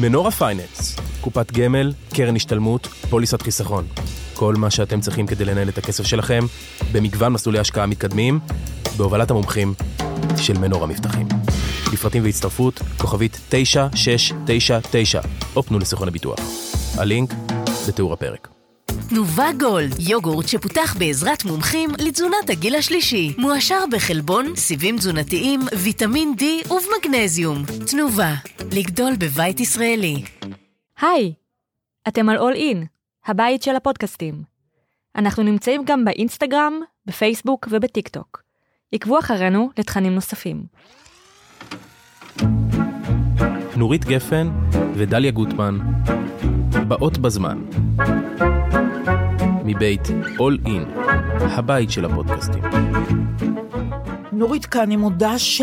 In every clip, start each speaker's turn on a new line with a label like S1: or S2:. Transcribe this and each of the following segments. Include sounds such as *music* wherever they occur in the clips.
S1: מנורה פייננס, קופת גמל, קרן השתלמות, פוליסת חיסכון. כל מה שאתם צריכים כדי לנהל את הכסף שלכם, במגוון מסלולי השקעה מתקדמים, בהובלת המומחים של מנורה מבטחים. לפרטים והצטרפות, כוכבית 9699, או פנו לסוכן הביטוח. הלינק בתיאור הפרק.
S2: תנובה גולד, יוגורט שפותח בעזרת מומחים לתזונת הגיל השלישי. מועשר בחלבון, סיבים תזונתיים, ויטמין D ובמגנזיום. תנובה, לגדול בבית ישראלי.
S3: היי, אתם על All In, הבית של הפודקאסטים. אנחנו נמצאים גם באינסטגרם, בפייסבוק ובטיקטוק. עקבו אחרינו לתכנים נוספים.
S1: נורית גפן ודליה גוטמן, באות בזמן. מבית All In, הבית של הפודקאסטים.
S4: נורית כאן, אני מודה ש...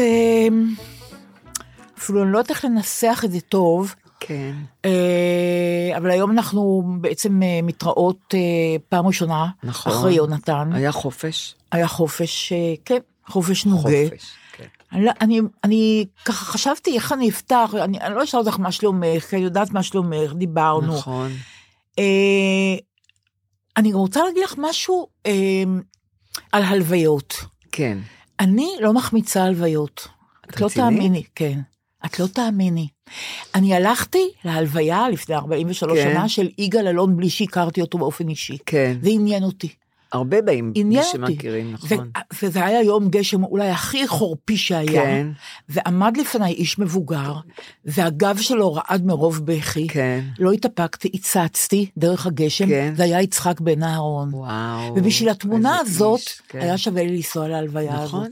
S4: אפילו אני לא יודעת איך לנסח את זה טוב,
S5: כן.
S4: אה, אבל היום אנחנו בעצם אה, מתראות אה, פעם ראשונה,
S5: נכון.
S4: אחרי יונתן. היה,
S5: היה חופש.
S4: היה חופש, אה, כן, חופש נוגה.
S5: חופש. כן.
S4: אני, לא- אני, אני ככה חשבתי איך אני אפתח, אני, אני לא אשאל אותך מה שלומך, כי אני יודעת מה שלומך, דיברנו.
S5: נכון.
S4: אה, אני גם רוצה להגיד לך משהו אה, על הלוויות.
S5: כן.
S4: אני לא מחמיצה הלוויות. את לא
S5: רצינית?
S4: תאמיני, כן. את לא תאמיני. אני הלכתי להלוויה לפני 43
S5: כן.
S4: שנה של יגאל אלון בלי שהכרתי אותו באופן אישי.
S5: כן.
S4: זה עניין אותי.
S5: הרבה באים, מי
S4: עניין אותי.
S5: שמכירים, נכון.
S4: ו- וזה היה יום גשם אולי הכי חורפי שהיה.
S5: כן.
S4: ועמד לפניי איש מבוגר, והגב שלו רעד מרוב בכי.
S5: כן.
S4: לא התאפקתי, הצצתי דרך הגשם,
S5: כן.
S4: זה היה יצחק בן אהרון.
S5: וואו.
S4: ובשביל התמונה
S5: איזה
S4: הזאת,
S5: איש, כן.
S4: היה שווה לי לנסוע להלוויה הזאת.
S5: נכון.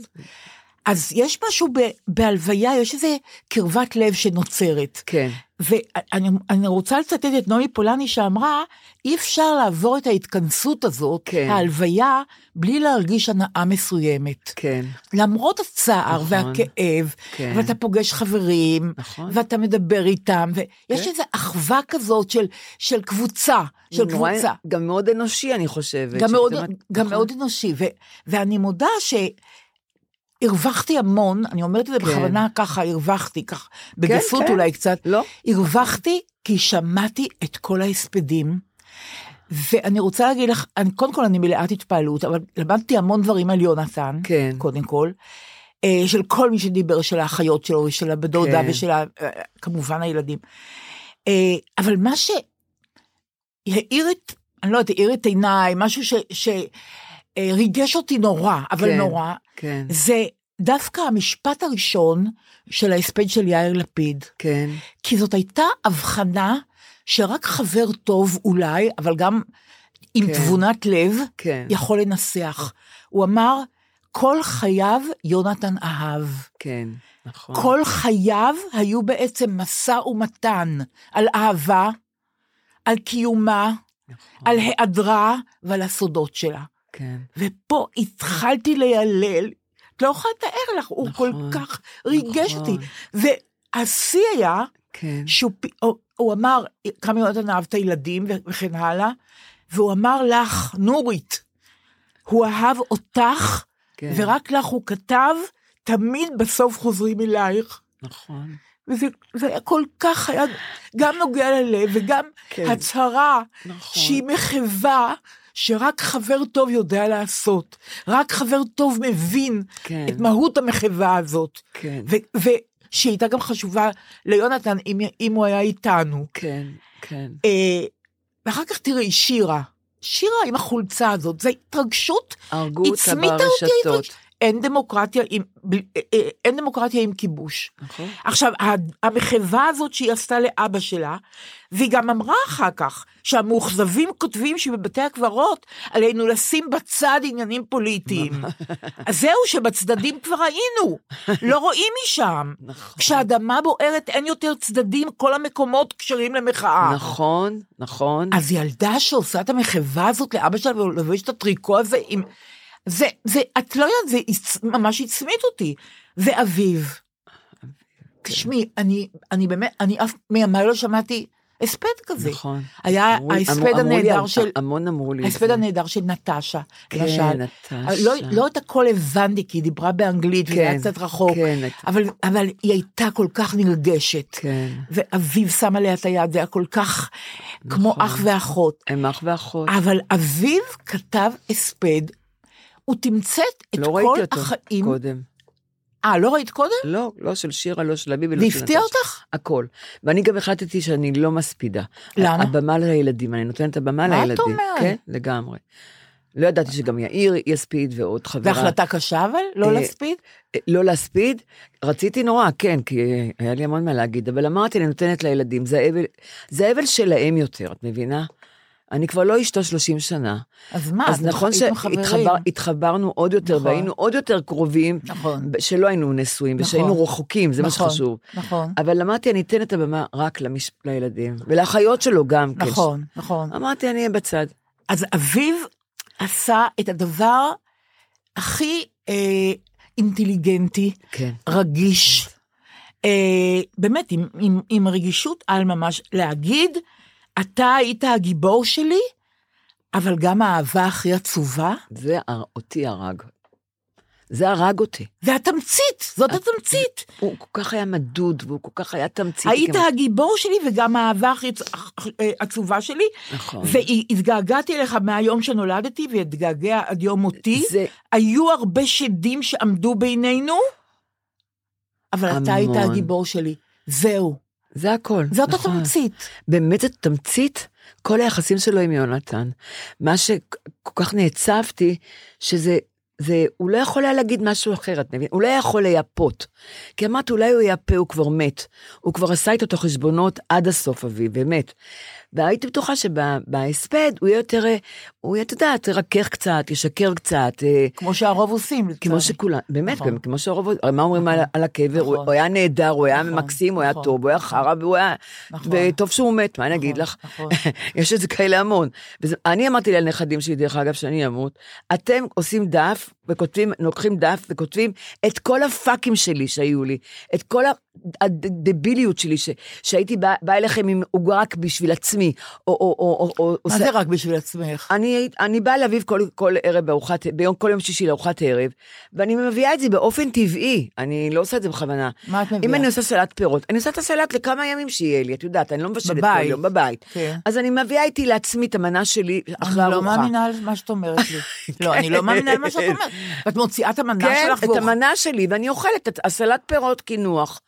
S4: אז יש משהו ב, בהלוויה, יש איזה קרבת לב שנוצרת.
S5: כן.
S4: ואני אני רוצה לצטט את נעמי פולני שאמרה, אי אפשר לעבור את ההתכנסות הזאת,
S5: כן.
S4: ההלוויה, בלי להרגיש הנאה מסוימת.
S5: כן.
S4: למרות הצער
S5: נכון.
S4: והכאב,
S5: כן.
S4: ואתה פוגש חברים,
S5: נכון.
S4: ואתה מדבר איתם, ויש
S5: כן.
S4: איזו אחווה כזאת של, של קבוצה, של
S5: נורא-
S4: קבוצה.
S5: גם מאוד אנושי, אני חושבת.
S4: גם מאוד,
S5: שפתאום את-
S4: גם
S5: נכון.
S4: מאוד אנושי, ו, ואני מודה שהרווחתי המון, אני אומרת את זה
S5: כן.
S4: בכוונה ככה, הרווחתי, כך, בגסות
S5: כן.
S4: אולי קצת,
S5: לא.
S4: הרווחתי כי שמעתי את כל ההספדים, ואני רוצה להגיד לך, אני, קודם כל אני מלאת התפעלות, אבל למדתי המון דברים על יונתן,
S5: כן.
S4: קודם כל. אה, של כל מי שדיבר, של האחיות שלו, ושל הבת דודה,
S5: כן.
S4: ושל ה- אה, כמובן הילדים. אה, אבל מה שהאיר את, אני לא יודעת, האיר את עיניי, משהו ש- ש... אה, ריגש אותי נורא, אבל
S5: כן.
S4: נורא,
S5: כן.
S4: זה דווקא המשפט הראשון של ההספד של יאיר לפיד.
S5: כן.
S4: כי זאת הייתה הבחנה שרק חבר טוב אולי, אבל גם עם
S5: כן.
S4: תבונת לב,
S5: כן.
S4: יכול לנסח. הוא אמר, כל חייו יונתן אהב.
S5: כן. נכון.
S4: כל חייו היו בעצם משא ומתן על אהבה, על קיומה,
S5: נכון.
S4: על היעדרה ועל הסודות שלה.
S5: כן.
S4: ופה התחלתי ליילל, את לא יכולה לתאר לך, הוא כל
S5: נכון,
S4: כך ריגש
S5: נכון.
S4: אותי. והשיא היה,
S5: כן.
S4: שהוא, פ- הוא, הוא אמר, כמה יונתן אהב את הילדים ו- וכן הלאה, והוא אמר לך, נורית, הוא אהב אותך,
S5: כן.
S4: ורק לך הוא כתב, תמיד בסוף חוזרים אלייך.
S5: נכון.
S4: וזה זה היה כל כך, היה גם נוגע ללב וגם
S5: כן.
S4: הצהרה
S5: נכון.
S4: שהיא מחווה שרק חבר טוב יודע לעשות, רק חבר טוב מבין
S5: כן.
S4: את מהות המחווה הזאת.
S5: כן.
S4: ו- ושהיא הייתה גם חשובה ליונתן אם, אם הוא היה איתנו.
S5: כן. כן.
S4: אה, ואחר כך תראי, שירה. שירה עם החולצה הזאת, זו התרגשות,
S5: הרגו אותה
S4: הצמיתה אותי
S5: ברשתות.
S4: ההתרגשות. אין דמוקרטיה עם, בלי- אה, אה, אין דמוקרטיה עם כיבוש.
S5: נכון.
S4: עכשיו, ה- המחווה הזאת שהיא עשתה לאבא שלה, והיא גם אמרה אחר כך שהמאוכזבים כותבים שבבתי הקברות עלינו לשים בצד עניינים פוליטיים. אז זהו, שבצדדים כבר היינו, לא רואים משם.
S5: נכון.
S4: כשהאדמה בוערת אין יותר צדדים, כל המקומות כשרים למחאה.
S5: נכון, נכון.
S4: אז ילדה שעושה את המחווה הזאת לאבא שלה ולובשת את הטריקו הזה עם... זה, זה, את לא יודעת, זה הצ- ממש הצמית אותי.
S5: כן.
S4: ואביו. תשמעי, אני, אני באמת, אני אף מימיי לא שמעתי הספד כזה.
S5: נכון.
S4: היה
S5: אמרו-
S4: ההספד
S5: אמרו- אמרו לי
S4: הנהדר
S5: המ-
S4: של...
S5: המון אמרו לי. את
S4: ההספד
S5: זה.
S4: הנהדר של נטשה,
S5: כן,
S4: למשל.
S5: נטשה.
S4: לא, לא את הכל הבנתי, כי היא דיברה באנגלית, וזה היה
S5: כן,
S4: קצת רחוק.
S5: כן, את-
S4: אבל, אבל היא הייתה כל כך נרגשת.
S5: כן.
S4: ואביו שם עליה את היד, זה היה כל כך כמו
S5: נכון.
S4: אח ואחות.
S5: הם אח ואחות.
S4: אבל אביו כתב הספד, הוא תמצת את
S5: לא
S4: כל
S5: ראיתי אותו
S4: החיים.
S5: קודם.
S4: אה, לא ראית קודם?
S5: לא, לא של שירה, לא של אביב, ולא של
S4: והפתיע
S5: נטשה.
S4: אותך?
S5: הכל. ואני גם החלטתי שאני לא מספידה.
S4: למה?
S5: הבמה לילדים, אני נותנת את הבמה
S4: מה את
S5: לילדים.
S4: אומרת?
S5: כן, לגמרי. לא ידעתי שגם יאיר יספיד ועוד חברה.
S4: והחלטה קשה אבל, לא
S5: אה,
S4: להספיד?
S5: אה, לא להספיד, רציתי נורא, כן, כי אה, היה לי המון מה להגיד, אבל אמרתי, אני נותנת לילדים, זה האבל, זה האבל שלהם יותר, את מבינה? אני כבר לא אשתו 30 שנה.
S4: אז מה,
S5: אז
S4: אתם
S5: נכון
S4: הייתם חברים.
S5: שהתחברנו עוד יותר,
S4: נכון.
S5: והיינו עוד יותר קרובים,
S4: נכון.
S5: ב- שלא היינו נשואים,
S4: נכון.
S5: ושהיינו רחוקים, זה מה
S4: נכון,
S5: שחשוב.
S4: נכון.
S5: אבל אמרתי, אני אתן את הבמה רק למש... לילדים, ולאחיות שלו גם כן.
S4: נכון, נכון.
S5: אמרתי, אני אהיה בצד.
S4: אז אביו עשה את הדבר הכי אה, אינטליגנטי,
S5: כן.
S4: רגיש, אה, באמת, עם, עם, עם רגישות על ממש, להגיד, אתה היית הגיבור שלי, אבל גם האהבה הכי עצובה,
S5: זה הר- אותי הרג. זה הרג אותי.
S4: זה התמצית,
S5: אה,
S4: זאת התמצית.
S5: הוא כל כך היה מדוד, והוא כל כך היה תמציתי.
S4: היית
S5: כמו-
S4: הגיבור שלי וגם האהבה הכי עצ- הכ- אה, עצובה שלי,
S5: נכון.
S4: והתגעגעתי אליך מהיום שנולדתי ואתגעגע עד יום מותי.
S5: זה
S4: היו הרבה שדים שעמדו בינינו, אבל אתה היית
S5: המון.
S4: הגיבור שלי. זהו,
S5: זה הכל.
S4: זאת
S5: נכון.
S4: התמצית.
S5: באמת זאת תמצית כל היחסים שלו עם יונתן. מה שכל כך נעצבתי, שזה, זה, הוא לא יכול היה להגיד משהו אחר, את מבינה? הוא לא היה יכול לייפות. כי אמרת, אולי הוא יאפה, הוא כבר מת. הוא כבר עשה איתו את החשבונות עד הסוף, אביב, באמת. והייתי בטוחה שבהספד הוא יהיה יותר, אה, הוא יהיה, את יודעת, ירכך קצת, ישקר קצת. אה,
S4: כמו שהרוב עושים.
S5: כמו
S4: לצערי.
S5: שכולם, באמת,
S4: נכון.
S5: גם כמו שהרוב, הרי מה אומרים על- על הקבר? הוא
S4: נכון.
S5: הוא היה נהדר, הוא היה
S4: נכון,
S5: מקסים, הוא היה
S4: נכון,
S5: טוב, הוא היה
S4: נכון.
S5: חרא, והוא היה...
S4: נכון.
S5: וטוב שהוא מת, מה אני אגיד
S4: נכון,
S5: לך?
S4: נכון.
S5: *laughs* יש את זה כאלה המון. וזה- אני אמרתי לנכדים שלי, דרך אגב, שאני אמות, אתם עושים דף וכותבים, לוקחים דף וכותבים את כל הפאקים שלי שהיו לי, את כל ה- הדביליות שלי, ש- שהייתי באה באה אליכם עם עוגה רק בשביל עצמי, או- או... או- או- או-
S4: מה זה רק בשביל עצמך?
S5: אני, אני באה לאביב כל, כל ערב בארוחת, ביום, כל יום שישי לארוחת ערב, ואני מביאה את זה באופן טבעי, אני לא עושה את זה בכוונה.
S4: מה את מביאה?
S5: אם אני עושה סלט פירות, אני עושה את הסלט לכמה ימים שיהיה לי, את יודעת, אני לא מבשלת כל
S4: בבית.
S5: יום, בבית.
S4: כן.
S5: אז אני מביאה איתי לעצמי את המנה שלי אחרי
S4: אני
S5: הארוחה.
S4: לא מאמינה על מה שאת אומרת
S5: *laughs*
S4: לי. לא, אני לא מאמינה על מה שאת אומרת. ואת מוציאה את המנה
S5: כן,
S4: שלך
S5: את
S4: ואוכלת.
S5: המנה שלי, ואני אוכלת את הסלט פירות קינוח.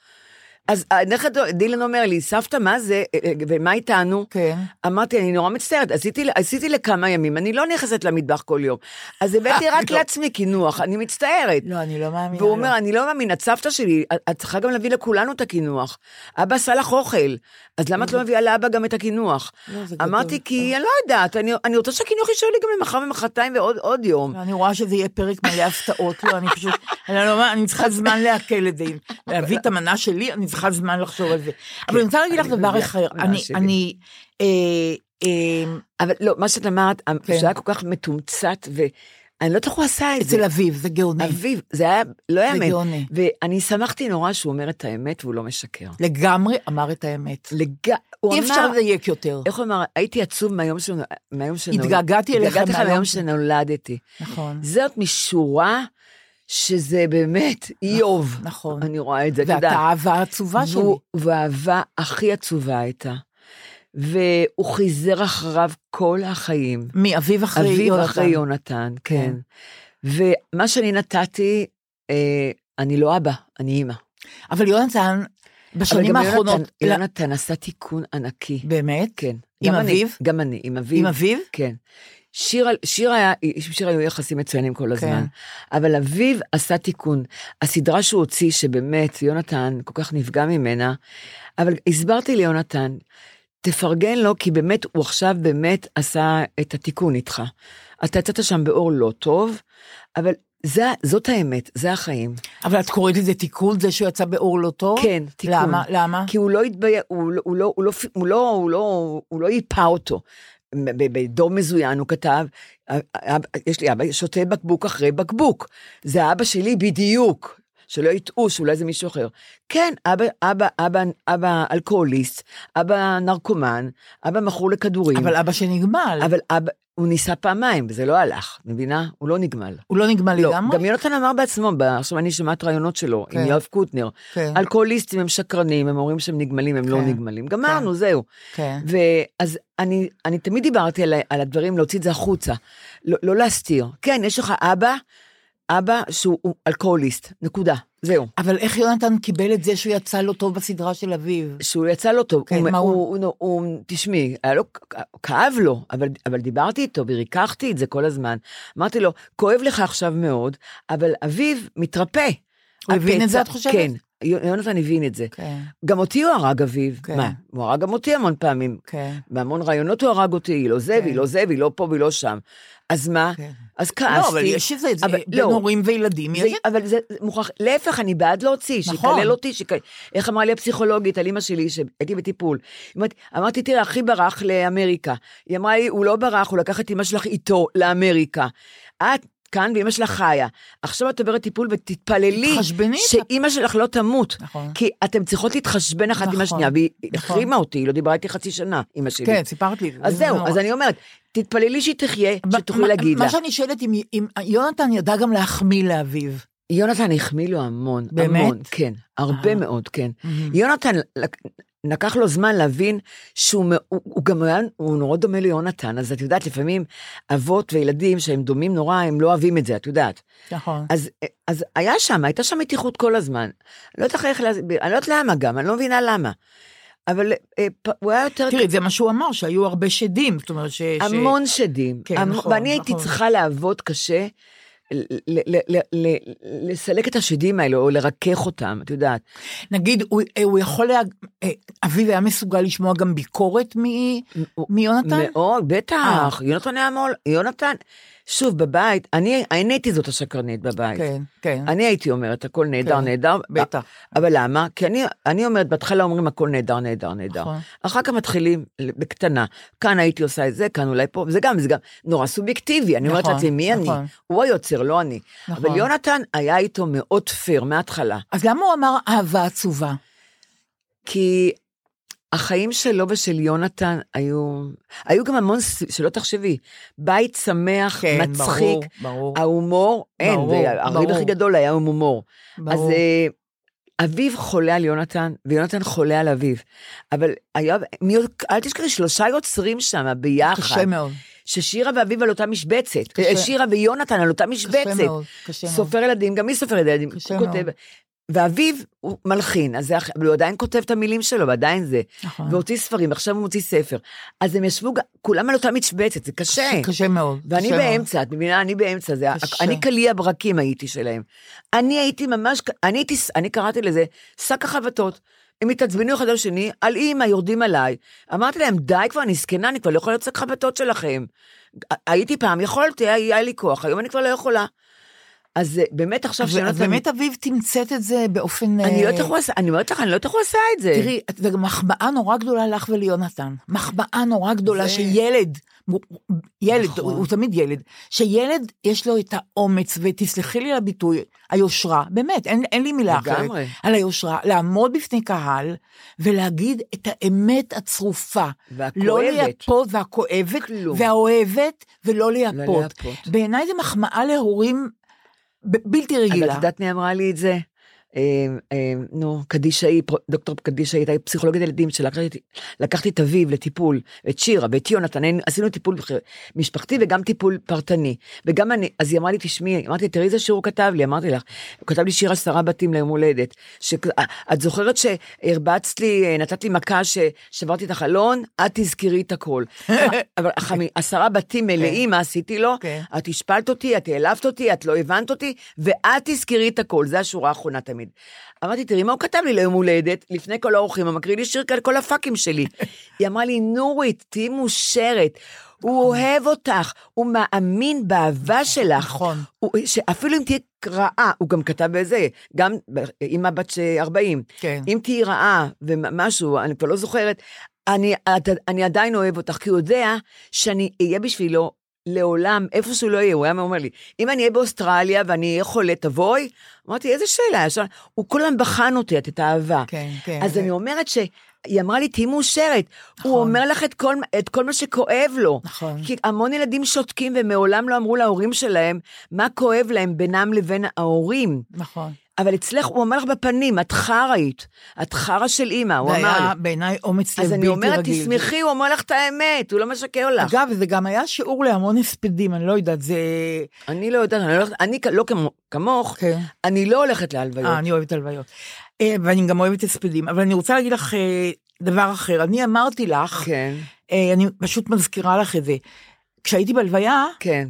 S5: אז הנכד דילן אומר לי, סבתא, מה זה, אה, ומה איתנו?
S4: כן.
S5: אמרתי, אני נורא מצטערת, עשיתי, עשיתי לכמה ימים, אני לא נכנסת למטבח כל יום. אז הבאתי רק לעצמי קינוח, אני מצטערת.
S4: אה, לא, אני לא מאמינה.
S5: והוא
S4: לא.
S5: אומר, אני לא מאמין, את סבתא שלי, את- את צריכה גם להביא לכולנו את הקינוח. אבא עשה לך אוכל, אז למה את לא מביאה לאבא גם את הקינוח?
S4: אה. לא, זה גדול.
S5: אמרתי, כי אני לא יודעת, אני- אני רוצה שהקינוח יישאר לי גם למחר ומחרתיים ועוד עוד יום.
S4: לא, אני רואה שזה יהיה פרק מלא הפתעות, לא, אני פשוט, *laughs* אני, לא, אני צריכה זמן לעכל את זה, אם להביא את המנה שלי, אני צריכה זמן לחשוב על זה. אבל אני רוצה להגיד לך
S5: כן, אני
S4: דבר
S5: מביאה
S4: אחר,
S5: את המנה
S4: אני,
S5: שלי.
S4: אני, אה, אה,
S5: אבל לא, מה שאת אמרת,
S4: כן.
S5: שהיה כל כך מתומצת, ואני לא יודעת איך הוא עשה את זה.
S4: אצל אביב, זה גאוני,
S5: אביב, זה היה, לא
S4: זה
S5: יאמן.
S4: גאוני.
S5: ואני שמחתי נורא שהוא אומר את האמת והוא לא משקר.
S4: לגמרי אמר את האמת.
S5: לג... הוא
S4: אי אפשר
S5: אמר,
S4: לדייק יותר.
S5: איך הוא אמר, הייתי עצוב מהיום שנולדתי. מהיום שנולד-
S4: התגעגעתי אליך
S5: התגעגעתי
S4: מהיום
S5: מהיום
S4: ש-
S5: שנולדתי.
S4: נכון.
S5: זאת משורה שזה באמת איוב.
S4: נכון.
S5: אני רואה את זה, את
S4: ואת
S5: יודעת.
S4: האהבה העצובה שלי.
S5: והוא- והאהבה הכי עצובה הייתה. והוא חיזר אחריו כל החיים.
S4: מי, אביב אחרי
S5: אביב
S4: יונתן.
S5: אחרי יונתן, כן. ומה שאני נתתי, אה, אני לא אבא, אני אימא.
S4: אבל יונתן,
S5: אבל
S4: בשנים
S5: גם
S4: האחרונות,
S5: יונתן-
S4: לא-
S5: יונתן עשה תיקון ענקי.
S4: באמת?
S5: כן.
S4: עם
S5: גם אני-
S4: אביו?
S5: גם אני, עם אביו.
S4: עם אביב?
S5: כן. שיר, שיר, היה, שיר היו יחסים מצוינים כל הזמן, אבל אביו עשה תיקון. הסדרה שהוא הוציא, שבאמת, יונתן כל כך נפגע ממנה, אבל הסברתי ליונתן, תפרגן לו, כי באמת, הוא עכשיו באמת עשה את התיקון איתך. אתה יצאת שם באור לא טוב, אבל זה, זאת האמת, זה החיים.
S4: אבל את קוראת לזה תיקון, זה שהוא יצא באור לא טוב?
S5: כן, תיקון.
S4: למה? למה?
S5: כי הוא לא התבייש, הוא, לא- הוא, לא, הוא, לא, הוא, לא, הוא, לא, הוא לא ייפה אותו. ב- ב- בדור מזוין הוא כתב, "אב- אב- יש לי אבא שותה בקבוק אחרי בקבוק. זה אבא שלי בדיוק. שלא יטעו שאולי זה מישהו אחר. כן, אבא, אבא, אבא, אבא אלכוהוליסט, אבא נרקומן, אבא מכור לכדורים.
S4: אבל אבא שנגמל,
S5: אבל אבא, הוא ניסה פעמיים, וזה לא הלך, מבינה? הוא לא נגמל.
S4: הוא לא נגמל
S5: לא,
S4: לגמרי?
S5: גם יונתן אמר בעצמו, ב- עכשיו אני שומעת רעיונות שלו עם
S4: כן.
S5: יואב קוטנר.
S4: כן,
S5: אלכוהוליסטים הם שקרנים, הם אומרים שהם נגמלים, הם לא
S4: כן.
S5: נגמלים. גמרנו, זהו.
S4: כן.
S5: ואז אני, אני תמיד דיברתי על, ה- על הדברים, להוציא את זה החוצה, לא, לא להסתיר. כן, יש לך אבא, אבא שהוא הוא אלכוהוליסט, נקודה, זהו.
S4: אבל איך יונתן קיבל את זה שהוא יצא לא טוב בסדרה של אביו?
S5: שהוא יצא לא טוב,
S4: כן,
S5: הוא,
S4: מה הוא-
S5: הוא, הוא, הוא, הוא, תשמעי, היה לו, כאב לו, אבל, אבל דיברתי איתו וריככתי את זה כל הזמן. אמרתי לו, כואב לך עכשיו מאוד, אבל אביו מתרפא.
S4: הוא הבין את זה,
S5: הפצע-
S4: את חושבת?
S5: כן, יונתן הבין את זה.
S4: כן,
S5: גם אותי הוא הרג אביו.
S4: כן.
S5: מה, הוא הרג גם אותי המון פעמים.
S4: כן.
S5: בהמון רעיונות הוא הרג אותי, היא לא זה, והיא לא זה, והיא לא פה, והיא לא שם. אז מה?
S4: כן.
S5: אז כעסתי.
S4: לא, אבל יש איזה, זה
S5: אבל
S4: בין
S5: לא.
S4: הורים וילדים,
S5: זה,
S4: יש את
S5: אבל זה זה מוכרח, להפך, אני בעד להוציא,
S4: נכון.
S5: שיקלל אותי, שיק... איך אמרה לי הפסיכולוגית על אימא שלי, שהייתי בטיפול. היא אומרת- אמרתי, תראה, אחי ברח לאמריקה. היא אמרה לי, הוא לא ברח, הוא לקח את אימא שלך איתו לאמריקה. את כאן ואימא שלך חיה. עכשיו את עוברת טיפול ותתפללי,
S4: תתחשבני.
S5: שאימא שלך לא תמות.
S4: נכון.
S5: כי אתן צריכות להתחשבן אחת עם
S4: נכון,
S5: השנייה, והיא
S4: נכון.
S5: החרימה אותי, היא לא דיברה איתי חצי שנה, אימא שלי.
S4: כן, סיפרת לי.
S5: אז
S4: זה
S5: זהו,
S4: נורא.
S5: אז אני אומרת, תתפללי שהיא תחיה,
S4: מה-
S5: שתוכלי
S4: מה-
S5: להגיד לה.
S4: מה שאני שואלת, אם- אם יונתן ידע גם להחמיא לאביו.
S5: יונתן החמיא לו המון,
S4: באמת?
S5: המון, כן, הרבה
S4: אה.
S5: מאוד, כן. יונתן, לק- לקח לו זמן להבין שהוא מ- הוא, הוא גם היה, הוא נורא דומה ליונתן, אז את יודעת, לפעמים אבות וילדים שהם דומים נורא, הם לא אוהבים את זה, את יודעת.
S4: נכון.
S5: אז, אז היה שם, הייתה שם מתיחות כל הזמן. אני לא יודעת איך להסביר, אני לא יודעת למה גם, אני לא מבינה למה. אבל אה, פ- הוא היה יותר
S4: תראי, זה מה שהוא אמר, שהיו הרבה שדים, זאת אומרת ש... ש-
S5: המון שדים.
S4: כן,
S5: המ-
S4: נכון,
S5: ואני הייתי
S4: נכון.
S5: צריכה לעבוד קשה, ל- ל- ל- ל- לסלק את השדים האלה, או לרכך אותם, את יודעת.
S4: נגיד, הוא, אה, הוא יכול היה... אה, אביו היה מסוגל לשמוע גם ביקורת מ... מיונתן?
S5: מאוד, בטח.
S4: אה.
S5: יונתן היה מול, יונתן, שוב, בבית, אני אני הייתי זאת השקרנית בבית.
S4: כן, כן.
S5: אני אה. הייתי אומרת, הכל נהדר,
S4: כן,
S5: נהדר.
S4: בטח.
S5: אבל למה? כי אני, אני אומרת, בהתחלה אומרים הכל נהדר, נהדר, נהדר.
S4: נכון.
S5: אחר כך מתחילים ל- בקטנה. כאן הייתי עושה את זה, כאן אולי פה, וזה גם, זה גם נורא סובייקטיבי. אני אומרת
S4: נכון,
S5: לעצמי, מי אני?
S4: נכון.
S5: הוא היוצר, לא אני.
S4: נכון.
S5: אבל יונתן היה איתו מאוד פייר מההתחלה.
S4: אז למה הוא אמר אהבה עצובה?
S5: כי החיים שלו ושל יונתן היו, היו גם המון, ס- שלא תחשבי, בית שמח, מצחיק,
S4: כן, ברור, ברור.
S5: ההומור, אין,
S4: ברור,
S5: זה הריב
S4: ברור.
S5: הכי גדול היה הומור. אז
S4: ברור.
S5: אה, אביו חולה על יונתן, ויונתן חולה על אביו. אבל היה, מי, אל תשכחי, שלושה יוצרים שם ביחד,
S4: קשה מאוד.
S5: ששירה ואביו על אותה משבצת,
S4: קשה.
S5: אה, שירה ויונתן על אותה
S4: קשה
S5: משבצת.
S4: מאוד. קשה מאוד.
S5: סופר ילדים, גם היא סופרת ילדים,
S4: קשה
S5: הוא כותב.
S4: מאוד.
S5: ואביו הוא מלחין, אז זה, אח- אבל הוא עדיין כותב את המילים שלו, ועדיין זה.
S4: נכון.
S5: והוציא ספרים, עכשיו הוא מוציא ספר. אז הם ישבו, ג- כולם על אותה משבצת, זה קשה.
S4: קשה מאוד.
S5: ואני
S4: קשה מאוד.
S5: באמצע, את מבינה? אני באמצע, זה,
S4: קשה.
S5: אני קליע הברקים הייתי שלהם. אני הייתי ממש, אני הייתי, אני קראתי לזה שק החבטות. הם התעצבנו אחד על השני, על אימא, יורדים עליי. אמרתי להם, די כבר, אני זקנה, אני כבר לא יכולה להיות שק חבטות שלכם. הייתי פעם, יכולתי, היה לי כוח, היום אני כבר לא יכולה. אז אה, באמת עכשיו,
S4: אז-
S5: שיונתן-
S4: אז באמת אביב תמצאת את זה באופן...
S5: אני לא
S4: אה,
S5: יודעת איך הוא עשה, אני אומרת לך, אני לא יודעת איך הוא עשה את זה.
S4: תראי, את- זה גם מחמאה נורא גדולה לך וליונתן. מחמאה נורא גדולה שילד, ילד,
S5: נכון.
S4: הוא הוא תמיד ילד, שילד יש לו את האומץ, ותסלחי לי על הביטוי, היושרה, באמת, אין, אין לי מילה אחרת,
S5: לגמרי.
S4: על היושרה, לעמוד בפני קהל ולהגיד את האמת הצרופה.
S5: והכואבת.
S4: לא לייפות, והכואבת,
S5: כלום. לא
S4: והאוהבת, ולא לייפות.
S5: לייפות.
S4: בעיניי זה מחמאה להורים ב- בלתי רגילה.
S5: אבל את יודעת מי אמרה לי את זה? אה, אה, נו, קדישאי, פר- דוקטור קדישאי הייתה פסיכולוגית ילדים שלקחתי לקחתי את אביו לטיפול, את שירה ואת יונתן, היינו- עשינו טיפול בח- משפחתי וגם טיפול פרטני. וגם אני, אז היא אמרה לי, תשמעי, אמרתי, תראי איזה שיר הוא כתב לי, אמרתי לך, הוא כתב לי שיר עשרה בתים ליום הולדת. ש- את זוכרת שהרבצת לי, אה, נתת לי מכה ששברתי את החלון, את תזכרי את הכל. אבל החמי- עשרה בתים מלאים, מה עשיתי לו?
S4: כן.
S5: את השפלת אותי, את העלבת אותי, את לא הבנת אותי, ואת תזכרי את הכל, זו השורה האחרונה תמיד. אמרתי, תראי מה הוא כתב לי ליום הולדת, לפני כל האורחים, הוא מקריא לי שיר כאן כל הפאקים
S4: *laughs*
S5: שלי. היא אמרה לי, נורית, תהיי מאושרת. הוא אוהב אותך, הוא מאמין באהבה שלך.
S4: נכון.
S5: הוא- שאפילו אם תהיה רעה, הוא גם כתב בזה, גם ב- עם הבת ש- 40.
S4: כן.
S5: אם תהיי רעה ומשהו, אני כבר לא זוכרת, אני, את- אני עדיין אוהב אותך, כי הוא יודע שאני אהיה בשבילו לעולם, איפה שהוא לא יהיה, הוא היה אומר לי, אם אני אהיה באוסטרליה ואני אהיה חולה, תבואי? אמרתי, איזה שאלה ישר? הוא כל הזמן בחן אותי, את התאהבה.
S6: כן, כן.
S5: אז אני אומרת ש... היא אמרה לי, תהיי מאושרת.
S6: נכון.
S5: הוא אומר לך את כל, את כל מה שכואב לו.
S6: נכון.
S5: כי המון ילדים שותקים ומעולם לא אמרו להורים שלהם מה כואב להם בינם לבין ההורים.
S6: נכון.
S5: אבל אצלך, הוא אמר לך בפנים, את חרא היית, את חרא של אימא, הוא
S6: זה
S5: אמר
S6: היה
S5: לי.
S6: בעיניי אומץ לב
S5: אז
S6: בלתי
S5: אני
S6: רגיל.
S5: אומרת, תסמכי, הוא אומר לך את האמת, הוא לא משקר לך.
S6: אגב,
S4: אגב, זה גם היה שיעור להמון הספדים, אני לא יודעת, זה...
S5: אני לא יודעת, אני לא הולכת- אני כ- לא כמו- כמוך,
S6: כן.
S5: אני לא הולכת להלוויות.
S4: אה, אני אוהבת הלוויות. אה, ואני גם אוהבת הספדים, אבל אני רוצה להגיד לך אה, דבר אחר. אני אמרתי לך,
S5: כן,
S4: אה, אני פשוט מזכירה לך את זה. כשהייתי בהלוויה,
S5: כן.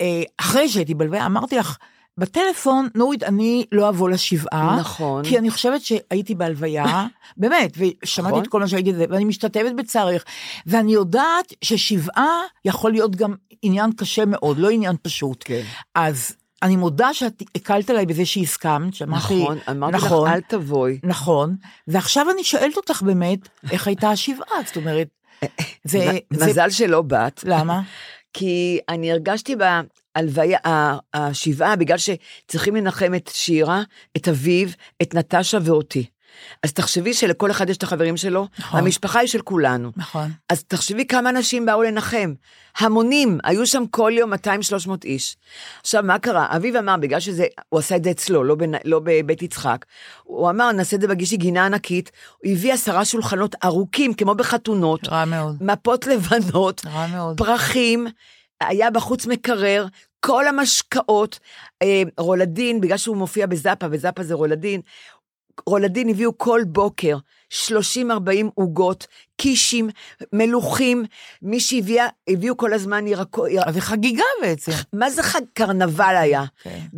S4: אה, אחרי שהייתי בהלוויה, אמרתי לך, בטלפון, נורית, אני לא אבוא לשבעה.
S5: נכון.
S4: כי אני חושבת שהייתי
S5: *laughs*
S4: בהלוויה, באמת, ושמעתי
S5: נכון.
S4: את כל מה שהייתי זה, ואני משתתפת בצערך, ואני יודעת ששבעה יכול להיות גם עניין קשה מאוד, לא עניין פשוט.
S5: כן.
S4: אז אני מודה שאת הקלת עליי בזה שהסכמת, שאמרתי,
S5: נכון, אמרתי לך,
S4: נכון.
S5: אל תבואי.
S4: נכון, ועכשיו אני שואלת אותך באמת, איך הייתה השבעה? זאת
S5: *laughs*
S4: אומרת, זה...
S5: מ-
S4: זה-
S5: מזל שלא באת. *laughs*
S4: למה?
S5: כי אני הרגשתי בהלוויה, ה- השבעה, בגלל שצריכים לנחם את שירה, את אביו, את נטשה ואותי. אז תחשבי שלכל אחד יש את החברים שלו,
S4: נכון.
S5: המשפחה היא של כולנו.
S4: נכון.
S5: אז תחשבי כמה אנשים באו לנחם. המונים, היו שם כל יום 200-300 איש. עכשיו, מה קרה? אביב אמר, בגלל שזה, הוא עשה את זה אצלו, לא, בנ, לא בבית יצחק. הוא אמר, נעשה את זה בגישי גינה ענקית. הוא הביא עשרה שולחנות ארוכים, כמו בחתונות.
S6: רע מאוד.
S5: מפות לבנות,
S6: רע מאוד.
S5: פרחים, היה בחוץ מקרר, כל המשקאות, אה, רולדין, בגלל שהוא מופיע בזאפה, וזאפה זה רולדין, רולדין הביאו כל בוקר 30-40 עוגות, קישים, מלוכים, מי שהביאה, הביאו כל הזמן ירקות, ירק,
S4: אז זה חגיגה
S5: *laughs*
S4: בעצם. כן.
S5: מה זה חג? קרנבל היה.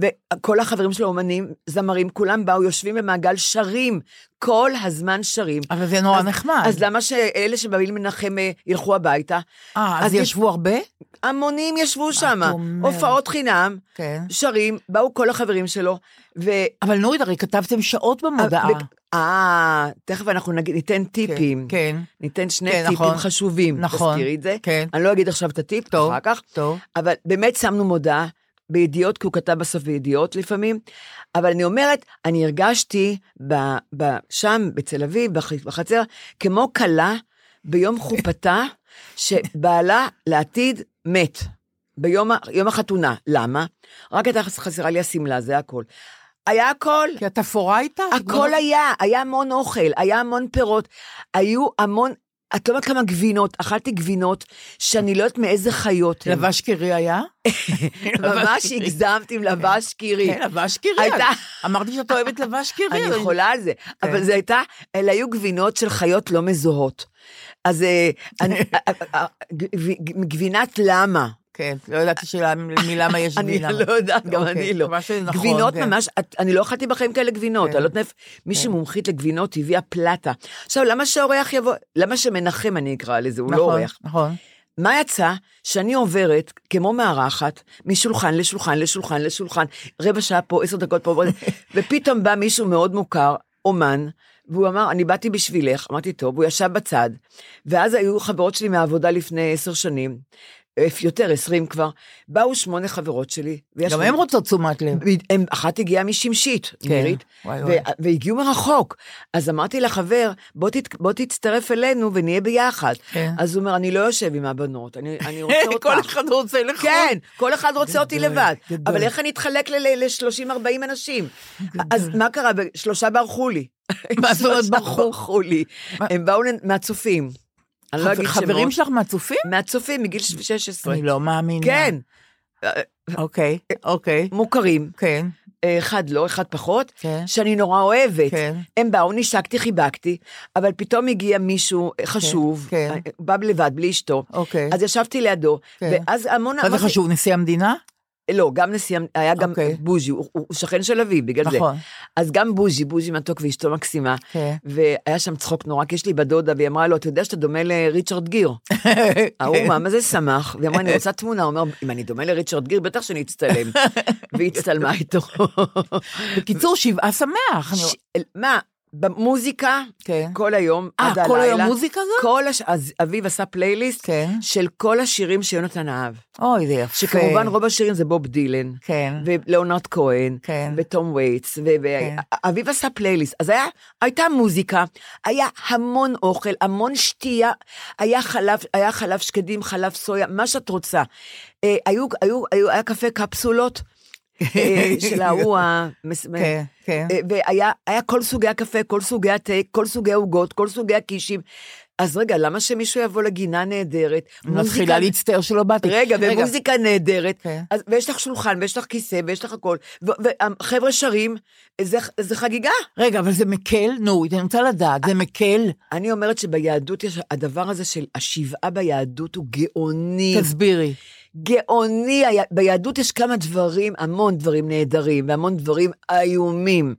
S5: וכל החברים שלו אומנים, זמרים, כולם באו, יושבים במעגל, שרים, כל הזמן שרים.
S4: אבל זה נורא
S5: אז-
S4: נחמד.
S5: אז למה שאלה שבאים לנחם אה, ילכו הביתה?
S4: אה, אז
S5: אז יש-
S4: ישבו הרבה?
S5: המונים ישבו שם,
S4: אומרת.
S5: הופעות חינם,
S6: כן.
S5: שרים, באו כל החברים שלו, ו...
S4: אבל נורית, הרי כתבתם שעות במודעה.
S5: ו- אה, תכף אנחנו נגיד, ניתן טיפים.
S4: כן.
S5: ניתן שני
S4: כן,
S5: טיפים
S4: נכון.
S5: חשובים.
S4: נכון.
S5: תזכירי את זה.
S4: כן.
S5: אני לא אגיד עכשיו את הטיפ,
S4: טוב.
S5: אחר כך.
S4: טוב.
S5: אבל באמת שמנו מודעה בידיעות, כי הוא כתב בסוף בידיעות לפעמים. אבל אני אומרת, אני הרגשתי ב, ב, שם, בתל אביב, בח- בחצר, כמו כלה ביום חופתה, שבעלה לעתיד מת. ביום ה- יום החתונה. למה? רק הייתה חסרה לי השמלה, זה הכל. היה הכל.
S4: כי את אפורה איתה?
S5: הכל היה, היה המון אוכל, היה המון פירות, היו המון, את לא יודעת כמה גבינות, אכלתי גבינות שאני לא יודעת מאיזה חיות הן.
S4: לבש קירי כן, היה?
S5: ממש הגזמת עם לבש קירי.
S4: כן, לבש קירי.
S5: הייתה-
S4: אמרתי שאת אוהבת לבש קירי.
S5: אני
S4: אבל-
S5: חולה על זה,
S4: כן.
S5: אבל זה הייתה, אלה היו גבינות של חיות לא מזוהות. אז אה,
S4: *laughs*
S5: אני- אה, אה, גב- גבינת למה?
S4: כן, לא ידעתי שלה- מלמה יש
S5: אני
S4: גבינה.
S5: לא יודעת, גם
S4: אוקיי,
S5: אני לא.
S4: מקווה שזה נכון,
S5: גבינות
S4: כן.
S5: ממש, את- אני לא אכלתי בחיים כאלה גבינות, אני לא יודעת, מאיפה- מישהי מומחית לגבינות הביאה פלטה. עכשיו, למה שהאורח יבוא, למה שמנחם אני אקרא לזה, הוא לא
S4: נכון,
S5: אורח.
S4: נכון.
S5: מה יצא? שאני עוברת, כמו מארחת, משולחן לשולחן לשולחן לשולחן, רבע שעה פה, עשר דקות פה,
S4: *laughs*
S5: ופתאום בא מישהו מאוד מוכר, אומן, והוא אמר, אני באתי בשבילך, אמרתי, טוב, הוא ישב בצד, ואז היו חברות שלי מהעבודה לפני עשר שנים, אה, יותר, עשרים כבר, באו שמונה חברות שלי, וישבו-
S4: גם הם רוצות תשומת
S5: *laughs*
S4: לב.
S5: הם, אחת הגיעה משמשית,
S4: כן.
S5: נירית,
S4: וואי,
S5: ו-
S4: וואי.
S5: והגיעו מרחוק. אז אמרתי לחבר, בוא, תת, בוא תצטרף אלינו ונהיה ביחד.
S4: כן.
S5: אז הוא אומר, אני לא יושב עם הבנות, אני, אני רוצה אותך.
S4: *laughs* כל אחד רוצה לך.
S5: כן, כל אחד רוצה אותי
S4: גדול,
S5: לבד.
S4: גדול.
S5: אבל איך אני אתחלק ל-30-40 אנשים? אז מה קרה? ב- שלושה ברחו לי.
S4: *laughs* מה זאת אומרת
S5: שלושה
S4: ברחו?
S5: ברחו לי.
S4: מה?
S5: הם באו לנ- מהצופים. אני לא אגיד
S4: חברים
S5: שמות.
S4: שלך מהצופים?
S5: מהצופים, מגיל 16.
S4: אני לא מאמינה.
S5: כן,
S4: אוקיי, אוקיי.
S5: מוכרים.
S4: כן,
S5: אה, אחד לא, אחד פחות,
S4: כן.
S5: שאני נורא אוהבת.
S4: כן.
S5: הם באו, נשקתי, חיבקתי, אבל פתאום הגיע מישהו אה, חשוב,
S4: כן.
S5: אה, בא לבד, בלי אשתו.
S4: אוקיי.
S5: אז ישבתי לידו,
S4: כן.
S5: ואז המון...
S4: מה זה
S5: אמרתי-
S4: חשוב, נשיא המדינה?
S5: לא, גם נשיא, המ- היה גם
S4: אוקיי.
S5: בוז'י, הוא הוא שכן של אביו, בגלל זה.
S4: נכון.
S5: אז גם בוז'י, בוז'י מתוק ואשתו מקסימה.
S4: *laughs* כן.
S5: והיה שם צחוק נורא, כי יש לי בת דודה, והיא אמרה לו, אתה יודע שאתה דומה לריצ'רד גיר. ההוא, מה זה שמח? והיא אמרה, אני רוצה תמונה. הוא אומר, אם אני דומה לריצ'רד גיר, בטח
S4: *laughs*
S5: שאני אצטלם. והיא הצטלמה איתו.
S4: בקיצור, שבעה שמח. אני-
S5: ש- מה, במוזיקה,
S4: כן.
S5: כל היום,
S4: אה,
S5: עד הלילה.
S4: כל היום מוזיקה גם?
S5: כל הש... אז אביב עשה פלייליסט
S4: כן.
S5: של כל השירים שיונתן אהב.
S4: אוי, זה יפה.
S5: שכמובן רוב השירים זה בוב דילן.
S4: כן.
S5: ולאונת כהן.
S4: כן.
S5: ותום וייטס.
S4: כן.
S5: ואביב עשה פלייליסט. אז היה, הייתה מוזיקה, היה המון אוכל, המון שתייה, היה חלב, היה חלב שקדים, חלב סויה, מה שאת רוצה. אה, היו, היו, היו, היה קפה קפסולות.
S4: *laughs*
S5: אה, של ההוא, המס-
S4: כן, כן.
S5: אה, והיה היה כל סוגי הקפה, כל סוגי התה, כל סוגי העוגות, כל סוגי הקישים. אז רגע, למה שמישהו יבוא לגינה נהדרת?
S4: מתחילה להצטער שלא באתי.
S5: רגע, ומוזיקה נהדרת,
S4: כן.
S5: אז, ויש לך שולחן, ויש לך כיסא, ויש לך הכל, ו- והחבר'ה שרים, זה, זה חגיגה.
S4: רגע, אבל זה מקל? נו, אני רוצה לדעת, זה מקל?
S5: אני אומרת שביהדות יש, הדבר הזה של השבעה ביהדות הוא גאוני.
S4: תסבירי.
S5: גאוני, היה- ביהדות יש כמה דברים, המון דברים נהדרים והמון דברים איומים.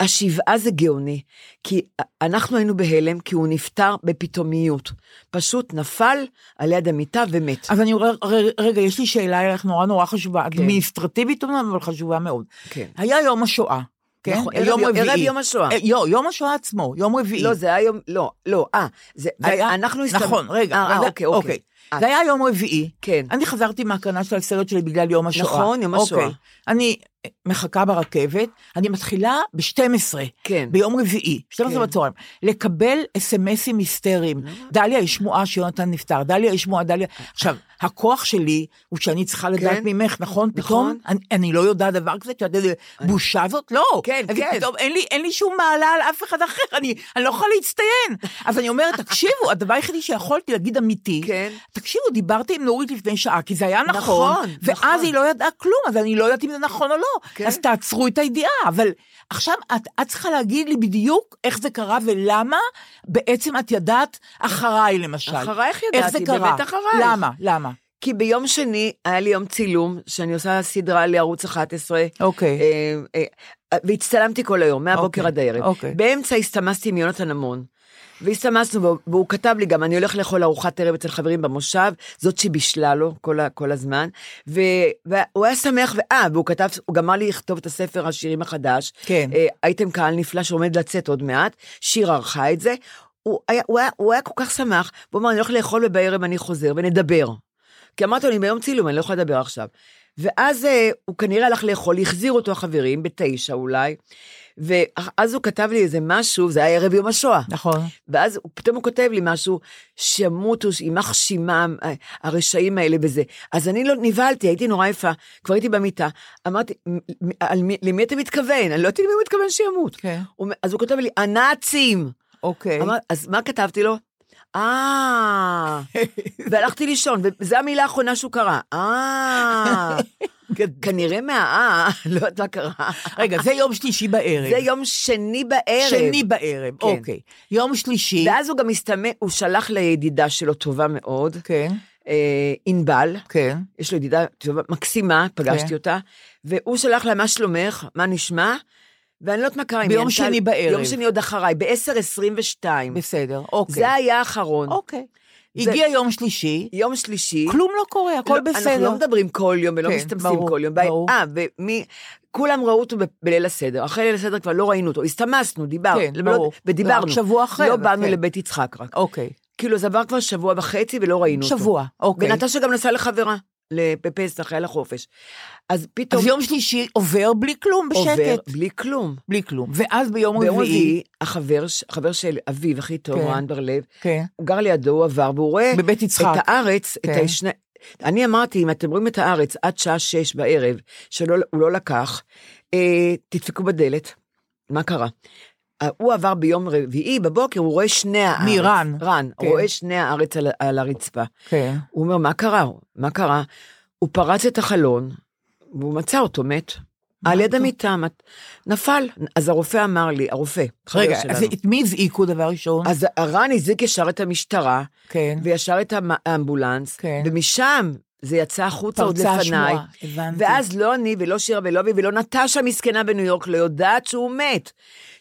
S5: השבעה זה גאוני, כי אנחנו היינו בהלם, כי הוא נפטר בפתאומיות. פשוט נפל על יד המיטה ומת.
S4: אז אני אומר, ר- רגע, יש לי שאלה אלייך נורא נורא חשובה, אדמיניסטרטיבית אומנם, אבל חשובה מאוד.
S5: כן.
S4: היה יום השואה. כן?
S5: נכון, ערב יום- ערב יום השואה.
S4: אה, לא, יום השואה עצמו, יום רביעי.
S5: לא, זה היה יום, לא, לא, אה, זה,
S4: זה היה-
S5: אנחנו הסתבר-
S4: נכון, רגע.
S5: אה, אה,
S4: רגע,
S5: אוקיי, אוקיי. אה,
S4: זה היה יום רביעי.
S5: כן.
S4: אני חזרתי מהקרנה של הסרט שלי בגלל יום השואה.
S5: נכון, יום השואה.
S4: אוקיי. אני אה, מחכה ברכבת, אני מתחילה ב-12.
S5: כן.
S4: ביום רביעי, 12
S5: כן. אה.
S4: בצהריים, לקבל אס.אם.אסים היסטריים. דליה, יש שמועה שיונתן נפטר, דליה, יש שמועה, דליה. עכשיו, הכוח שלי הוא שאני צריכה לדעת
S5: כן.
S4: ממך, נכון? פתאום,
S5: נכון.
S4: אני- אני לא יודעת דבר כזה, את יודעת איזה בושה זאת? לא.
S5: כן,
S4: אז
S5: כן.
S4: פתאום אין לי- אין לי שום מעלה על אף אחד אחר, אני אני לא יכולה
S5: *laughs*
S4: להצטיין. אז אני אומרת, תקשיבו, הדבר היחידי שיכולתי להגיד אמיתי,
S5: כן.
S4: תקשיבו, דיברתי עם נורית לפני שעה, כי זה היה נכון,
S5: נכון,
S4: ואז
S5: נכון.
S4: היא לא ידעה כלום, אז אני לא יודעת אם זה נכון או לא.
S5: כן.
S4: אז תעצרו את הידיעה, אבל עכשיו את, את צריכה להגיד לי בדיוק איך זה קרה ולמה בעצם את ידעת אחריי, למשל.
S5: אחרייך
S4: איך זה
S5: ידעתי,
S4: קרה?
S5: באמת אחרייך.
S4: למה? למה?
S5: כי ביום שני היה לי יום צילום, שאני עושה סדרה לערוץ 11.
S4: אוקיי.
S5: אה, אה, והצטלמתי כל היום, מהבוקר
S4: אוקיי,
S5: עד הערב.
S4: אוקיי.
S5: באמצע הסתמסתי עם יונתן המון. והסתמסנו, והוא- והוא כתב לי גם, אני הולך לאכול ארוחת ערב אצל חברים במושב, זאת שבישלה לו כל, ה- כל הזמן. ו, והוא היה שמח, ואה, והוא כתב, הוא גמר לי לכתוב את הספר השירים החדש.
S4: כן.
S5: אה, הייתם קהל נפלא שעומד לצאת עוד מעט, שיר ערכה את זה. הוא היה, הוא, היה, הוא היה כל כך שמח, הוא אמר, אני הולך לאכול ובערב אני חוזר, ונדבר. כי אמרתי לו, אני ביום צילום, אני לא יכולה לדבר עכשיו. ואז אה, הוא כנראה הלך לאכול, החזיר אותו החברים, בתשע אולי, ואז הוא כתב לי איזה משהו, זה היה ערב יום השואה.
S4: נכון.
S5: ואז הוא- פתאום הוא כותב לי משהו, שמותו, יימח שמם, אה, הרשעים האלה וזה. אז אני לא נבהלתי, הייתי נורא יפה, כבר הייתי במיטה. אמרתי, "מ- מ- על מי- למי אתה מתכוון? אני לא יודעת למי הוא מתכוון שימות.
S4: כן.
S5: הוא- אז הוא כותב לי, הנאצים.
S4: אוקיי.
S5: *laughs* אמר, אז מה כתבתי לו? אה, והלכתי לישון, וזו המילה האחרונה שהוא קרא,
S4: *laughs*
S5: אה, כנראה מהאה, לא יודעת מה קרה.
S4: רגע, זה יום שלישי בערב.
S5: זה יום שני בערב.
S4: שני בערב,
S5: כן.
S4: אוקיי. יום שלישי.
S5: ואז הוא גם הסתמא, הוא שלח לידידה שלו טובה מאוד,
S4: כן.
S5: אה, ענבל,
S4: כן.
S5: יש לו ידידה טובה, מקסימה, פגשתי
S4: כן.
S5: אותה, והוא שלח לה, מה שלומך? מה נשמע? ואני לא יודעת מה קרה, אם היא
S4: ביום
S5: ענתה-
S4: שני בערב.
S5: יום שני עוד אחריי, ב-10.22.
S4: בסדר, אוקיי.
S5: זה היה האחרון.
S4: אוקיי.
S5: זה-
S4: הגיע יום שלישי,
S5: יום שלישי.
S4: כלום לא קורה, הכל
S5: לא,
S4: בסדר.
S5: אנחנו לא מדברים כל יום ולא
S4: כן,
S5: מסתמסים
S4: ברור,
S5: כל יום.
S4: ברור.
S5: אה, ומי... כולם ראו אותו ב- בליל הסדר, אחרי ליל הסדר כבר לא ראינו אותו, הסתמסנו, דיברנו,
S4: כן,
S5: לא-
S4: ברור.
S5: ודיברנו.
S4: רק שבוע אחר,
S5: לא באנו
S4: כן.
S5: לבית יצחק רק.
S4: אוקיי.
S5: כאילו זה עבר כבר שבוע וחצי ולא ראינו אותו.
S4: שבוע, אוקיי.
S5: ונטשה גם נסעה לחברה, ל- בפסח, היה לה חופש. אז פתאום
S4: אז יום שלישי עובר בלי כלום, בשקט.
S5: עובר בלי כלום.
S4: בלי כלום. ואז ביום
S5: ביום
S4: רביעי,
S5: רביעי, החבר, ש- חבר של אביו, הכי טוב,
S4: כן.
S5: רן בר לב,
S4: כן.
S5: הוא גר לידו, הוא עבר, והוא רואה...
S4: בבית יצחק.
S5: אה, את הארץ, את
S4: כן.
S5: הישנה... אני אמרתי, אם אתם רואים את הארץ עד שעה שש בערב, שהוא לא לקח, אה, תדפקו בדלת. מה קרה? אה, הוא עבר ביום רביעי בבוקר, הוא רואה שני הארץ.
S4: מרן.
S5: רן,
S4: כן.
S5: כן. רואה שני הארץ על, על הרצפה.
S4: כן.
S5: הוא אומר, מה קרה? מה קרה? הוא פרץ את החלון, והוא מצא אותו מת. על יד המיטה, מת- נפל. אז הרופא אמר לי, הרופא, חבר
S4: רגע,
S5: שלנו.
S4: אז את מי הזעיקו דבר ראשון?
S5: אז רן הזעיק ישר את המשטרה,
S4: כן.
S5: וישר את המ- האמבולנס,
S4: כן.
S5: ומשם זה יצא החוצה עוד
S4: פרצה
S5: לפניי.
S4: השמועה, הבנתי.
S5: ואז לא אני ולא שירה ולא אבי ולא נטשה מסכנה בניו יורק לא יודעת שהוא מת.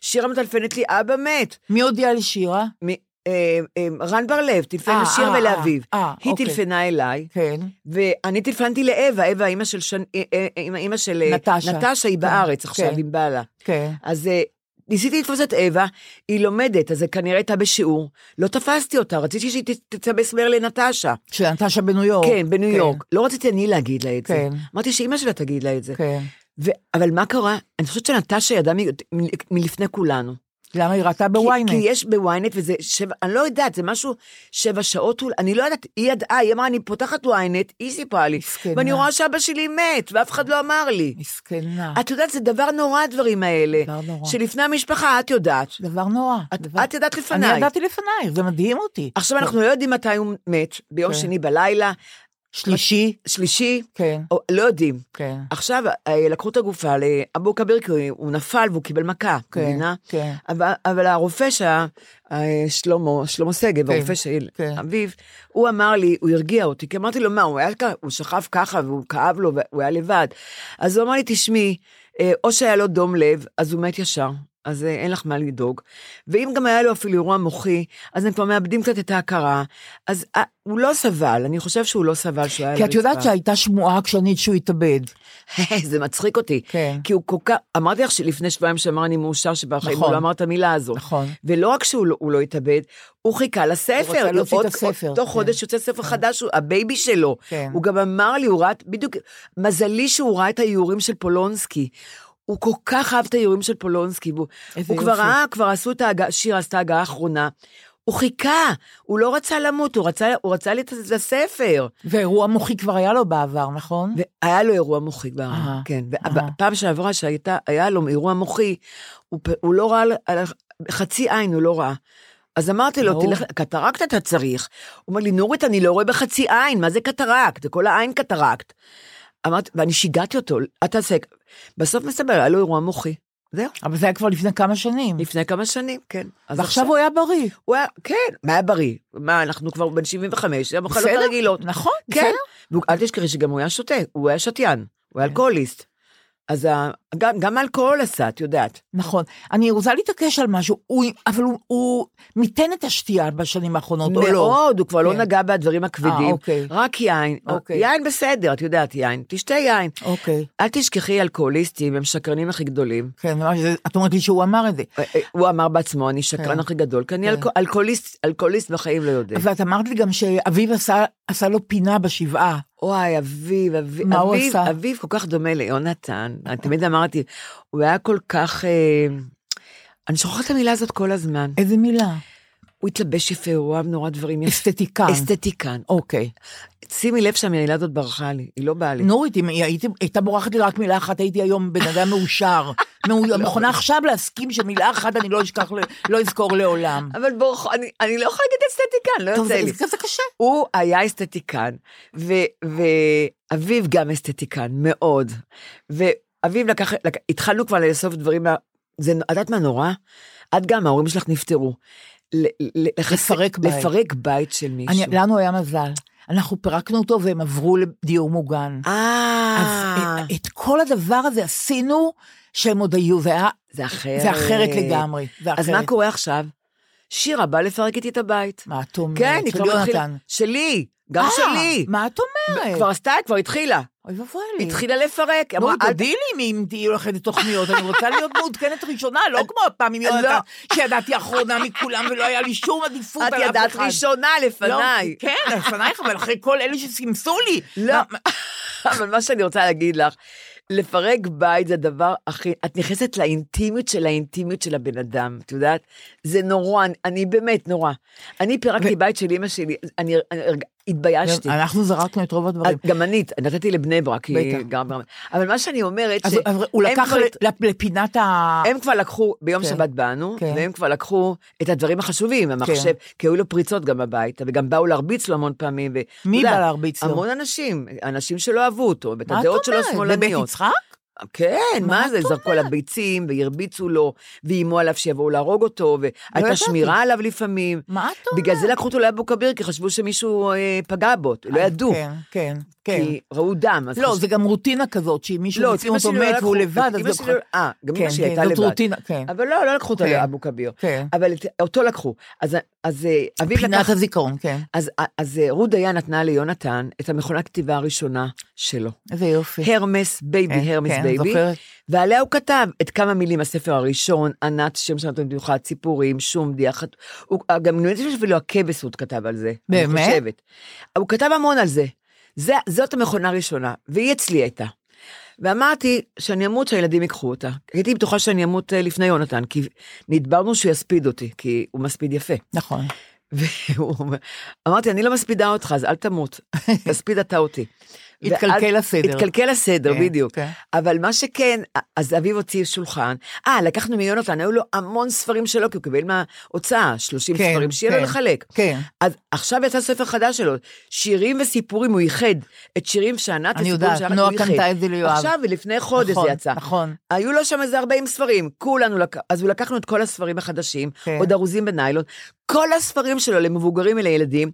S5: שירה מטלפנת לי, אבא מת.
S4: מי הודיע לשירה?
S5: מ- אה, אה, רן בר לב טלפן
S4: אה,
S5: לשיר
S4: אה,
S5: ולאביו.
S4: אה, אה,
S5: היא
S4: אוקיי.
S5: טלפנה אליי,
S4: כן.
S5: ואני טלפנתי לאווה, אווה, אימא של שנ- אה, אה, אה, אימא של אה,
S4: נטשה.
S5: נטשה, היא
S4: כן,
S5: בארץ עכשיו
S4: כן.
S5: עם בעלה.
S4: כן.
S5: אז אה, ניסיתי לתפוס את אווה, היא לומדת, אז זה כנראה הייתה בשיעור. לא תפסתי אותה, רציתי שהיא ת- תצא בסמר לנטשה.
S4: של נטשה בניו יורק.
S5: כן, בניו יורק. לא רציתי אני להגיד לה את זה.
S4: כן.
S5: אמרתי שאימא שלה תגיד לה את זה.
S4: כן.
S5: ו- אבל מה קרה? אני חושבת שנטשה ידעה מ- מ- מלפני כולנו.
S4: למה היא ראתה
S5: כי-
S4: בוויינט?
S5: כי יש בוויינט, וזה שבע, אני לא יודעת, זה משהו שבע שעות, אול- אני לא יודעת, היא ידעה, היא אמרה, אני פותחת וויינט, היא סיפרה לי,
S4: מסכנה.
S5: ואני רואה שאבא שלי מת, ואף אחד לא אמר לי.
S4: מסכנה.
S5: את יודעת, זה דבר נורא הדברים האלה.
S4: דבר נורא.
S5: שלפני המשפחה את יודעת.
S4: דבר נורא.
S5: את-
S4: דבר-
S5: את ידעת לפניי.
S4: אני ידעתי לפנייך, זה מדהים אותי.
S5: עכשיו אנחנו לא יודעים מתי הוא מת, ביום
S4: כן.
S5: שני בלילה,
S4: שלישי?
S5: שלישי,
S4: כן,
S5: או- לא יודעים.
S4: כן.
S5: עכשיו, אה, לקחו את הגופה לאבו כביר, כי הוא- הוא נפל והוא קיבל מכה, את
S4: כן,
S5: מבינה?
S4: כן.
S5: אבל, אבל הרופא שה... אה, שלמה, שלמה שגב,
S4: כן,
S5: הרופא של
S4: כן.
S5: אביו, הוא אמר לי, הוא הרגיע אותי, כי אמרתי לו, מה, הוא היה ככה, הוא שכב ככה והוא כאב לו והוא היה לבד. אז הוא אמר לי, תשמעי, אה, או שהיה לו דום לב, אז הוא מת ישר. אז אה, אין לך מה לדאוג. ואם גם היה לו אפילו אירוע מוחי, אז הם כבר מאבדים קצת את ההכרה. אז אה, הוא לא סבל, אני חושב שהוא לא סבל שהוא היה
S4: כי את יודעת שהייתה שמועה עקשנית שהוא התאבד.
S5: זה מצחיק אותי.
S4: כן.
S5: כי הוא כל כך, אמרתי לך שלפני שבועיים שאמר אני מאושר שבחיים
S4: נכון.
S5: הוא לא אמר את המילה הזאת.
S4: נכון.
S5: ולא רק שהוא לא- הוא לא התאבד, הוא חיכה לספר. לא,
S4: הוא רצה להוציא
S5: עוד-
S4: את הספר,
S5: עוד- תוך
S4: כן.
S5: חודש יוצא ספר חדש, הוא- הבייבי שלו.
S4: כן.
S5: הוא גם אמר לי, הוא ראה, בדיוק, מזלי שהוא ראה את האיורים של פולונסקי. הוא כל כך אהב את האיורים של פולונסקי, והוא
S4: איזה
S5: הוא כבר
S4: יופי.
S5: ראה, כבר עשו את ההגה, שיר עשתה הגה האחרונה. הוא חיכה, הוא לא רצה למות, הוא רצה, הוא רצה את הספר.
S4: ואירוע מוחי כבר היה לו בעבר, נכון?
S5: והיה לו אירוע מוחי כבר,
S4: אהה,
S5: כן.
S4: אהה.
S5: ובפעם שעברה שהיה לו אירוע מוחי, הוא, פ- הוא לא ראה, על- על- חצי עין הוא לא ראה. אז אמרתי לו,
S4: ברור.
S5: תלך, קטרקט אתה צריך. הוא אומר לי, נורית, אני לא רואה בחצי עין, מה זה קטרקט? זה כל העין קטרקט. אמרתי, ואני שיגעתי אותו, אל תעשה... בסוף מסתבר, היה לו אירוע מוחי. זהו,
S4: אבל זה היה כבר לפני כמה שנים.
S5: לפני כמה שנים, כן. אז
S4: ועכשיו הוא היה בריא.
S5: הוא היה, כן, מה היה בריא? מה, אנחנו כבר בן 75, זה המחלות
S4: בסדר,
S5: הרגילות.
S4: נכון,
S5: כן,
S4: בסדר.
S5: והוא- אל תשכחי שגם הוא היה שותה, הוא היה שתיין, הוא
S4: כן.
S5: היה אלכוהוליסט. אז ה- גם- גם האלכוהול עשה, את יודעת.
S4: נכון. אני רוצה להתעקש על משהו, הוא- אבל הוא- הוא מיתן את השתייה בשנים האחרונות, או לא?
S5: מאוד, הוא כבר לא
S4: כן.
S5: נגע בדברים
S4: אה,
S5: הכבדים,
S4: אוקיי.
S5: רק יין.
S4: אוקיי.
S5: יין בסדר, את יודעת, יין. תשתה יין.
S4: אוקיי.
S5: אל תשכחי, אלכוהוליסטים הם שקרנים הכי גדולים.
S4: כן, ממש, זה- את אומרת לי שהוא אמר את זה.
S5: אה, אה, הוא אמר בעצמו, אני שקרן
S4: כן.
S5: הכי גדול, כי אני
S4: כן.
S5: אלכוה- אלכוהוליסט, אלכוהוליסט בחיים לא יודע.
S4: ואת אמרת לי גם שאביו עשה- עשה לו פינה בשבעה.
S5: וואי, אביב, אביב,
S4: מה הוא
S5: אביב,
S4: עשה?
S5: אביב כל כך דומה ליונתן. אני תמיד אמרתי, הוא היה כל כך... אה, אני שוכחת את המילה הזאת כל הזמן.
S4: איזה מילה?
S5: הוא התלבש יפה, הוא אהב נורא דברים יפים.
S4: אסתטיקן.
S5: אסתטיקן.
S4: אוקיי.
S5: שימי לב שהמילה הזאת ברחה לי, היא לא באה לי.
S4: נורית, אם היא- הייתי- הייתה בורחת לי רק מילה אחת, הייתי היום בן אדם *laughs* מאושר. מאו- מוכנה עכשיו להסכים שמילה אחת אני לא אשכח, ל- לא אזכור לעולם.
S5: אבל ברוך, אני, אני לא יכולה להגיד אסתטיקן,
S4: *laughs*
S5: לא
S4: טוב,
S5: יוצא
S4: זה
S5: לי.
S4: זה כזה קשה.
S5: הוא היה אסתטיקן, ו, ואביו גם אסתטיקן, מאוד. ואביו לקח, לק, התחלנו כבר לאסוף דברים, מה- זה, את יודעת מה נורא? את גם, ההורים שלך נפטרו. ל, ל, לחס-
S4: לפרק בית.
S5: לפרק בית של מישהו.
S4: אני- לא, לנו היה מזל. אנחנו פירקנו אותו והם עברו לדיור מוגן. אז
S5: אה,
S4: את- את כל הדבר הזה עשינו שהם עוד היו, זה היה-
S5: זה אחרת.
S4: זה אחרת לגמרי. זה
S5: אז
S4: אחרת.
S5: מה קורה עכשיו? שירה באה לפרק איתי את הבית.
S4: מה את אומרת?
S5: כן, היא
S4: של
S5: כבר מתחילה.
S4: יונתן.
S5: שלי, גם
S4: אה,
S5: שלי.
S4: מה אה. את אומרת?
S5: כבר עשתה, כבר התחילה.
S4: אוי ואבוי לי.
S5: התחילה לפרק. אמרה,
S4: נורית,
S5: אל-
S4: תודיעי לי אם תהיי הולכת לתוכניות, אני רוצה להיות מעודכנת ראשונה, לא
S5: אה,
S4: כמו הפעם עם יונתן, שידעתי אחרונה מכולם ולא היה לי שום עדיפות
S5: את
S4: על אף אחד.
S5: ידעת ראשונה
S4: לא,
S5: לפניי.
S4: כן, לפנייך, אבל אחרי כל אלה שסימסו לי.
S5: לא,
S4: מה- מה-
S5: *laughs* אבל מה שאני רוצה להגיד לך, לפרק בית זה הדבר הכי, את נכנסת לאינטימיות של האינטימיות של הבן אדם, את יודעת? זה נורא, אני- אני באמת נורא. אני פירקתי בית של אימא שלי, אני אני הרג- התביישתי.
S4: אנחנו זרקנו את רוב הדברים.
S5: את- גם אני, נתתי לבני ברק, היא
S4: אה, בטח.
S5: גם... אבל מה שאני אומרת,
S4: אז
S5: ש-
S4: אבל הוא
S5: הם לא
S4: לקח
S5: כבר-
S4: לפ- לפינת ה...
S5: הם כבר לקחו, ביום
S4: אה. כן.
S5: שבת באנו,
S4: כן.
S5: והם כבר לקחו את הדברים החשובים, המחשב, כי היו לו פריצות גם הביתה, וגם באו להרביץ לו המון פעמים. ו-
S4: מי
S5: אתה יודע,
S4: בא להרביץ לו?
S5: המון אנשים, אנשים שלא אהבו אותו, ואת
S4: מה את
S5: הדעות שלו
S4: אומרת? בבית
S5: שמאלניות.
S4: יצחק?
S5: כן,
S4: מה
S5: מה
S4: את
S5: זה, זרקו עליו ביצים, והרביצו לו, ואיימו עליו שיבואו להרוג אותו,
S4: לא ידעתי.
S5: והייתה שמירה עליו לפעמים.
S4: מה את אומרת?
S5: בגלל זה לקחו אותו לאבו כביר, כי חשבו שמישהו אה, פגע בו, לא ידעו,
S4: כן, כן, כן.
S5: כי ראו דם. אז
S4: לא,
S5: חשבו-
S4: זה גם רוטינה כזאת, שאם מישהו
S5: לא, את
S4: מוצאים
S5: אמא
S4: אותו
S5: שלי לא
S4: מת והוא
S5: לקחו-
S4: לבד,
S5: את
S4: אז
S5: אמא
S4: לא...
S5: שלי לא- אה, גם אמא
S4: כן,
S5: שלי
S4: כן,
S5: הייתה
S4: זאת
S5: לבד.
S4: רוטינה, כן.
S5: אבל לא, לא לקחו אותו
S4: כן.
S5: לאבו כביר.
S4: כן.
S5: אבל את- אותו לקחו. אז אז אה, אביב
S4: פינת
S5: לקח...
S4: הזיכרון, כן.
S5: אז, אז אה, רות דיין נתנה ליונתן את המכונת כתיבה הראשונה שלו.
S4: איזה יופי.
S5: הרמס
S4: כן,
S5: בייבי, הרמס
S4: כן,
S5: בייבי.
S4: זוכרת.
S5: ועליה הוא כתב את כמה מילים הספר הראשון, ענת שם שנת במיוחד, ציפורים, שום דיח. הוא גם נדמה לי שאפילו הכבש הוא כתב על זה.
S4: באמת?
S5: אני חושבת. הוא כתב המון על זה. זה זאת המכונה הראשונה, והיא אצלי הייתה. ואמרתי שאני אמות שהילדים ייקחו אותה. הייתי בטוחה שאני אמות אה, לפני יונתן, כי נדברנו שהוא יספיד אותי, כי הוא מספיד יפה.
S4: נכון.
S5: והוא אומר, אמרתי, אני לא מספידה אותך, אז אל תמות, תספיד
S4: *laughs*
S5: אתה אותי.
S4: התקלקל
S5: ואז-
S4: הסדר.
S5: התקלקל הסדר,
S4: כן,
S5: בדיוק.
S4: כן.
S5: אבל מה שכן, אז אביב הוציא שולחן. אה, לקחנו מיונתן, היו לו המון ספרים שלו, כי הוא קיבל מההוצאה, 30
S4: כן,
S5: ספרים, שיהיה
S4: כן,
S5: לו לחלק.
S4: כן.
S5: אז עכשיו יצא ספר חדש שלו, שירים וסיפורים, הוא איחד את שירים שענת
S4: אני
S5: וסיפורים
S4: יודעת,
S5: שענת,
S4: נועה
S5: הוא איחד.
S4: קנתה את זה ליואב.
S5: עכשיו, לפני חודש
S4: נכון,
S5: זה יצא.
S4: נכון.
S5: היו לו שם איזה 40 ספרים, כולנו, לק... אז הוא לקחנו את כל הספרים החדשים,
S4: כן.
S5: כן. עוד ארוזים בניילון, כל הספרים שלו למבוגרים ולילדים.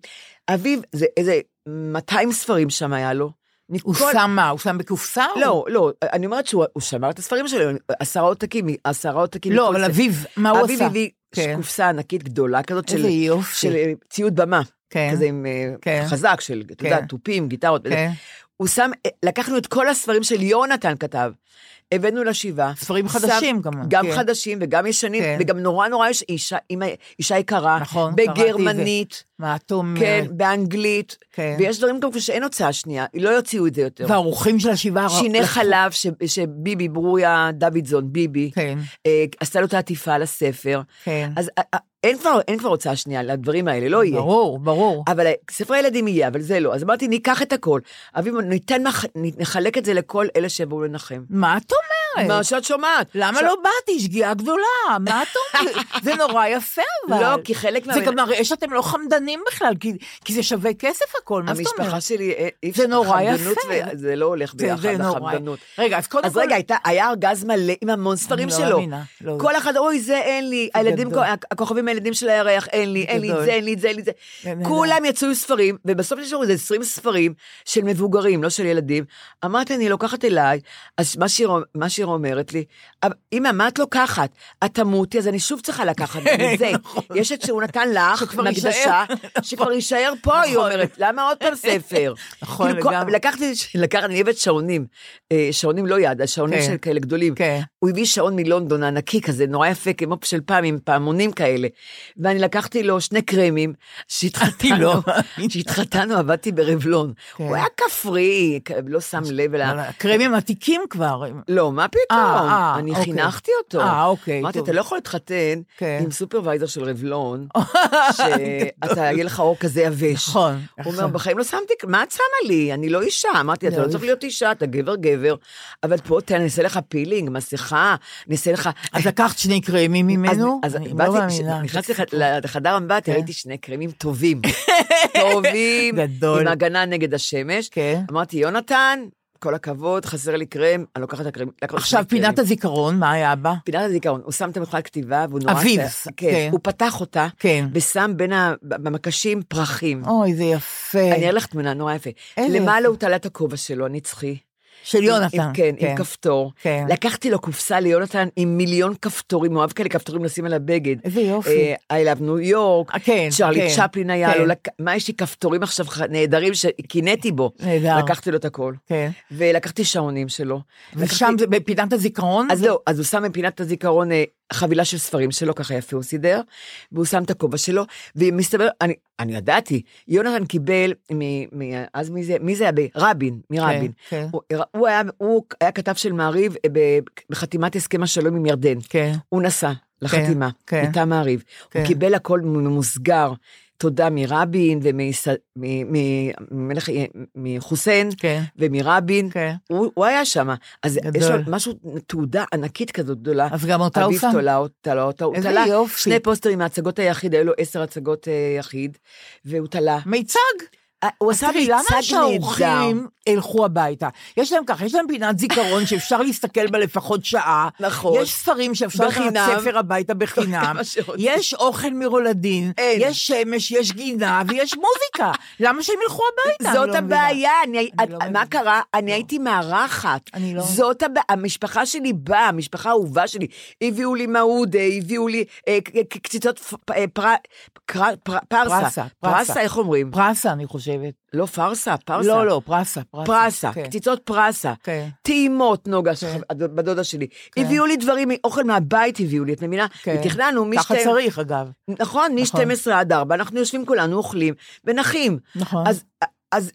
S5: אביו, זה איזה 200 ספרים שם היה לו.
S4: הוא
S5: מכל-
S4: שם מה? הוא שם בקופסה? או-
S5: לא, לא, אני אומרת שהוא הוא שמר את הספרים שלו, עשרה עותקים, עשרה עותקים.
S4: לא,
S5: מכל
S4: אבל
S5: זה.
S4: אביו, מה הוא
S5: אביב
S4: עשה?
S5: הביא
S4: כן.
S5: קופסה ענקית גדולה כזאת של,
S4: איזה יופי.
S5: של אה, ציוד במה.
S4: כן.
S5: כזה עם אה,
S4: כן.
S5: חזק של, אתה
S4: כן.
S5: יודע, תופים, גיטרות. וזה.
S4: כן.
S5: הוא שם, אה, לקחנו את כל הספרים של יונתן כתב, הבאנו לשבעה.
S4: ספרים
S5: שם-
S4: חדשים גם,
S5: גם
S4: כן.
S5: חדשים וגם ישנים,
S4: כן.
S5: וגם נורא נורא יש אישה, אימא- אישה יקרה.
S4: נכון, קראתי את זה.
S5: בגרמנית,
S4: מה אה, את אומרת?
S5: כן, באנגלית.
S4: כן.
S5: ויש דברים גם שאין הוצאה שנייה, לא יוציאו את זה יותר.
S4: והאורחים של השבעה...
S5: שיני חלב ש, שביבי, ברוריה דוידזון, ביבי,
S4: כן.
S5: אה, עשתה לו את העטיפה לספר.
S4: כן.
S5: אז אה, אה, אין כבר, אין כבר הוצאה שנייה לדברים האלה, לא יהיה.
S4: ברור, ברור.
S5: אבל אה, ספר הילדים יהיה, אבל זה לא. אז אמרתי, ניקח את הכל. אביב, ניתן, מח- נחלק את זה לכל אלה שיבואו לנחם.
S4: מה את אומרת?
S5: מה שאת שומעת.
S4: אה, למה
S5: ש-
S4: לא באתי? שגיאה גדולה, מה את
S5: *laughs*
S4: אומרת? זה נורא יפה, אבל.
S5: לא, כי חלק
S4: זה
S5: מה-
S4: גם מראה שאתם לא חמדנים בכלל, כי- כי זה שווה כסף הכל, מה זאת אומרת?
S5: המשפחה שלי, אה, אי
S4: זה נורא יפה.
S5: חמדנות ו- זה לא הולך
S4: זה-
S5: ביחד,
S4: זה נורא.
S5: החמדנות.
S4: רגע, אז קודם
S5: אז
S4: כל-
S5: רגע, הייתה- היה ארגז מלא עם המון ספרים
S4: לא
S5: שלו.
S4: מאמינה, לא.
S5: כל אחד, אוי, זה אין לי, הילדים,
S4: גדול.
S5: הכ- הכוכבים הילדים של הירח, אין לי, אין לי את
S4: גדול.
S5: זה, אין לי את זה, אין לי את זה.
S4: זה נהדר.
S5: כולם יצאו עם ספרים, ובסוף נשארו איזה 20 ספרים של מבוגרים, לא של ילדים. אמרתי, אני לוקחת אליי, אז מה שיר- מה שיר אומרת לי, "אבל, אמא, מה את לוקחת? את תמותי, אז אני שוב צריכה לקחת גם
S4: *laughs*
S5: את זה. יש את שהוא נתן לך,
S4: נכון. שכבר
S5: מהקדשה,
S4: יישאר.
S5: שכבר יישאר פה, היא
S4: נכון.
S5: אומרת, למה עוד פעם ספר?
S4: *laughs* נכון,
S5: כאילו, כל-
S4: לגמרי.
S5: לקחתי, לקחת, אני אוהבת שעונים, אה, שעונים לא יד, השעונים
S4: כן.
S5: של כאלה גדולים.
S4: כן.
S5: הוא הביא שעון מלונדון ענקי כזה, נורא יפה, כמו של פעם, עם פעמונים כאלה. ואני לקחתי לו שני קרמים,
S4: אני
S5: *laughs* שהתחתנו,
S4: לא
S5: שהתחתנו, עבדתי ברבלון.
S4: כן.
S5: הוא היה כפרי, כ- לא שם לב אל
S4: אבל
S5: ה...
S4: הקרמים עתיקים כבר. הם-
S5: לא, מה
S4: אה,
S5: פתאום?
S4: אה,
S5: אני
S4: אוקיי.
S5: חינכתי אותו.
S4: אה, אוקיי,
S5: אמרתי,
S4: טוב.
S5: אתה לא יכול להתחתן
S4: כן.
S5: עם סופרוויזר של
S4: *laughs*
S5: רבלון, שאתה, יהיה לך אור כזה יבש.
S4: *laughs* נכון,
S5: הוא אומר,
S4: נכון.
S5: בחיים לא שמתי, מה את שמה לי? אני לא אישה. אמרתי, אתה
S4: לא,
S5: לא צריך להיות אישה, אתה גבר גבר. אבל פה, תראה, אני אעשה לך פילינג, מסכה, אני אעשה לך...
S4: אז לקחת שני קרמים ממנו?
S5: אז, אז
S4: אני לא
S5: באתי,
S4: מאמינה.
S5: נכנסתי לח- לחדר אמבטיה,
S4: כן.
S5: ראיתי שני קרמים טובים. טובים.
S4: גדול.
S5: עם הגנה נגד השמש.
S4: כן.
S5: אמרתי, יונתן, כל הכבוד, חסר לי קרם, אני לוקחת את הקרם. לקחתי
S4: עכשיו
S5: שני
S4: פינת
S5: קרמים.
S4: הזיכרון, מה היה בה?
S5: פינת הזיכרון, הוא שם את המכונת כתיבה, והוא נורא...
S4: אביב,
S5: כן,
S4: כן.
S5: הוא פתח אותה,
S4: כן.
S5: ושם בין ה- במקשים פרחים.
S4: אוי, זה יפה.
S5: אני אראה לך תמונה נורא יפה.
S4: איזה יפה.
S5: למעלה הוא תלה את הכובע שלו, הנצחי.
S4: של
S5: עם-
S4: יונתן.
S5: עם- כן, עם כפתור.
S4: כן.
S5: לקחתי לו קופסה ליונתן עם מיליון כפתורים, הוא אוהב כאלה כפתורים לשים על הבגד.
S4: איזה יופי.
S5: אה, I love ניו יורק,
S4: אה, כן,
S5: צ'רלי
S4: כן,
S5: צ'פלין היה
S4: כן.
S5: לו, לק- מה יש לי כפתורים עכשיו ח- נהדרים שקינאתי בו.
S4: נהדר.
S5: לקחתי לו את הכל.
S4: כן.
S5: ולקחתי שעונים שלו.
S4: ושם זה בפינת הזיכרון?
S5: אז לא, אז הוא שם מפינת הזיכרון אה, חבילה של ספרים שלו, ככה יפה הוא סידר, והוא שם את הכובע שלו, ומסתבר, אני, אני ידעתי, יונתן קיבל, מ, מ, אז מי זה, מי זה היה? ב- רבין, מרבין.
S4: כן.
S5: הוא, הוא, היה, הוא היה כתב של מעריב אה, ב- בחתימת הסכם השלום עם ירדן.
S4: כן.
S5: הוא נסע לחתימה,
S4: כן.
S5: מטעם מעריב.
S4: כן.
S5: הוא קיבל הכל ממוסגר. תודה מרבין ומחוסיין
S4: כן.
S5: ומרבין,
S4: כן.
S5: הוא, הוא היה שם. אז
S4: גדול.
S5: יש לו משהו, תעודה ענקית כזאת גדולה.
S4: אז גם אותה הוא שם?
S5: אביב תלה אות- תלה אותה, הוא
S4: איזה
S5: תלה
S4: יופי.
S5: שני פוסטרים מהצגות היחיד, היו לו עשר הצגות אה, יחיד, והוא תלה.
S4: מיצג.
S5: הוא עשה
S4: עשתה
S5: לי
S4: לי, למה
S5: צד נהדר.
S4: שהאורחים ילכו הביתה? יש להם כך, יש להם פינת זיכרון שאפשר להסתכל בה לפחות שעה.
S5: נכון.
S4: יש ספרים שאפשר לקחת
S5: בחינם.
S4: ספר הביתה בחינם.
S5: *laughs* כמה שרוצים.
S4: יש אוכל מרולדין.
S5: אין.
S4: יש שמש, יש גינה ויש מוזיקה. למה שהם ילכו הביתה? אני
S5: זאת
S4: לא מבינה.
S5: הבעיה, אני-
S4: אני לא
S5: את- מה
S4: מבינה.
S5: קרה? אני הייתי מארחת.
S4: אני לא-
S5: זאת הבעיה, המשפחה שלי באה, המשפחה האהובה שלי. הביאו לי מעודה, הביאו לי אה, ק- ק- קציצות פ- אה, פר- קרא- פר- פרסה.
S4: פרסה, פרסה.
S5: פרסה, איך אומרים?
S4: פרסה, אני חושבת.
S5: לא פרסה, פרסה.
S4: לא, לא, פרסה.
S5: פרסה,
S4: כן.
S5: קציצות פרסה,
S4: כן.
S5: טעימות נוגה, שח- בת דודה שלי. הביאו לי דברים, אוכל מהבית הביאו לי, את מבינה?
S4: כן.
S5: ותכננו מ-12...
S4: ככה צריך, אגב.
S5: נכון, מ-12 עד 4, אנחנו יושבים כולנו, אוכלים ונחים.
S4: נכון.
S5: אז, אז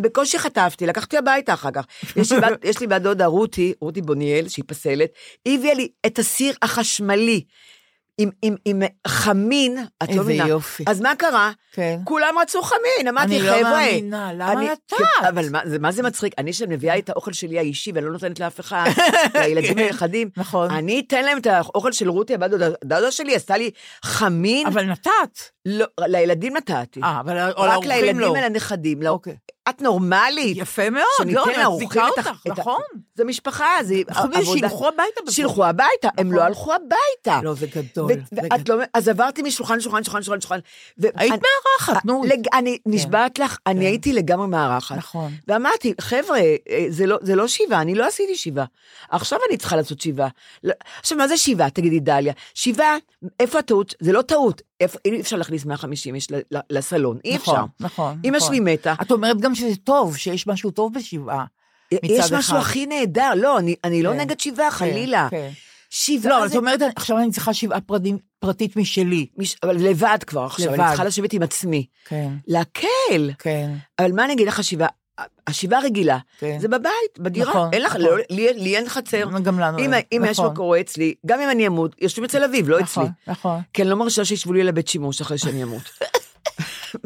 S5: בקושי חטפתי, לקחתי הביתה אחר כך. יש
S4: *laughs*
S5: לי, בת, יש לי בת דודה רותי, רותי בוניאל, שהיא פסלת, היא הביאה לי את הסיר החשמלי. עם, עם, עם חמין, את לא
S4: איזה
S5: מבינה.
S4: יופי.
S5: אז מה קרה?
S4: כן.
S5: כולם רצו חמין, אמרתי,
S4: אני
S5: חבר'ה.
S4: לא מאמינה, למה
S5: אני-
S4: נתת?"
S5: כן, אבל מה זה, מה זה מצחיק? אני שמביאה את האוכל שלי האישי ואני לא נותנת
S4: *laughs*
S5: לאף אחד, לילדים
S4: כן.
S5: הנכדים.
S4: נכון.
S5: אני אתן להם את האוכל של רותי, הבת דודה- דודה שלי עשתה לי חמין.
S4: אבל נתת.
S5: לא, לילדים נתתי.
S4: אה, אבל האורחים לא.
S5: רק לילדים ולנכדים. לא.
S4: אוקיי.
S5: את נורמלית.
S4: יפה מאוד, לא,
S5: שניתן
S4: אני
S5: לאורחים
S4: מצדיקה
S5: את ה-
S4: אותך,
S5: את ה-
S4: נכון.
S5: זה משפחה, זה
S4: חוץ מזה אה, שילכו הביתה בסוף.
S5: שילכו הביתה, הם לא הלכו הביתה.
S4: לא, זה גדול.
S5: ו-
S4: זה
S5: ואת לא, אז עברתי משולחן, שולחן, שולחן, שולחן, שולחן. ו-
S4: היית
S5: אני-
S4: מארחת, נו. כן.
S5: לג- אני נשבעת לך, אני הייתי לגמרי מארחת.
S4: נכון.
S5: ואמרתי, חבר'ה, אה, זה לא- זה לא שיבה, אני לא עשיתי שיבה. עכשיו אני צריכה לעשות שיבה. לא- עכשיו, מה זה שיבה, תגידי דליה? שיבה, איפה הטעות? זה לא טעות. איפה- אי אפשר להכניס 150 איש ל- ל- לסלון, אי אפשר.
S4: נכון, נכון.
S5: אמא
S4: נכון.
S5: שלי מתה,
S4: את אומרת גם שזה טוב, שיש משהו טוב בשבעה. מצד
S5: אה, יש משהו
S4: אחד.
S5: הכי נהדר, לא, אני- אני לא
S4: כן,
S5: נגד שבעה, חלילה.
S4: כן.
S5: שבעה
S4: לא, אבל
S5: זה-
S4: את אומרת, עכשיו אני צריכה שבעה פרדים- פרטית משלי.
S5: מש- אבל לבד כבר עכשיו, אני
S4: לבד.
S5: צריכה לשבת עם עצמי.
S4: כן,
S5: להקל.
S4: כן.
S5: אבל מה אני אגיד לך, השבעה, השבעה הרגילה,
S4: כן.
S5: זה בבית, בדירה.
S4: נכון,
S5: אין לך,
S4: נכון.
S5: לא- לי לי אין חצר.
S4: גם לנו.
S5: אם
S4: אין.
S5: אם יש
S4: נכון.
S5: מה קורה אצלי, גם אם אני אמות, יושבים אצל אביב, לא אצלי.
S4: נכון, נכון.
S5: כי אני לא מרשה שישבו לי לבית שימוש אחרי
S4: *laughs*
S5: שאני אמות.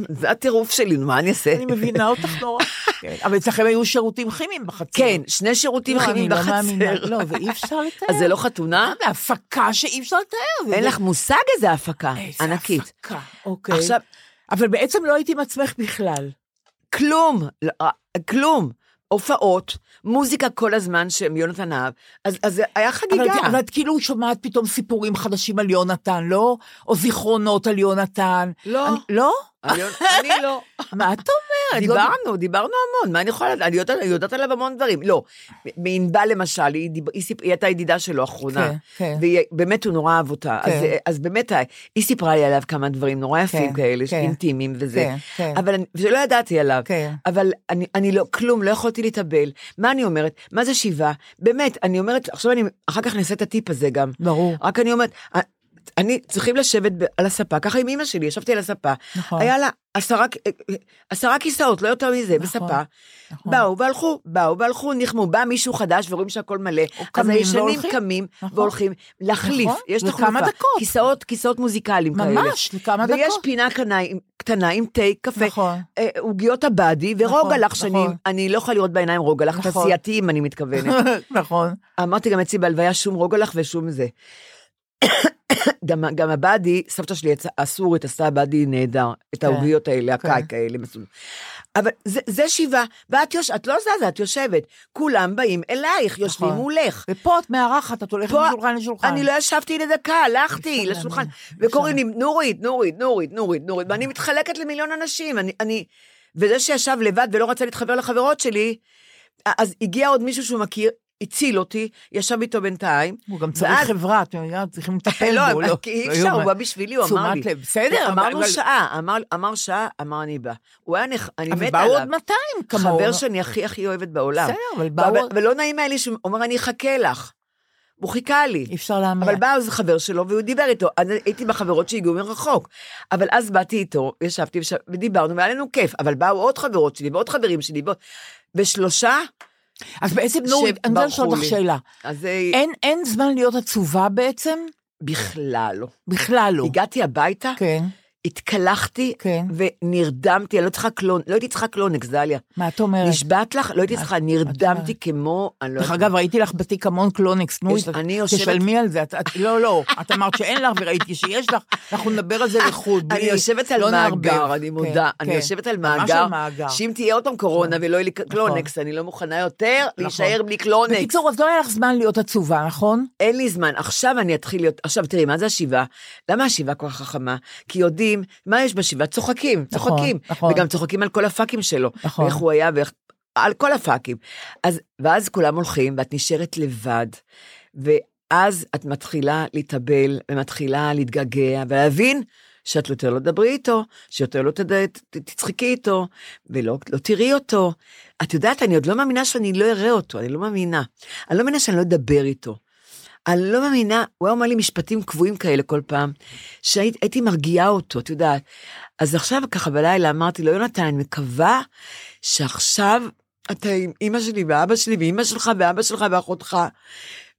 S5: זה הטירוף שלי, נו, מה אני אעשה?
S4: אני מבינה אותך נורא. *laughs* כן, אבל אצלכם היו שירותים כימיים בחצר.
S5: כן, שני שירותים
S4: לא, אני
S5: חמים
S4: לא מאמינה.
S5: בחצר.
S4: לא, זה אי אפשר לתאר.
S5: אז זה לא חתונה?
S4: זה הפקה שאי אפשר לתאר. זה- לא-
S5: אין לך מושג איזה הפקה
S4: איזה
S5: ענקית.
S4: הפקה, אוקיי.
S5: עכשיו-
S4: עכשיו, אבל בעצם לא היית עם עצמך בכלל.
S5: כלום, לא, אה, כלום. הופעות, מוזיקה כל הזמן של יונתן אהב, אז, אז זה היה
S4: אבל,
S5: חגיגה.
S4: אבל את כאילו שומעת פתאום סיפורים חדשים על יונתן, לא? או זיכרונות על יונתן.
S5: לא.
S4: אני, לא?
S5: אני,
S4: *laughs*
S5: אני לא.
S4: מה את אומרת?
S5: *laughs*
S4: לא,
S5: דיברנו, דיברנו המון, מה אני יכולה, לדעת? אני יודעת, אני יודעת עליו המון דברים. לא, מענבל למשל, היא, דיב, היא, סיפ, היא הייתה ידידה שלו אחרונה,
S4: כן, כן.
S5: והיא באמת, הוא נורא אהב אותה.
S4: כן.
S5: אז, אה, אז באמת, אה, היא סיפרה לי עליו כמה דברים נורא יפים
S4: כן,
S5: כאלה,
S4: כן.
S5: אינטימיים וזה.
S4: כן, כן.
S5: אבל אני, שלא ידעתי עליו.
S4: כן.
S5: אבל אני, אני לא, כלום, לא יכולתי להתאבל. מה אני אומרת? מה זה שיבה? באמת, אני אומרת, עכשיו אני, אחר כך נעשה את הטיפ הזה גם. *laughs*
S4: ברור.
S5: רק אני אומרת, אה, אני, צריכים לשבת ב- על הספה, ככה עם אמא שלי, ישבתי על הספה.
S4: נכון.
S5: היה לה עשרה, עשרה כיסאות, לא יותר מזה,
S4: נכון,
S5: בספה.
S4: נכון.
S5: באו והלכו, באו והלכו, נחמו, בא מישהו חדש ורואים שהכל מלא. אז
S4: קמים
S5: הישנים
S4: והולכים.
S5: קמים
S4: נכון.
S5: והולכים להחליף,
S4: נכון,
S5: יש
S4: לכמה
S5: תחלופה.
S4: דקות.
S5: כיסאות, כיסאות מוזיקליים כאלה.
S4: ממש, לכמה דקות.
S5: ויש פינה קטנה עם- קטנה עם תה, קפה,
S4: נכון.
S5: אה, עוגיות הבאדי ורוגלח, שאני
S4: נכון.
S5: אני לא יכולה לראות בעיניים רוגלח,
S4: נכון.
S5: תעשייתיים אני מתכוונת.
S4: נכון.
S5: אמרתי גם אצלי בהלוויה שום רוגלח ושום זה. גם, גם הבאדי, סבתא שלי יצא- הסורית עשתה באדי נהדר, את העוגיות האלה, הקאי כאלה מסוים. אבל זה, זה שבעה, ואת יוש... את לא זזה, את יושבת. כולם באים אלייך, יושבים
S4: נכון.
S5: מולך.
S4: ופה את מארחת, את הולכת
S5: פה-
S4: משולחן לשולחן.
S5: אני לא ישבתי לדקה, הלכתי
S4: אפשר
S5: לשולחן,
S4: להאמין, אה.
S5: וקוראים לי נורית, נורית, נורית, נורית, נורית, ואני מתחלקת למיליון אנשים, אני, אני, וזה שישב לבד ולא רצה להתחבר לחברות שלי, אז הגיע עוד מישהו שהוא מכיר, הציל אותי, ישב איתו בינתיים.
S4: הוא גם צריך
S5: ואז-
S4: חברה, את יודעת, צריכים לטפל
S5: *laughs* לא,
S4: בו.
S5: אבל כי אי אפשר,
S4: יאומן.
S5: הוא בא בשבילי, הוא אמר לי.
S4: תשומת לב, בסדר, אבל-
S5: אמרנו
S4: אבל-
S5: שעה, אמר- אמר שעה, אמר אני בא. הוא היה נכ... אני
S4: אבל
S5: מתה
S4: באו
S5: עליו.
S4: עוד 200 כמוהו.
S5: חבר שאני הכי הכי אוהבת בעולם.
S4: בסדר, אבל באו-
S5: ו- ולא נעים היה לי שהוא אומר, אני אחכה לך. הוא חיכה לי.
S4: אי אפשר להאמין.
S5: אבל בא אז חבר שלו והוא דיבר איתו, אז הייתי בחברות שהגיעו מרחוק. אבל אז באתי איתו, ישבתי וש- ודיברנו, והיה לנו כיף, אבל באו עוד חברות שלי ועוד חברים שלי, ועוד- ושלושה,
S4: אז בעצם, נורית, אני רוצה לשאול
S5: שברחו
S4: אותך
S5: לי.
S4: שאלה.
S5: אז אה,
S4: אין- אין זמן להיות עצובה בעצם?
S5: בכלל לא.
S4: בכלל לא.
S5: הגעתי הביתה,
S4: כן.
S5: התקלחתי
S4: כן.
S5: ונרדמתי, אני לא צריכה קלונ... לא הייתי צריכה קלונקס, דליה.
S4: מה את אומרת?
S5: נשבעת לך? לא הייתי צריכה,
S4: את-
S5: נרדמתי
S4: את-
S5: כמו... אני לא
S4: אה. דרך
S5: יודעת.
S4: אגב, ראיתי לך בתיק המון קלוניקס, נו,
S5: יש- אני יושבת-
S4: תשלמי על זה. את- את- לא, לא, את אמרת שאין לך וראיתי שיש לך, אנחנו נדבר על זה לחוד. בלי-
S5: אני יושבת
S4: לא
S5: על
S4: נערבב.
S5: מאגר, אני
S4: כן,
S5: מודה. אני
S4: כן.
S5: יושבת על
S4: ממש
S5: מאגר,
S4: על מאגר.
S5: שאם תהיה עוד פעם קורונה
S4: נכון.
S5: ולא יהיה לי קלונקס, אני לא מוכנה יותר להישאר בלי קלונקס.
S4: בקיצור, אז לא היה לך זמן להיות עצובה, נכון?
S5: אין לי זמן, עכשיו אני אתחיל להיות, עכשיו תראי, מה זה השבעה? למה השבעה כל כך חכמה? כי יודעים, מה יש בשבעה? צוחקים,
S4: נכון,
S5: צוחקים.
S4: נכון.
S5: וגם צוחקים על כל הפאקים שלו.
S4: נכון.
S5: ואיך הוא היה ואיך... על כל הפאקים. אז, ואז כולם הולכים, ואת נשארת לבד. ואז את מתחילה להתאבל, ומתחילה להתגעגע, ולהבין שאת יותר לא תדברי איתו, שיותר לא תד... ת- תצחקי איתו, ולא לא תראי אותו. את יודעת, אני עוד לא מאמינה שאני לא אראה אותו, אני לא מאמינה. אני לא מאמינה שאני לא אדבר איתו. אני לא מאמינה, הוא היה אומר לי משפטים קבועים כאלה כל פעם, שהייתי מרגיעה אותו, את יודעת. אז עכשיו ככה בלילה אמרתי לו, יונתן, אני מקווה שעכשיו אתה עם אימא שלי ואבא שלי ואימא שלך ואבא שלך ואחותך,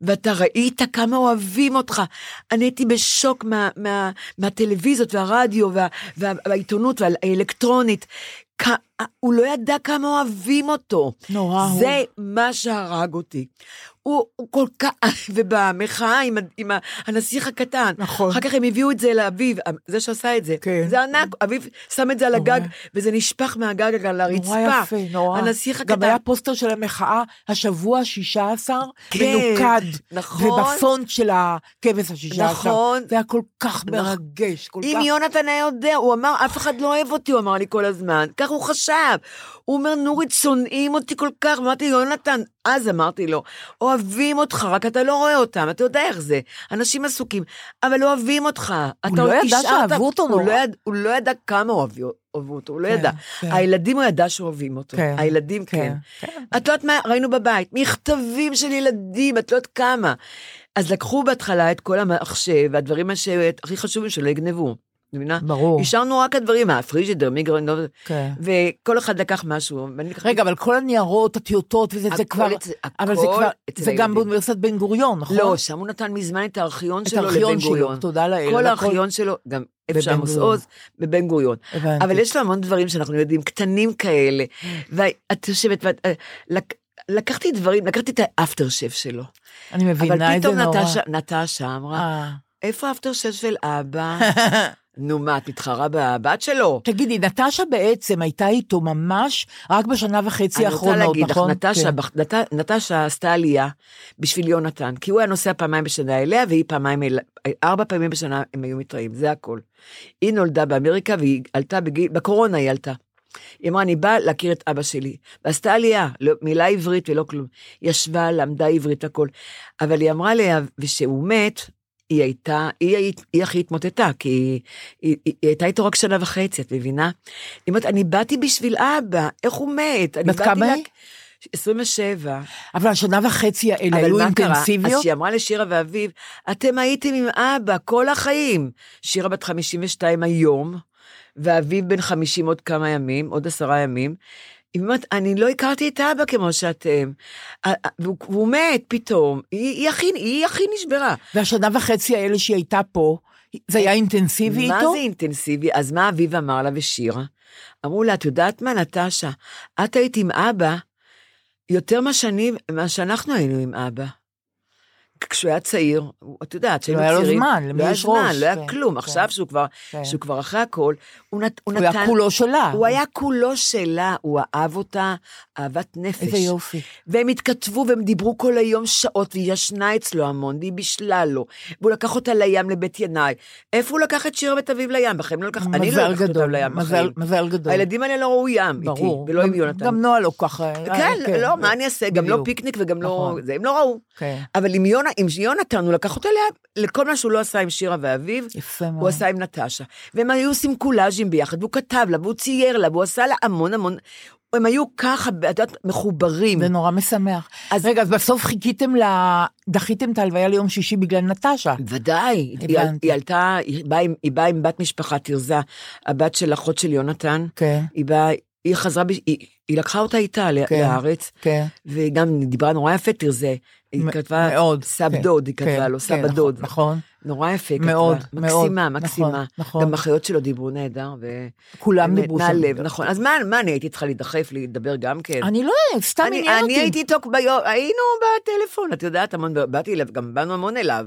S5: ואתה ראית כמה אוהבים אותך. אני הייתי בשוק מה, מה, מהטלוויזיות והרדיו וה, וה, והעיתונות והאלקטרונית. כ- הוא לא ידע כמה אוהבים אותו.
S4: נורא הוא.
S5: זה מה שהרג אותי. הוא, הוא כל כך, *laughs* ובמחאה עם, ה- עם ה- הנסיך הקטן,
S4: נכון.
S5: אחר כך הם הביאו את זה לאביו, אה, זה שעשה את זה,
S4: כן.
S5: זה ענק, אביו שם את זה על
S4: נורא.
S5: הגג, וזה נשפך מהגג על הרצפה.
S4: נורא יפה, נורא.
S5: הנסיך
S4: גם
S5: הקטן.
S4: היה פוסטר של המחאה, השבוע 16,
S5: כן,
S4: מנוקד.
S5: נכון.
S4: ובפונט של הכבש ה-16.
S5: נכון.
S4: זה היה כל כך
S5: נכון.
S4: מרגש, כל
S5: אם
S4: כך...
S5: יונתן היה יודע, הוא אמר, אף אחד לא אוהב אותי, הוא אמר לי כל הזמן. כך הוא חשב. הוא אומר, נורית, שונאים אותי כל כך. אמרתי, יונתן, אז אמרתי לו, אוהבים אותך, רק אתה לא רואה אותם, אתה יודע איך זה. אנשים עסוקים, אבל אוהבים אותך. אתה
S4: לא ידע
S5: השארת-
S4: שאהבו אותו
S5: הוא
S4: נורא.
S5: לא יד- הוא לא ידע כמה אוהבי- אוהבו אותו, הוא לא
S4: כן,
S5: ידע.
S4: כן.
S5: הילדים, הוא ידע שאוהבים אותו.
S4: כן,
S5: הילדים,
S4: כן,
S5: כן. את לא יודעת מה ראינו בבית, מכתבים של ילדים, את לא יודעת כמה. אז לקחו בהתחלה את כל המחשב והדברים שהכי חשובים שלא יגנבו. את מבינה?
S4: ברור.
S5: השארנו רק הדברים, הפריג'ידר, מיגרן, לא-
S4: כן.
S5: וכל אחד לקח משהו. ואני לקחתי-
S4: רגע, אבל כל הניירות, הטיוטות וזה, זה
S5: הכל
S4: כבר...
S5: אצל-
S4: אבל זה
S5: הכל
S4: כבר...
S5: אצל
S4: זה גם
S5: הילדים.
S4: באוניברסיטת בן גוריון, נכון?
S5: לא, שם הוא נתן מזמן את הארכיון שלו
S4: הארכיון
S5: לבן
S4: שלו,
S5: גוריון.
S4: תודה לאל, אבל
S5: כל
S4: הכל-
S5: הארכיון שלו, גם איפה
S4: בבן
S5: שעמוס
S4: גוריון.
S5: עוז, בבן גוריון.
S4: הבנתי.
S5: אבל יש לו המון דברים שאנחנו יודעים, קטנים כאלה. ואת יושבת, ואת- אה, לק- לקחתי דברים, לקחתי את האפטר שף שלו.
S4: אני מבינה
S5: אבל
S4: את זה
S5: פתאום
S4: נורא.
S5: נטשה, נטשה אמרה,
S4: אה.
S5: איפה האפטר שף של
S4: *laughs*
S5: אבא? נו מה, את מתחרה בבת שלו?
S4: תגידי, נטשה בעצם הייתה איתו ממש רק בשנה וחצי
S5: אני רוצה
S4: האחרונות,
S5: להגיד לך,
S4: נכון?
S5: נטשה,
S4: כן.
S5: בח- נט- נטשה עשתה עלייה בשביל יונתן, כי הוא היה נוסע פעמיים בשנה אליה, והיא פעמיים, אל- ארבע פעמים בשנה הם היו מתראים, זה הכל. היא נולדה באמריקה והיא עלתה בגיל, בקורונה היא עלתה. היא אמרה, אני באה להכיר את אבא שלי. ועשתה עלייה, לא, מילה עברית ולא כלום. ישבה, למדה עברית, הכל. אבל היא אמרה לי, וכשהוא מת, היא הייתה, היא, היא, היא הכי התמוטטה, כי היא, היא, היא הייתה איתו רק שנה וחצי, את מבינה? היא אומרת, אני באתי בשביל אבא, איך הוא מת? אני
S4: בת
S5: באתי
S4: כמה
S5: לה-
S4: היא?
S5: 27.
S4: אבל השנה וחצי האלה
S5: אבל
S4: היו
S5: מה קרה? אז
S4: אינטנסיביות?
S5: שהיא אמרה לשירה ואביב, אתם הייתם עם אבא כל החיים. שירה בת 52 היום, ואביב בן 50 עוד כמה ימים, עוד עשרה ימים. היא אומרת, אני לא הכרתי את האבא כמו שאתם. אה, אה, והוא והוא מת פתאום, היא היא הכי, היא הכי נשברה.
S4: והשנה וחצי האלה שהיא הייתה פה, זה היה אינטנסיבי איתו?
S5: מה זה אינטנסיבי? אז מה אביב אמר לה ושירה? אמרו לה, את יודעת מה, נטשה, את היית עם אבא יותר מהשנים, מה שאנחנו היינו עם אבא. כשהוא היה צעיר, הוא- את יודעת, כשהיינו
S4: לא היה לו
S5: צעירים,
S4: זמן, למי
S5: לא היה
S4: יש
S5: זמן,
S4: ראש,
S5: לא היה
S4: כן,
S5: כלום.
S4: כן.
S5: עכשיו שהוא כבר,
S4: כן.
S5: שהוא כבר אחרי הכל, הוא, נת, הוא,
S4: הוא
S5: נתן...
S4: היה כולו שלה.
S5: הוא היה כולו שלה, הוא אהב אותה אהבת נפש.
S4: איזה יופי.
S5: והם התכתבו והם דיברו כל היום שעות, והיא ישנה אצלו המון, והיא בישלה לו. והוא לקח אותה לים לבית ינאי. איפה הוא לקח את שירה ואת אביב לים? בחיים לא לקח... אני לא
S4: מזל
S5: לקחתי אותם
S4: גדול,
S5: לים
S4: מזל-
S5: בחיים.
S4: מזל גדול.
S5: הילדים האלה לא ראו ים איתי,
S4: ברור.
S5: ולא עם
S4: גם-
S5: יונתן.
S4: גם נועה לא ככה.
S5: כן, לא, מה אני אעשה? גם לא
S4: בדיוק.
S5: פיקניק וגם לא...
S4: נכון.
S5: זה, הם לא ראו.
S4: כן.
S5: אבל עם יונה- עם יונתן, הוא לקח אותה לים, לכל מה שהוא לא עשה עם שירה ואביב.
S4: יפה מאוד.
S5: הוא עשה עם נטשה, והם היו עושים קולאז'ים ביחד, והוא כתב לה, והוא צייר לה, והוא עשה לה המון המון, הם היו ככה, את יודעת, מחוברים.
S4: זה נורא משמח.
S5: אז-
S4: רגע, אז בסוף חיכיתם ל... דחיתם את ההלוויה ליום שישי בגלל נטשה.
S5: ודאי, היא,
S4: הבנתי.
S5: היא עלתה, היא באה, עם, היא באה עם בת משפחה, תרזה, הבת של אחות של יונתן.
S4: כן.
S5: היא באה, היא חזרה, בש- היא, היא לקחה אותה איתה
S4: כן.
S5: כן. לארץ,
S4: כן.
S5: והיא גם דיברה נורא יפה, תרזה. היא
S4: מ-
S5: כתבה,
S4: מאוד.
S5: סב
S4: כן,
S5: דוד, היא כתבה
S4: כן,
S5: לו,
S4: כן,
S5: סבא
S4: נכון,
S5: דוד.
S4: נכון.
S5: נורא יפה כתבה.
S4: מאוד, מאוד.
S5: מקסימה,
S4: נכון,
S5: מקסימה.
S4: נכון.
S5: גם אחיות שלו דיברו נהדר, ו...
S4: כולם דיברו
S5: שם.
S4: שם.
S5: לב, נכון. אז מה, מה, אני הייתי צריכה להידחף, לדבר גם כן?
S4: אני לא יודעת, סתם
S5: אני,
S4: עניין אותי.
S5: אני הייתי איתו ביום, היינו בטלפון, את יודעת, המון, באתי אליו, גם באנו המון אליו.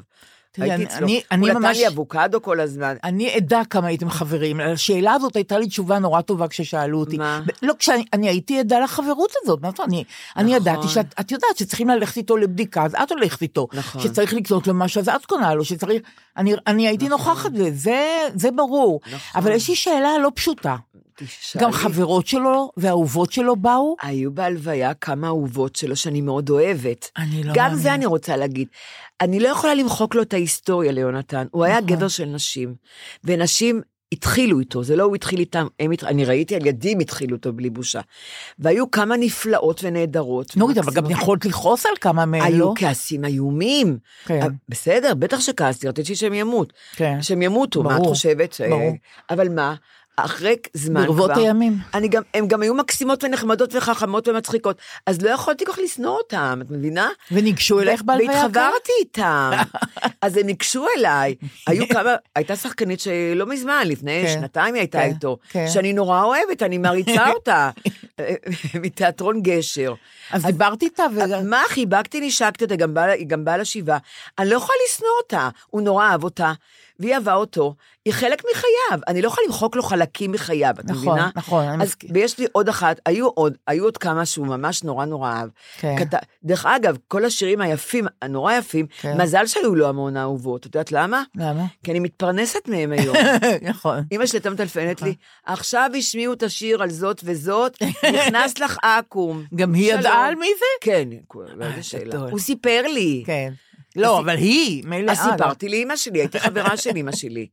S4: תראי,
S5: הייתי
S4: אני-
S5: אצלו.
S4: אני- אני
S5: הוא נתן
S4: ממש-
S5: לי אבוקדו כל הזמן.
S4: אני עדה כמה הייתם חברים. לשאלה הזאת הייתה לי תשובה נורא טובה כששאלו אותי.
S5: מה?
S4: ב- לא, כשאני אני הייתי עדה לחברות הזאת, מה זאת אומרת? אני, אני
S5: נכון.
S4: ידעתי שאת את יודעת שצריכים ללכת איתו לבדיקה, אז את הולכת איתו.
S5: נכון.
S4: שצריך לקנות לו משהו, אז את קונה לו, שצריך... אני, אני הייתי נוכחת בזה, זה ברור.
S5: נכון.
S4: אבל יש לי שאלה לא פשוטה.
S5: תשאלי.
S4: גם חברות שלו ואהובות שלו באו?
S5: היו בהלוויה כמה אהובות שלו שאני מאוד אוהבת.
S4: אני לא
S5: גם זה
S4: מאמינה.
S5: אני רוצה להגיד. אני לא יכולה למחוק לו את ההיסטוריה ליונתן. הוא היה
S4: נכון.
S5: גבר של נשים, ונשים התחילו איתו, זה לא הוא התחיל איתם, הם התח... אני ראיתי על ידים התחילו אותו בלי בושה. והיו כמה נפלאות ונהדרות.
S4: נורית, אבל גם
S5: ומקסימות.
S4: יכולת לכעוס על כמה מהן,
S5: היו
S4: לא?
S5: כעסים איומים.
S4: כן.
S5: אה, בסדר, בטח שכעסתי, רציתי שהם ימות.
S4: כן.
S5: שהם ימותו, מה את
S4: ברור,
S5: חושבת? ש-
S4: ברור.
S5: אבל מה, אחרי זמן כבר...
S4: ברבות הימים.
S5: אני גם, הן גם היו מקסימות ונחמדות וחכמות ומצחיקות, אז לא יכולתי כל כך לשנוא אותן, את מבינה?
S4: וניגשו אלייך בהלוויה? כן?
S5: והתחברתי
S4: *laughs*
S5: איתם, אז הם ניגשו אליי. היו כמה, הייתה שחקנית שלא מזמן, לפני
S4: כן,
S5: שנתיים היא הייתה
S4: כן,
S5: איתו,
S4: כן.
S5: שאני נורא אוהבת, אני
S4: *laughs*
S5: מעריצה אותה, אה, מתיאטרון גשר.
S4: אז דיברת איתה וגם...
S5: מה, חיבקתי, נשקתי אותה, גם באה- היא גם באה לשבעה. אני לא יכולה לשנוא אותה. הוא נורא אהב אותה, והיא אהבה אותו. היא חלק מחייו. אני לא יכולה למחוק לו חלקים מחייו, את
S4: נכון,
S5: מבינה?
S4: נכון, אני
S5: אז
S4: מסכים.
S5: ויש לי עוד אחת, היו עוד, היו עוד כמה שהוא ממש נורא נורא אהב.
S4: כן.
S5: כת... דרך אגב, כל השירים היפים, הנורא יפים,
S4: כן.
S5: מזל שהיו לו המון אהובות. את יודעת למה? *laughs*
S4: למה?
S5: כי אני מתפרנסת
S4: *laughs*
S5: מהם היום.
S4: נכון.
S5: אמא שלי הייתה מטלפנת לי, עכשיו השמיעו את השיר על זאת וזאת, נכנס לך עכו"ם.
S4: גם היא
S5: שלום.
S4: ידעה על מי זה? אה,
S5: כן, לא איזה שאלה.
S4: גדול.
S5: הוא סיפר לי.
S4: כן. לא, אבל היא, מילא...
S5: אז סיפרתי לאימא שלי, הייתי חברה של אימא שלי.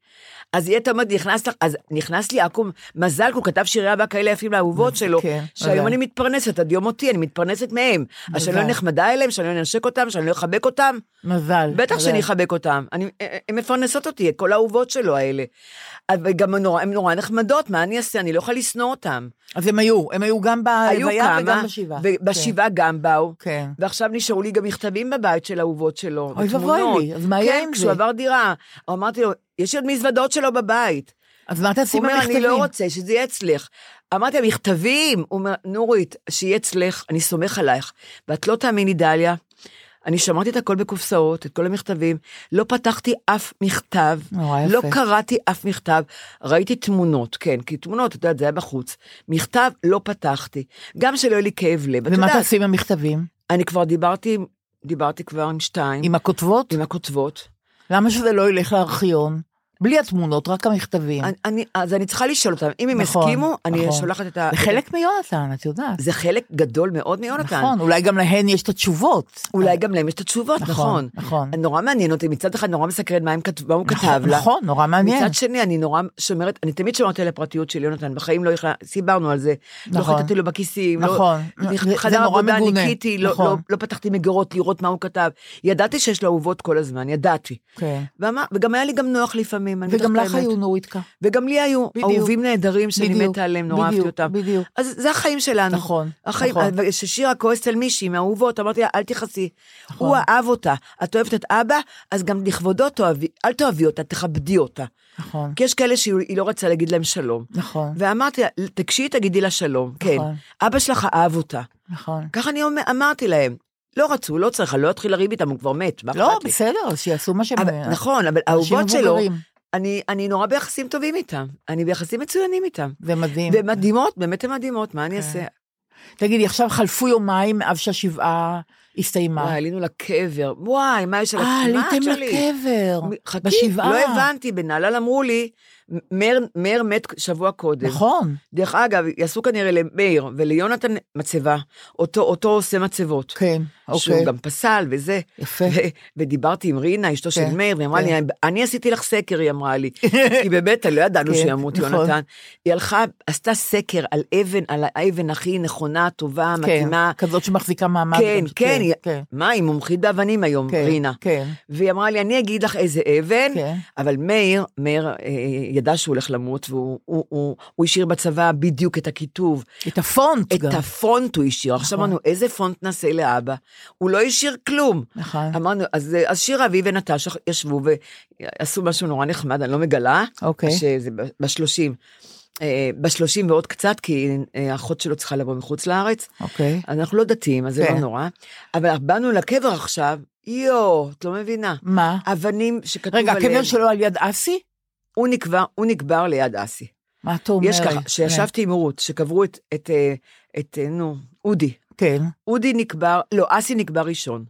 S5: אז היא הייתה אומרת, נכנס לך, אז נכנס לי עכו"ם, מזל, כי הוא כתב שירי אבא כאלה יפים לאהובות שלו,
S4: כן,
S5: שהיום
S4: ודאי.
S5: אני מתפרנסת, עד יום מותי, אני מתפרנסת מהם. אז שאני לא
S4: ודאי.
S5: נחמדה אליהם, שאני לא אנשק אותם, שאני לא אחבק אותם.
S4: מזל.
S5: בטח
S4: מזל.
S5: שאני אחבק אותם. אני- אה, הן מפרנסות אותי, את כל האהובות שלו האלה. אבל גם נורא- הן נורא נחמדות, מה אני אעשה? אני לא יכולה לשנוא אותן.
S4: אז הם היו, הם היו גם
S5: היו
S4: בהלוויה
S5: כמה,
S4: וגם בשבעה.
S5: ובשבעה גם באו,
S4: כן.
S5: ועכשיו נשארו לי גם מכתבים בבית של אהובות שלו,
S4: אוי
S5: ותמונות.
S4: ואבוי לי, אז מה יהיה
S5: כן,
S4: עם זה?
S5: כשהוא עבר דירה, אמרתי לו, יש לי עוד מזוודות שלו בבית.
S4: אז מה
S5: הוא
S4: תעשי
S5: אומר,
S4: במכתבים?
S5: אני לא רוצה שזה יהיה אצלך. אמרתי להם, מכתבים! הוא אומר, נורית, שיהיה אצלך, אני סומך עלייך. ואת לא תאמיני, דליה, אני שמרתי את הכל בקופסאות, את כל המכתבים, לא פתחתי אף מכתב,
S4: נורא יפה.
S5: לא קראתי אף מכתב, ראיתי תמונות, כן, כי תמונות, את יודעת, זה היה בחוץ. מכתב לא פתחתי, גם שלא יהיה לי כאב לב. את
S4: ומה
S5: יודעת,
S4: תעשי עם המכתבים?
S5: אני כבר דיברתי, עם- דיברתי כבר עם שתיים,
S4: עם הכותבות?
S5: עם הכותבות.
S4: למה שזה לא ילך לארכיון? בלי התמונות, רק המכתבים.
S5: אני- אני- אז אני צריכה לשאול אותם, אם הם
S4: כן. נכון,
S5: יסכימו, אני
S4: נכון.
S5: שולחת את ה...
S4: זה חלק מיונתן, את יודעת.
S5: זה חלק גדול מאוד מיונתן.
S4: נכון, אולי גם להן יש את התשובות.
S5: אולי גם להם יש את התשובות,
S4: נכון,
S5: נכון.
S4: נכון.
S5: נורא מעניין אותי, מצד אחד נורא מסקרן מה הם כת- מה הוא כתב לה.
S4: נכון, נורא מעניין.
S5: מצד שני, אני נורא שומרת, אני תמיד שומרת על הפרטיות של יונתן, בחיים לא יכלה, סיברנו על זה. לא
S4: נכון.
S5: חטאתי לו בכיסים.
S4: נכון.
S5: לא,
S4: זה- זה
S5: חדר
S4: נורא
S5: עבודה
S4: מגונה.
S5: ניקיתי, לא-
S4: נכון.
S5: לא- לא פתחתי מגירות לראות מה הוא כתב. ידעתי שיש לו אהובות כל הזמן, ידעתי.
S4: כן.
S5: ואמר- וגם היה לי גם נוח לפעמים, אני אגיד
S4: וגם
S5: את
S4: לך
S5: האמת.
S4: היו נורית כך.
S5: וגם לי היו
S4: בדיוק.
S5: אהובים נהדרים שאני
S4: בדיוק,
S5: מתה עליהם, נורא אהבתי
S4: בדיוק,
S5: אותם.
S4: בדיוק.
S5: אז זה החיים שלנו.
S4: נכון,
S5: החיים,
S4: נכון.
S5: אבל כששירה כועסת על מישהי מהאהובות, אמרתי לה, אל תכעסי.
S4: נכון.
S5: הוא אהב אותה. את אוהבת את אבא, אז גם לכבודו תאהבי, אל תאהבי אותה, תכבדי אותה.
S4: נכון.
S5: כי יש כאלה שהיא לא רצה להגיד להם שלום.
S4: נכון,
S5: ואמרתי לה, תקשיבי, תגידי לה שלום. כן.
S4: נכון.
S5: אבא שלך אהב אותה.
S4: נכון.
S5: ככה אני אומר- אמרתי להם. לא רצו, לא צריך, אני לא אתחיל לריב איתם, הוא כבר מת. מה
S4: לא,
S5: אכפת לי?
S4: בסדר, אז שיעשו מה שהם...
S5: אבל, נכון, אבל האהובות שלו,
S4: מבוגרים.
S5: אני, אני נורא ביחסים טובים איתם. אני ביחסים מצוינים איתם.
S4: זה מדהים.
S5: והן מדהימות, באמת הן מדהימות, מה אני
S4: כן.
S5: אעשה?
S4: תגידי, עכשיו חלפו יומיים מאז שהשבעה הסתיימה.
S5: וואי, עלינו לקבר, וואי, מה יש על
S4: אה,
S5: הכמעט
S4: עליתם
S5: שלי?
S4: לקבר.
S5: מ- חכי,
S4: בשבעה.
S5: לא הבנתי, בנהלל אמרו לי, מאיר, מאיר מת שבוע קודם.
S4: נכון,
S5: דרך אגב, יעשו כנראה למאיר וליונתן מצבה, אותו, אותו עושה מצבות.
S4: כן,
S5: שהוא
S4: אוקיי.
S5: גם פסל וזה.
S4: יפה.
S5: ו- ודיברתי עם רינה, אשתו של
S4: כן,
S5: מאיר, והיא אמרה
S4: כן.
S5: לי, אני עשיתי לך סקר, היא
S4: *laughs*
S5: אמרה לי. כי באמת, לא ידענו
S4: כן,
S5: שימות
S4: נכון.
S5: יונתן. היא הלכה, עשתה סקר על אבן, על האבן הכי נכונה, טובה,
S4: כן,
S5: מתאימה.
S4: כזאת שמחזיקה מעמד.
S5: כן,
S4: גם,
S5: כן, היא-
S4: כן.
S5: מה, היא מומחית באבנים היום,
S4: כן,
S5: רינה.
S4: כן.
S5: והיא אמרה לי, אני אגיד לך איזה אבן,
S4: כן.
S5: אבל מאיר, מאיר אה, ידע שהוא הולך למות, והוא הוא, הוא, הוא השאיר בצבא בדיוק את הכיתוב.
S4: את הפונט
S5: את
S4: גם.
S5: הפונט הוא השאיר. עכשיו
S4: נכון.
S5: אמרנו, איזה פונט נעשה לאבא? הוא לא השאיר כלום.
S4: נכון.
S5: אמרנו, אז, אז שירה אבי ונטשה ישבו ועשו משהו נורא נחמד, אני לא מגלה,
S4: אוקיי.
S5: שזה ב- בשלושים. אה, בשלושים ועוד קצת, כי אה, האחות שלו צריכה לבוא מחוץ לארץ.
S4: אוקיי.
S5: אנחנו לא דתיים, אז זה
S4: כן.
S5: לא נורא. אבל באנו לקבר עכשיו, יואו, את לא מבינה.
S4: מה?
S5: אבנים שכתוב
S4: רגע,
S5: עליהם.
S4: הקבר שלו על יד אסי?
S5: הוא נקבר, הוא נקבר ליד אסי.
S4: מה אתה אומר? כן,
S5: יש ככה, שישבתי עם רות, שקברו את, את, אה, את, אה, נו, אודי.
S4: כן,
S5: אודי נקבר, לא, אסי נקבר ראשון.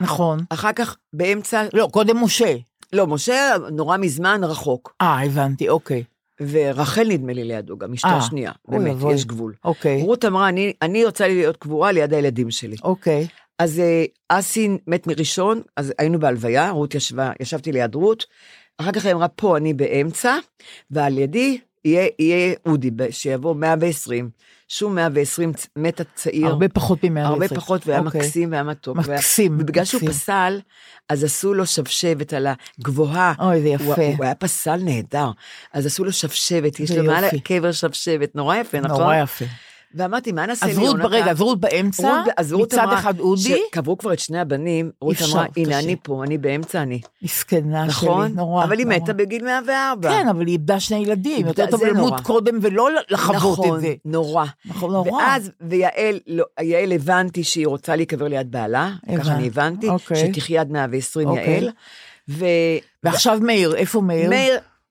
S4: נכון.
S5: אחר כך, באמצע,
S4: לא, קודם משה.
S5: לא, משה נורא מזמן רחוק.
S4: אה, הבנתי, אוקיי.
S5: ורחל נדמה לי לידו גם, אשתו
S4: אה,
S5: השנייה.
S4: אוי
S5: באמת,
S4: ואבוי.
S5: יש גבול.
S4: אוקיי.
S5: רות אמרה, אני, אני רוצה להיות קבורה ליד הילדים שלי.
S4: אוקיי.
S5: אז אה, אסי מת מראשון, אז היינו בהלוויה, רות ישבה, ישבתי ליד רות, אחר כך היא אמרה, פה אני באמצע, ועל ידי יהיה, יהיה אודי, ב- שיבוא 120. שום 120 צ- מת הצעיר,
S4: הרבה פחות ממאה
S5: הרבה
S4: אלף.
S5: פחות, והיה
S4: אוקיי.
S5: מקסים והיה מתוק. והיה-
S4: מקסים,
S5: ובגלל שהוא
S4: מקסים.
S5: פסל, אז עשו לו שבשבת על הגבוהה.
S4: אוי, זה יפה.
S5: הוא, הוא היה פסל נהדר, אז עשו לו שבשבת, יש
S4: זה
S5: לו מעל
S4: יופי.
S5: הקבר שבשבת, נורא יפה, נכון?
S4: אוקיי. נורא יפה.
S5: ואמתי, מה נעשה
S4: אז רות, רגע, אז רות באמצע,
S5: רות- אז רות
S4: מצד
S5: אמרה
S4: אחד אודי,
S5: שקברו כבר את שני הבנים, רות
S4: אפשר,
S5: אמרה,
S4: קשה.
S5: הנה אני פה, אני באמצע אני.
S4: מסכנה שלי,
S5: נכון?
S4: נורא.
S5: אבל היא
S4: נורא.
S5: מתה בגיל 104.
S4: כן, אבל היא איבדה שני ילדים,
S5: איבדה-
S4: יותר טוב
S5: זה
S4: למות
S5: נורא.
S4: קודם ולא לחוות
S5: נכון,
S4: את זה.
S5: נורא.
S4: נכון, נורא.
S5: ואז, ויעל, לא, יעל הבנתי שהיא רוצה להיקבר ליד בעלה,
S4: הבנתי.
S5: ככה אני הבנתי,
S4: אוקיי.
S5: שתחיה עד 120
S4: אוקיי.
S5: יעל. ומאיר,
S4: ועכשיו מאיר, איפה מאיר?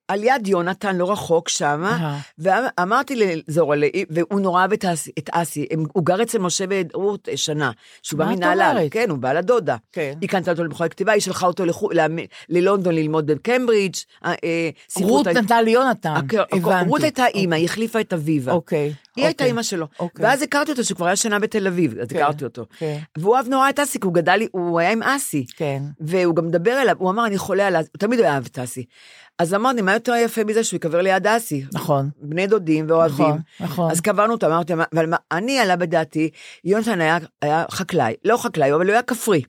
S5: על יד יונתן, לא רחוק
S4: אהה.
S5: שמה, ואמרתי לזורה, ל- והוא נורא אהב את אסי- את אסי, הם- הוא גר אצל משה ורות אה, שנה, שהוא בא
S4: מה את
S5: מנהלל,
S4: אומרת?
S5: כן, הוא בא לדודה.
S4: כן.
S5: היא קנתה אותו למכון הכתיבה, היא שלחה אותו לחו- למ- ללונדון ללמוד בקמברידג', אה, אה, סיפרו
S4: רות
S5: את ה-
S4: נתנה ליונתן,
S5: הכ- הכ-
S4: הבנתי.
S5: אוקיי, רות הייתה אימא, היא החליפה את אביבה.
S4: אוקיי.
S5: היא הייתה
S4: אוקיי.
S5: אימא שלו.
S4: אוקיי.
S5: ואז הכרתי אותו, שהוא כבר היה שנה בתל אביב, אז
S4: כן,
S5: הכרתי אותו.
S4: כן.
S5: והוא אהב נורא את אסי, כי הוא גדל, הוא היה עם אסי.
S4: כן.
S5: והוא גם מדבר אליו, הוא אמר, אני חולה על אסי, הוא תמיד אהב את אסי. אז אמרתי, מה יותר יפה מזה שהוא יקבר ליד אסי?
S4: נכון.
S5: בני דודים ואוהבים.
S4: נכון, נכון.
S5: אז קבענו אותו, אמרתי, "מה- אבל מה, אני עלה בדעתי, יונתן היה, היה חקלאי, לא חקלאי, אבל הוא היה כפרי.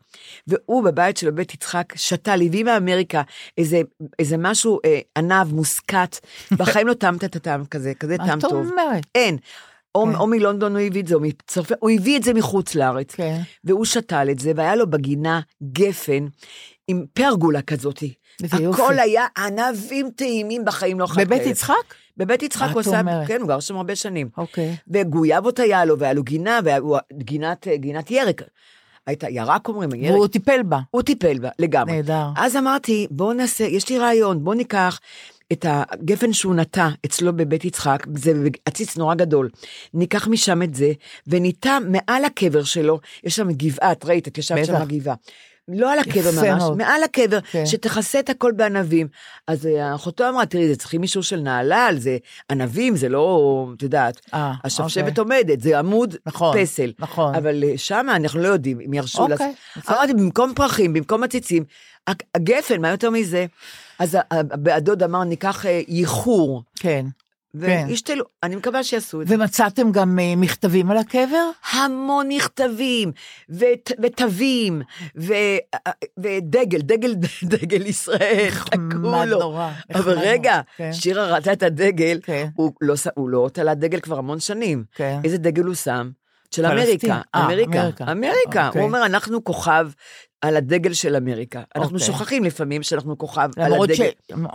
S5: והוא בבית שלו, בית יצחק, שתה לי, והיא מאמריקה, איזה, איזה משהו אה, ענב, מוסקת, בחיים לא טעמת את הטעם כזה, כזה
S4: מה
S5: טעם
S4: אתה
S5: טוב.
S4: אומרת?
S5: אין. או,
S4: כן.
S5: או מלונדון הוא הביא את זה, או מצרפת, הוא הביא את זה מחוץ לארץ.
S4: כן.
S5: והוא שתל את זה, והיה לו בגינה גפן עם פרגולה כזאת.
S4: איזה יופי.
S5: הכל היה ענבים טעימים בחיים, לא אכלתי
S4: בבית
S5: כאלה.
S4: יצחק?
S5: בבית יצחק
S4: מה
S5: הוא
S4: את
S5: עשה,
S4: אומרת?
S5: כן, הוא גר שם הרבה שנים.
S4: אוקיי.
S5: וגויאבות היה לו, והיה לו גינה, והיה הוא- גינת, גינת ירק. הייתה ירק אומרים, ירק.
S4: והוא טיפל בה.
S5: הוא טיפל בה, לגמרי.
S4: נהדר.
S5: אז אמרתי, בואו נעשה, יש לי רעיון, בואו ניקח את הגפן שהוא נטע אצלו בבית יצחק, זה עציץ נורא גדול, ניקח משם את זה, וניטע מעל הקבר שלו, יש שם גבעה, את ראית, את ישבת
S4: בטח.
S5: שם בגבעה. לא על הקבר
S4: יפה
S5: ממש,
S4: מאוד.
S5: מעל הקבר,
S4: כן.
S5: שתכסה את הכל בענבים. אז אה, אחותו אמרה, תראי, זה צריכים אישור של נהלל, זה ענבים, זה לא, את יודעת,
S4: אה,
S5: השבשבת
S4: אוקיי.
S5: עומדת, זה עמוד
S4: נכון,
S5: פסל.
S4: נכון.
S5: אבל שם אנחנו לא יודעים אם ירשו
S4: אוקיי,
S5: לעשות.
S4: בסדר.
S5: אמרתי, במקום פרחים, במקום עציצים, הג- הגפן, מה יותר מזה? אז ה- ה- הדוד אמר, ניקח אה, ייחור,
S4: כן. כן.
S5: וישתלו, אני מקווה שיעשו את זה.
S4: ומצאתם גם אה, מכתבים על הקבר?
S5: המון מכתבים, ות- ותווים, ו- אה, ודגל, דגל *laughs* דגל ישראל, תקעו
S4: נחמד
S5: לו.
S4: נורא,
S5: לא. אבל
S4: נחמד
S5: רגע,
S4: נורא, כן.
S5: שירה ראתה את הדגל,
S4: כן.
S5: הוא לא ש- הוא לא תלה דגל כבר המון שנים.
S4: כן.
S5: איזה דגל הוא שם? של
S4: פלסטין.
S5: אמריקה,
S4: אה,
S5: אמריקה,
S4: אמריקה.
S5: אמריקה.
S4: אוקיי.
S5: הוא אומר, אנחנו כוכב על הדגל של אמריקה. אנחנו
S4: אוקיי.
S5: שוכחים לפעמים שאנחנו כוכב על
S4: למרות, ש...
S5: הדגל.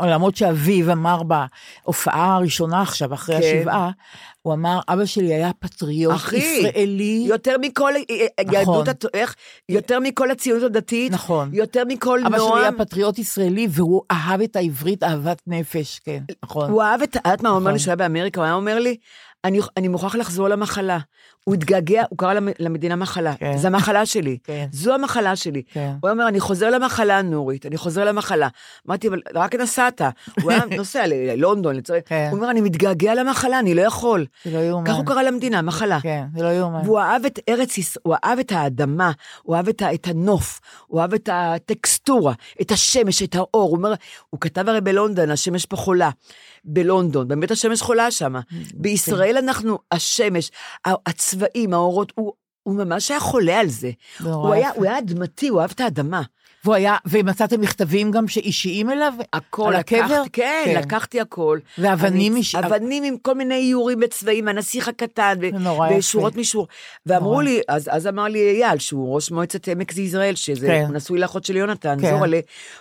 S4: למרות שאביו אמר בהופעה הראשונה עכשיו, אחרי
S5: כן.
S4: השבעה, הוא אמר, אבא שלי היה פטריוט
S5: אחי,
S4: ישראלי.
S5: יותר מכל, אה,
S4: נכון.
S5: יהדות, הת- איך? יותר מכל הציונות הדתית,
S4: נכון.
S5: יותר מכל
S4: אבא שלי היה
S5: נועם.
S4: פטריוט ישראלי, והוא אהב את העברית אהבת נפש, כן, נכון.
S5: הוא אהב את, את יודעת מה הוא אומר לי
S4: נכון.
S5: שהוא היה באמריקה? הוא היה אומר לי, "אני- אני מוכרח לחזור למחלה. הוא התגעגע, הוא קרא למ- למדינה מחלה.
S4: כן.
S5: זו המחלה שלי.
S4: כן.
S5: זו המחלה שלי.
S4: כן.
S5: הוא אומר, אני חוזר למחלה, נורית, אני חוזר למחלה. אמרתי, אבל רק נסעת.
S4: *laughs*
S5: הוא היה נוסע ל- ללונדון, לצורך...
S4: כן.
S5: הוא אומר, אני מתגעגע למחלה, אני לא יכול.
S4: זה לא יאומן.
S5: כך הוא קרא למדינה, מחלה.
S4: כן, זה לא יאומן.
S5: והוא אהב את ארץ ישראל, הוא אהב את האדמה, הוא אהב את, ה- את הנוף, הוא אהב את הטקסטורה, את השמש, את האור. הוא אומר, הוא כתב הרי בלונדון, השמש פה חולה. בלונדון,
S4: כן.
S5: באמת השמש חולה שם. בישראל אנחנו, השמש, ה- הצבעים, האורות, הוא הוא ממש היה חולה על זה.
S4: נורא
S5: הוא היה,
S4: יפה.
S5: הוא היה אדמתי, הוא אהב את האדמה.
S4: והוא היה, ומצאתם מכתבים גם שאישיים אליו?
S5: הכל
S4: על
S5: לקחתי,
S4: הקבר?
S5: כן,
S4: כן.
S5: לקחתי הכל.
S4: ואבנים
S5: אני-
S4: מש-
S5: אבנים עם כל מיני איורים בצבעים, הנסיך הקטן, ו-
S4: זה נורא יפה.
S5: ושורות משור. ואמרו
S4: נורא.
S5: לי, אז, אז אמר לי אייל, שהוא ראש מועצת עמק יזרעאל, שזה
S4: כן.
S5: הוא נשוי לאחות של יונתן,
S4: כן.
S5: זורלה,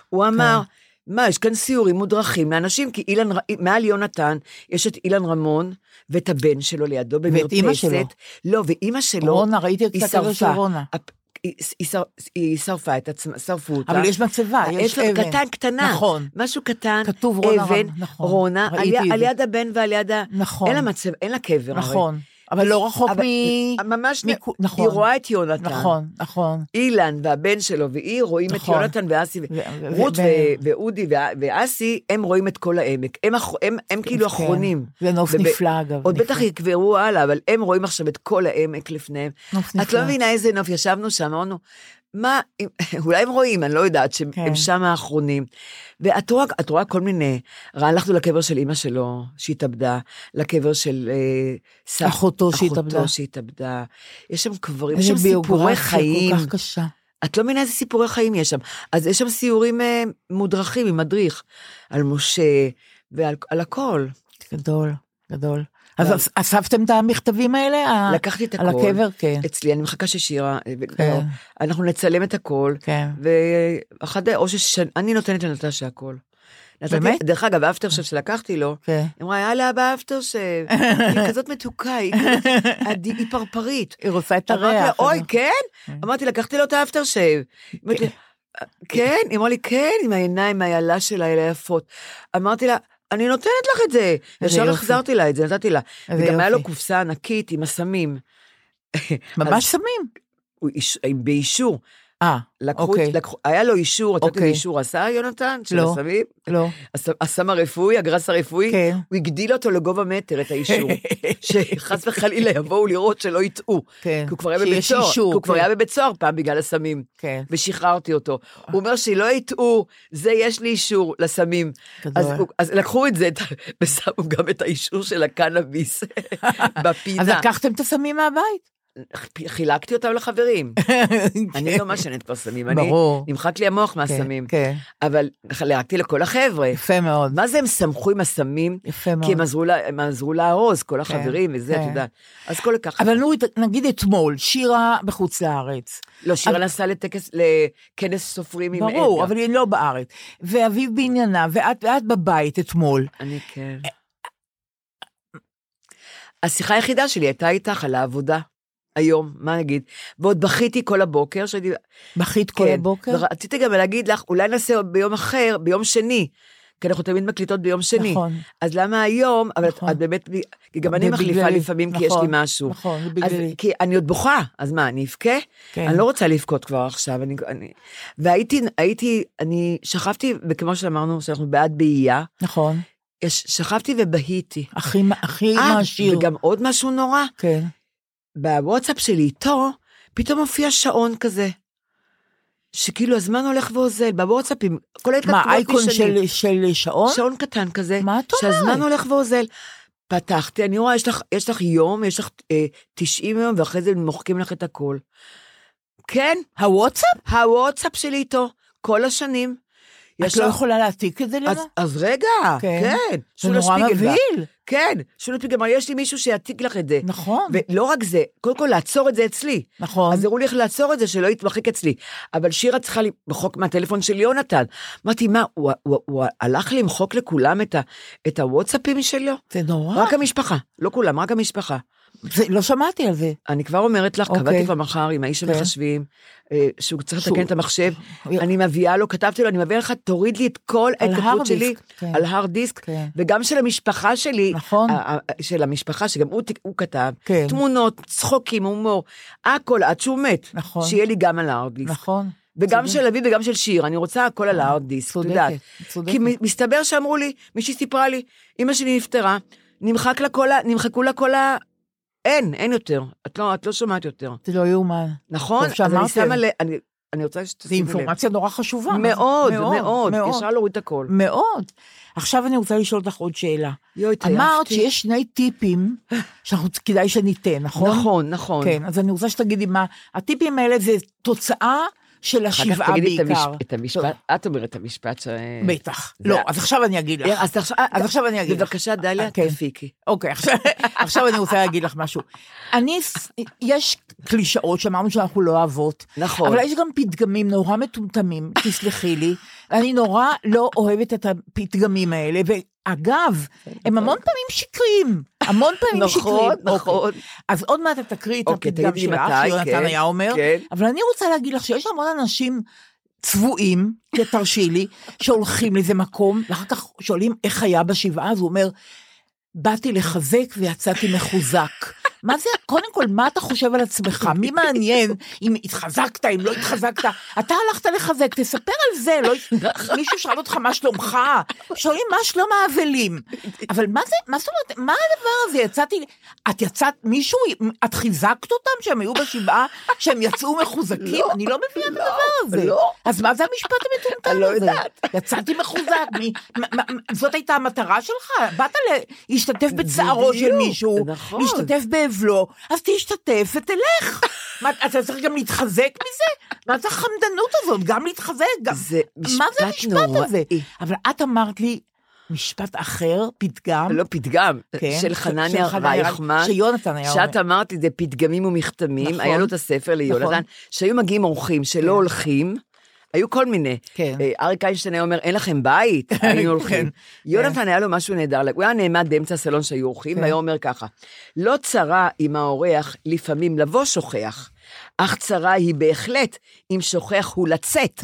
S5: הוא אמר, מה, יש כאן סיורים מודרכים לאנשים, כי אילן, ר- מעל יונתן יש את אילן רמון ואת הבן שלו לידו במרפסת.
S4: אמא שלו.
S5: לא, ואימא שלו,
S4: רונה, ראיתי את
S5: היא
S4: הקבר של
S5: שרפה.
S4: רונה.
S5: הפ- היא- היא שר- היא שרפה את עצמה, שרפו אותה.
S4: אבל יש מצבה, יש
S5: האש
S4: אבן.
S5: קטן, קטנה.
S4: נכון.
S5: משהו קטן,
S4: כתוב רונה
S5: אבן,
S4: רם, נכון,
S5: רונה, על,
S4: ראיתי
S5: י-
S4: את
S5: על
S4: זה.
S5: יד הבן ועל יד ה...
S4: נכון.
S5: אין לה מצב, אין לה קבר. הרי.
S4: נכון. אבל לא רחוק
S5: אבל-
S4: מ...
S5: ממש,
S4: מכו- נכון.
S5: היא רואה את יונתן.
S4: נכון, נכון.
S5: אילן והבן שלו והיא רואים
S4: נכון.
S5: את יונתן ואסי,
S4: ו- ו-
S5: רות
S4: ו-
S5: ו- ואודי ו- ואסי, הם רואים את כל העמק. הם, אח- הם, הם כאילו
S4: כן.
S5: אחרונים.
S4: זה נוף
S5: וב-
S4: נפלא, אגב,
S5: עוד
S4: נפלא.
S5: בטח יקברו הלאה, אבל הם רואים עכשיו את כל העמק לפניהם.
S4: נוף
S5: את לא
S4: נפלא.
S5: מבינה איזה נוף, ישבנו שם, אמרנו, מה, אם- *laughs* אולי הם רואים, אני לא יודעת, שהם
S4: כן.
S5: כן. שם האחרונים. ואת רואה, את רואה כל מיני, ראה, הלכנו לקבר של אימא שלו, שהתאבדה, לקבר של אה, סבתא,
S4: אחותו שהתאבדה.
S5: אחותו שהתאבדה. יש שם קברים, יש
S4: איזה
S5: שם סיפורי
S4: ביוגרפיה
S5: חיים.
S4: כל כך קשה.
S5: את לא מבינה איזה סיפורי חיים יש שם. אז יש שם סיורים אה, מודרכים עם מדריך, על משה ועל על הכל.
S4: גדול, גדול. אז אס- אספתם את המכתבים האלה? ה-
S5: לקחתי את אה. הכל.
S4: אה, על הקבר, כן.
S5: אצלי, אני מחכה ששירה, אה, ו-
S4: כן.
S5: אנחנו נצלם את הכל,
S4: כן.
S5: ואחת, או ששנ... אני נותנת לנטשה הכל. נתתי-
S4: באמת?
S5: דרך אגב, האפטר שף שלקחתי לו,
S4: כן.
S5: היא אמרה, יאללה, באפטר שף,
S4: *laughs*
S5: היא כזאת מתוקה, היא כזאת, עדי- היא פרפרית.
S4: היא רוצה את
S5: אמרתי לה,
S4: הריח.
S5: אוי,
S4: אז-
S5: כן? אמרתי, לקחתי לו את האפטר שייב. היא אומרת לי, כן? היא אמרה לי, כן, עם העיניים, האיילה שלה, האלה יפות. אמרתי לה, אני נותנת לך את זה.
S4: איזה
S5: ישר
S4: יופי.
S5: החזרתי לה את זה, נתתי לה.
S4: איזה
S5: וגם היה
S4: יופי.
S5: לו קופסה ענקית עם אסמים.
S4: כן." ממש סמים.
S5: הוא איש- באישור.
S4: אה,
S5: לקחו,
S4: אוקיי.
S5: לקחו, היה לו אישור, את יודעת איזה
S4: אוקיי.
S5: אישור עשה יונתן? של
S4: לא.
S5: הסמים?
S4: לא.
S5: הס- הסם הרפואי, הגרס הרפואי?
S4: כן.
S5: הוא הגדיל אותו לגובה מטר,
S4: *laughs*
S5: את האישור. שחס וחלילה יבואו לראות שלא יטעו.
S4: כן.
S5: כי הוא כבר היה
S4: שיש
S5: בבית סוהר, כי
S4: אישור,
S5: הוא כבר
S4: כן.
S5: היה בבית סוהר פעם בגלל הסמים.
S4: כן.
S5: ושחררתי אותו. הוא אומר שלא יטעו, זה יש לי אישור לסמים. אז
S4: גדול.
S5: הוא- אז לקחו את זה, את ה- *laughs* ושמו גם את האישור
S4: *laughs*
S5: של הקנאביס
S4: אז
S5: בפינה.
S4: לקחתם את הסמים מהבית.
S5: חילקתי אותם לחברים. *laughs* אני לא משנת כבר סמים, אני,
S4: ברור.
S5: נמחק לי המוח
S4: כן,
S5: מהסמים.
S4: כן.
S5: אבל חילקתי לכל החבר'ה.
S4: יפה מאוד.
S5: מה זה הם שמחו עם הסמים?
S4: יפה מאוד.
S5: כי הם עזרו לה- הם עזרו לארוז, כל
S4: כן,
S5: החברים וזה,
S4: כן.
S5: את יודעת. אז כל כך.
S4: אבל נורית, נגיד אתמול, שירה בחוץ לארץ.
S5: לא, שירה
S4: אבל-
S5: נסעה לטקס, לכנס סופרים עם
S4: ברור,
S5: עדנה.
S4: אבל היא לא בארץ. ואביב בעניינה, ואת, ואת בבית אתמול.
S5: אני כן. השיחה היחידה שלי הייתה איתך על העבודה. היום, מה נגיד? ועוד בכיתי כל הבוקר, שאני...
S4: בכית כל
S5: כן.
S4: הבוקר?
S5: ורציתי גם להגיד לך, אולי נעשה ביום אחר, ביום שני. כי אנחנו תמיד מקליטות ביום שני.
S4: נכון.
S5: אז למה היום? אבל
S4: נכון.
S5: את, את באמת, כי גם אני
S4: בגללי.
S5: מחליפה לפעמים, כי יש לי
S4: נכון,
S5: משהו.
S4: נכון, זה
S5: אז-
S4: בגללי.
S5: כי אני עוד בוכה, אז מה, אני אבכה?
S4: כן.
S5: אני לא רוצה לבכות כבר עכשיו. אני, אני... והייתי, הייתי, אני שכבתי, וכמו שאמרנו, שאנחנו בעד באייה,
S4: נכון.
S5: יש- שכבתי ובהיתי.
S4: הכי, הכי
S5: אה,
S4: מעשיר.
S5: וגם עוד משהו נורא,
S4: כן.
S5: בוואטסאפ שלי איתו, פתאום הופיע שעון כזה. שכאילו הזמן הולך ואוזל, בוואטסאפים, כל
S4: מה,
S5: ההתכתבויות
S4: אייקון
S5: משנים.
S4: של, של שעון?
S5: שעון קטן כזה,
S4: נכון? מה את אומרת?
S5: שהזמן הולך ואוזל. פתחתי, אני רואה, יש לך, יש לך יום, יש לך אה, 90 יום, ואחרי זה מוחקים לך את הכל. כן,
S4: הוואטסאפ?
S5: הוואטסאפ שלי איתו, כל השנים.
S4: את
S5: יש
S4: לא
S5: לך-
S4: יכולה להעתיק את זה למה?
S5: אז, אז רגע,
S4: כן.
S5: כן,
S4: זה
S5: שולה
S4: נורא
S5: שפיגלמן.
S4: מבהיל.
S5: כן, שולה שפיגלמן, יש לי מישהו שיעתיק לך את זה.
S4: נכון.
S5: ולא רק זה, קודם כל לעצור את זה אצלי.
S4: נכון.
S5: אז הראו לי איך לעצור את זה, שלא יתמחק אצלי. אבל שירה צריכה למחוק מהטלפון של יונתן. אמרתי, מה, הוא, הוא, הוא הלך למחוק לכולם את, ה, את הוואטסאפים שלו?
S4: זה נורא.
S5: רק המשפחה, לא כולם, רק המשפחה.
S4: זה, לא שמעתי על זה.
S5: אני כבר אומרת לך,
S4: אוקיי.
S5: קבעתי כבר מחר עם האיש
S4: כן.
S5: המחשבים, אה, שהוא צריך
S4: שהוא-
S5: לתקן את המחשב.
S4: הוא-
S5: אני מביאה לו, כתבתי לו, אני מביאה לך, תוריד לי את כל
S4: על
S5: ההתכתבות
S4: הרד
S5: שלי
S4: דיסק, כן.
S5: על הרד דיסק,
S4: כן.
S5: וגם של המשפחה שלי,
S4: נכון.
S5: ה- ה- של המשפחה, שגם הוא ת- הוא כתב,
S4: כן.
S5: תמונות, צחוקים, הומור, הכל, עד שהוא מת.
S4: נכון.
S5: שיהיה לי גם על ההארד דיסק.
S4: נכון.
S5: וגם
S4: צודק. אה,
S5: של אבי וגם של שיר, אני רוצה הכל על ההארד דיסק, את
S4: צודקת,
S5: יודעת.
S4: צודקת.
S5: כי מ- מסתבר שאמרו לי, מישהי סיפרה לי, אימא שלי נפטרה, נמחק לה כל ה... נמחקו לה כל ה... אין, אין יותר. את לא, את לא שומעת יותר.
S4: זה לא יאומן.
S5: נכון?
S4: טוב
S5: אז אני
S4: שאמרתם.
S5: שמה ל... אני אני רוצה שתשימי
S4: זו
S5: לב.
S4: אינפורמציה נורא חשובה.
S5: מאוד,
S4: מאוד,
S5: מאוד,
S4: מאוד.
S5: ישר להוריד את הכל.
S4: מאוד. עכשיו אני רוצה לשאול אותך עוד שאלה.
S5: יואי,
S4: אמרת
S5: התעייפתי.
S4: שיש שני טיפים שאנחנו, כדאי שניתן, נכון?
S5: נכון, נכון.
S4: כן, אז אני רוצה שתגידי מה, הטיפים האלה זה תוצאה של
S5: אחר
S4: השבעה
S5: כך תגידי את
S4: בעיקר.
S5: המש- את המשפט, את אומרת את המשפט ש...
S4: בטח.
S5: זה- אה,
S4: לא, אז עכשיו אני אגיד לך.
S5: אז עכשיו-
S4: אז עכשיו אני אגיד לך.
S5: בבקשה, דליה,
S4: כן.
S5: תפיקי.
S4: אוקיי, עכשיו- *laughs* עכשיו אני רוצה להגיד לך משהו. אני, ס- יש קלישאות שאמרנו שאנחנו לא אוהבות.
S5: נכון.
S4: אבל יש גם פתגמים נורא מטומטמים, תסלחי לי. אני נורא לא אוהבת את הפתגמים האלה, ואגב, הם המון פעמים שקריים. המון פעמים
S5: אוקיי. נכון,
S4: שקריים.
S5: נכון.
S4: אוקיי. אז עוד מעט את תקריאי את
S5: אוקיי,
S4: הפתגם
S5: תגידי
S4: שלך,
S5: מתי,
S4: שיונתן
S5: כן,
S4: היה אומר.
S5: כן.
S4: אבל אני רוצה להגיד לך שיש המון אנשים צבועים, תרשי
S5: *laughs*
S4: לי, שהולכים לאיזה מקום, ואחר כך שואלים איך היה בשבעה, אז הוא אומר, באתי לחזק ויצאתי מחוזק. מה זה, קודם כל, מה אתה חושב על
S5: *laughs*
S4: עצמך? מי מעניין אם התחזקת, אם לא התחזקת? אתה הלכת לחזק, תספר על זה, לא... מישהו שאל אותך מה שלומך? שואלים מה שלום האבלים. אבל מה זה, מה זאת אומרת, מה הדבר הזה? יצאתי, את יצאת, מישהו, את חיזקת אותם שהם היו בשבעה, שהם יצאו מחוזקים? אני לא מבינה את הדבר הזה.
S5: לא.
S4: אז מה זה המשפט המטומטם הזה?
S5: אני לא יודעת.
S4: יצאתי מחוזק, מי- מה- מה- זאת הייתה המטרה שלך? באת להשתתף בצערו של
S5: בדיוק,
S4: מישהו,
S5: נכון.
S4: להשתתף באבלו, אז תשתתף ותלך. מה, אתה צריך גם להתחזק מזה? מה זה החמדנות הזאת? גם להתחזק, גם...
S5: זה
S4: מה זה
S5: משפט
S4: המשפט הזה?
S5: נוראי.
S4: אבל את אמרת לי משפט אחר, פתגם.
S5: לא פתגם,
S4: כן,
S5: של חנניה
S4: של חנניה
S5: רייכמן,
S4: שיונתן היה
S5: שאת
S4: אומר.
S5: אמרת את זה פתגמים ומכתמים,
S4: נכון.
S5: היה לו את הספר
S4: נכון.
S5: ליונתן, שהיו מגיעים אורחים שלא הולכים, היו כל מיני.
S4: כן.
S5: אה, אריק איינשטיין היה אומר, אין
S4: *laughs*
S5: לכם בית, היינו הולכים.
S4: כן.
S5: יונתן היה לו משהו נהדר, הוא היה נעמד באמצע הסלון שהיו אורחים, והיה אומר ככה, לא צרה עם האורח לפעמים לבוא שוכח, אך צרה היא בהחלט אם שוכח
S4: *laughs*
S5: הוא לצאת.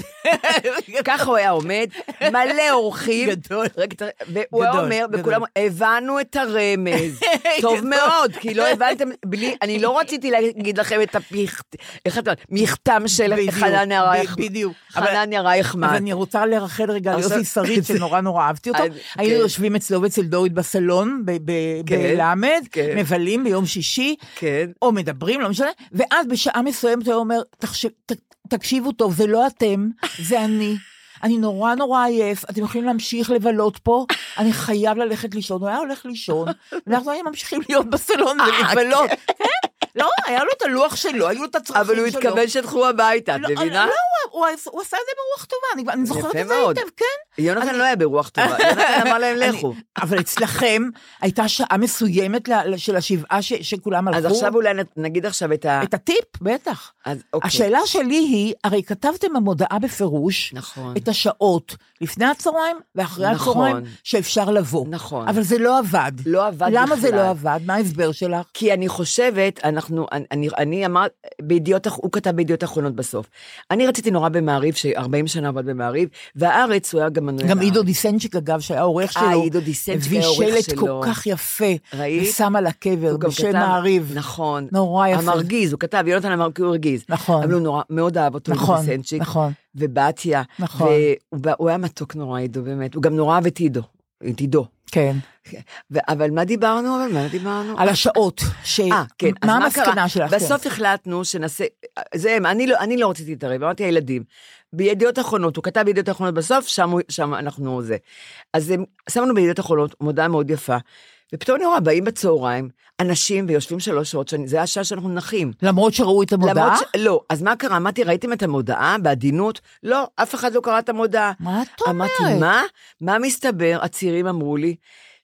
S5: ככה הוא היה עומד, מלא אורחים.
S4: גדול.
S5: רק ת- והוא היה
S4: גדול,
S5: אומר,
S4: גדול.
S5: וכולם, הבנו את
S4: *laughs*
S5: הרמז, טוב מאוד, כי לא הבנתם, בלי, אני לא רציתי להגיד לכם את הפיכט, איך אתה, מכתם של
S4: בדיוק,
S5: חנניה
S4: ב-
S5: רייך-
S4: בדיוק. אבל-
S5: חנניה
S4: אז
S5: רייכמן.
S4: אני רוצה לרחל רגע על
S5: עכשיו-
S4: יוסי
S5: *laughs*
S4: שריד, שנורא נורא אהבתי אותו.
S5: אז-
S4: היינו
S5: כן.
S4: יושבים אצלו ואצל דורית בסלון, ב- ב-
S5: כן,
S4: בלמד,
S5: כן.
S4: מבלים ביום שישי,
S5: כן.
S4: או מדברים, לא משנה, ואז בשעה מסוימת הוא אומר, "תחש- ת- תקשיבו טוב, זה לא אתם, זה אני. אני נורא נורא עייף, אתם יכולים להמשיך לבלות פה, אני חייב ללכת לישון. הוא היה הולך לישון, ואנחנו היינו ממשיכים להיות בסלון
S5: אה,
S4: ולבלות. כן, לא, היה לו את הלוח שלו, היו לו את הצרכים שלו.
S5: אבל הוא התכוון שתלכו הביתה, את
S4: לא,
S5: מבינה?
S4: לא, הוא, הוא, הוא עשה את זה ברוח טובה, אני, כבר- אני זוכרת
S5: יפה
S4: את זה
S5: מאוד.
S4: היטב, כן.
S5: יונתן לא היה ברוח
S4: *laughs*
S5: טובה, יונתן אמר להם
S4: אני-
S5: לכו.
S4: אבל אצלכם הייתה שעה מסוימת ל- ל- של השבעה ש, שכולם הלכו.
S5: אז עכשיו אולי נ- נגיד עכשיו את ה...
S4: את הטיפ, בטח.
S5: אז אוקיי.
S4: השאלה שלי היא, הרי כתבתם במודעה בפירוש,
S5: נכון.
S4: את השעות לפני הצהריים ואחרי
S5: נכון.
S4: הצהריים שאפשר לבוא.
S5: נכון.
S4: אבל זה לא עבד.
S5: לא עבד
S4: למה זה
S5: בכלל.
S4: לא עבד? מה ההסבר שלך?
S5: כי אני חושבת, אנחנו, אני, אני, אני אמרת, בידיעות, אח- הוא כתב בידיעות אחרונות בסוף. אני רציתי נורא במעריב, ש-40 שנה עבד במעריב, והארץ הוא היה גם מנוי. על
S4: גם עידו
S5: הארץ.
S4: דיסנצ'יק, אגב, שהיה העורך
S5: אה,
S4: שלו,
S5: עידו דיסנצ'יק
S4: הביא
S5: היה העורך
S4: שלט כל
S5: שלו.
S4: כך יפה,
S5: ראית?
S4: ושם על הקבר,
S5: הוא גם
S4: בשם
S5: כתב-
S4: מעריב.
S5: נכון.
S4: נורא יפה.
S5: המרגיז, הוא כתב, יונתן המרגיז, הוא הרגיז.
S4: נכון.
S5: אבל הוא נורא, מאוד אהב אותו,
S4: נכון,
S5: עידו דיסנצ'יק.
S4: נכון.
S5: ובתיה.
S4: נכון.
S5: והוא בא- הוא היה מתוק נורא, עידו, באמת. הוא גם נורא אהב את עידו. את עידו.
S4: כן.
S5: ו- אבל מה דיברנו? אבל מה דיברנו?
S4: על השעות. ש...
S5: אה, כן, אז
S4: מה
S5: מה קרה?
S4: המסקנה שלך? כן.
S5: בסוף החלטנו שנעשה, זה הם, אני לא, אני לא רציתי להתערב, אמרתי הילדים. בידיעות אחרונות, הוא כתב בידיעות אחרונות בסוף, שם, הוא- שם אנחנו זה. אז הם, שמנו בידיעות אחרונות מודעה מאוד יפה, ופתאום אני רואה, באים בצהריים, אנשים ויושבים שלוש שעות, שאני, זה השעה שאנחנו נחים.
S4: כן. למרות שראו את המודעה?
S5: למרות ש... לא, אז מה קרה? אמרתי, ראיתם את המודעה בעדינות? לא, אף אחד לא קרא את המודעה.
S4: מה את אומרת?
S5: אמרתי, מה? מה מסתבר? הצעירים אמרו לי,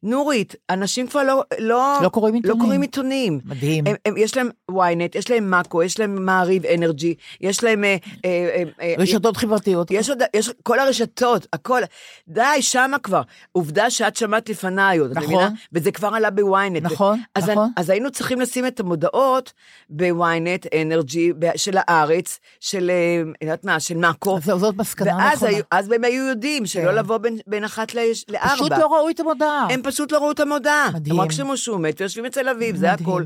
S5: נורית, אנשים כבר לא... לא,
S4: לא קוראים
S5: לא
S4: עיתונים."
S5: קוראים עיתונים.
S4: מדהים.
S5: הם, הם, יש להם ynet, יש להם מאקו, יש להם מעריב אנרג'י, יש להם... אה, אה, אה,
S4: רשתות חברתיות.
S5: יש עוד, יש כל הרשתות, הכל, די, שמה כבר. עובדה שאת שמעת לפניי עוד,
S4: נכון.
S5: את מבינה? וזה כבר עלה בוויינט.
S4: נכון,
S5: אז
S4: נכון.
S5: אז היינו צריכים לשים את המודעות בוויינט, אנרג'י, ב- של הארץ, של, אה, אני יודעת מה, של מאקו.
S4: אז זו- זאת מסקנה
S5: ואז
S4: נכונה. כן.
S5: היו, אז הם היו יודעים שלא לבוא בין, בין אחת לש- לארבע.
S4: פשוט לא ראו את המודעה.
S5: הם פשוט לא ראו את המודעה.
S4: מדהים.
S5: הם רק שמעו שהוא מת ויושבים אצל אביו, זה
S4: מדהים.
S5: הכל.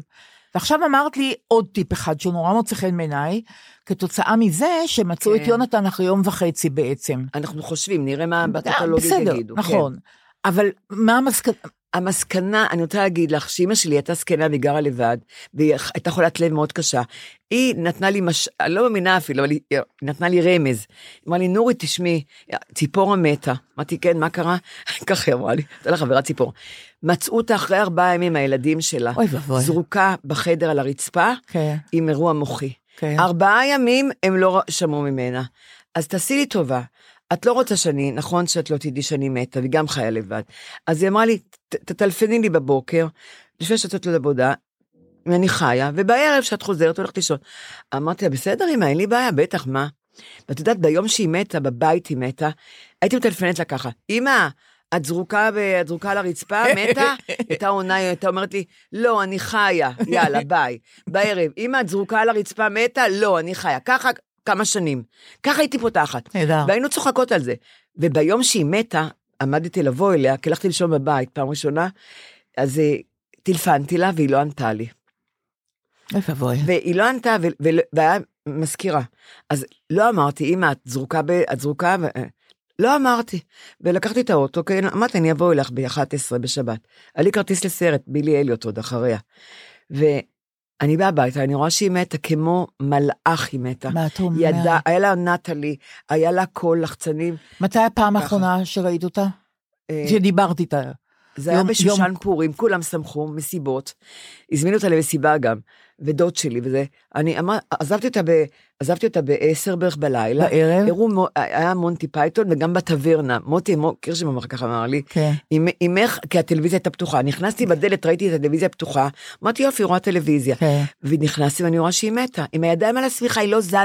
S4: ועכשיו אמרת לי עוד טיפ אחד שנורא מוצא חן בעיניי, כתוצאה מזה שמצאו את
S5: כן.
S4: יונתן אחרי יום וחצי בעצם.
S5: אנחנו חושבים, נראה מה
S4: אה,
S5: בטכנולוגיה
S4: בסדר,
S5: יגידו. כן.
S4: נכון. אבל מה המסקנה?
S5: המסקנה, אני רוצה להגיד לך, שאימא שלי הייתה זקנה והיא גרה לבד, והיא הייתה חולת לב מאוד קשה. היא נתנה לי, מש... אני לא מאמינה אפילו, אבל היא היא נתנה לי רמז. היא אמרה לי, נורי, תשמעי, ציפורה מתה. אמרתי, כן, מה קרה? *laughs* ככה היא אמרה לי, הייתה לה חברה ציפורה. מצאו אותה אחרי ארבעה ימים, הילדים שלה,
S4: אוי ואבוי.
S5: זרוקה בחדר על הרצפה,
S4: כן.
S5: עם אירוע מוחי.
S4: כן.
S5: ארבעה ימים הם לא שמעו ממנה. אז תעשי לי טובה, את לא רוצה שאני, נכון שאת לא תדעי שאני מתה, והיא גם חיה לבד. אז היא אמרה לי, "ת- תטלפני לי בבוקר, לפני שאת יוצאת לעבודה, אם אני חיה, ובערב כשאת חוזרת הולכת לישון. אמרתי לה, בסדר, אמא, אין לי בעיה, בטח, מה? ואת יודעת, ביום שהיא מתה, בבית היא מתה, הייתי מטלפנת לה ככה, אמא, את זרוקה, ב... את זרוקה על הרצפה, מתה? הייתה עונה, היא הייתה אומרת לי, לא, אני חיה, יאללה, ביי. בערב, אמא, את זרוקה על הרצפה, מתה? לא, אני חיה. ככה כמה שנים. ככה הייתי פותחת.
S4: נהדר.
S5: והיינו צוחקות על זה. וביום שהיא מתה, עמדתי לבוא אליה, כי הלכתי לישון בבית פעם ראשונה, אז אה, טילפנתי לה והיא לא ענתה לי.
S4: אוי ואבוי.
S5: והיא לא ענתה, ו- ו- והיה מזכירה. אז לא אמרתי, אמא, את זרוקה, ב- את זרוקה, ו- לא אמרתי. ולקחתי את האוטו, כן, אמרתי, אני אבוא אליך ב-11 בשבת. היה לי כרטיס לסרט, בילי אליוט עוד אחריה. ואני באה הביתה, אני רואה שהיא מתה, כמו מלאך היא מתה.
S4: מה את אומרת?
S5: ידע, היה לה נטלי, היה לה קול לחצנים.
S4: מתי הפעם
S5: ככה.
S4: האחרונה שראית אותה?
S5: אה,
S4: שדיברת איתה.
S5: זה היה
S4: יום-
S5: בשושן
S4: יום-
S5: פורים, כולם שמחו, מסיבות. הזמינו אותה למסיבה גם, ודוד שלי וזה. אני אמר, עזבתי אותה ב... עזבתי אותה בעשר בערך בלילה.
S4: בערב?
S5: הראו, מו- היה מונטי פייתון וגם בטברנה. מוטי מו- קירשנבאום אחר כך אמר לי,
S4: כן.
S5: "אמ- אמך, כי הטלוויזיה הייתה פתוחה. נכנסתי בדלת, ראיתי את הטלוויזיה פתוחה, אמרתי, יופי, רואה טלוויזיה.
S4: כן.
S5: ונכנסתי ואני רואה שהיא מתה. עם הידיים על השמיכה, היא לא זזה.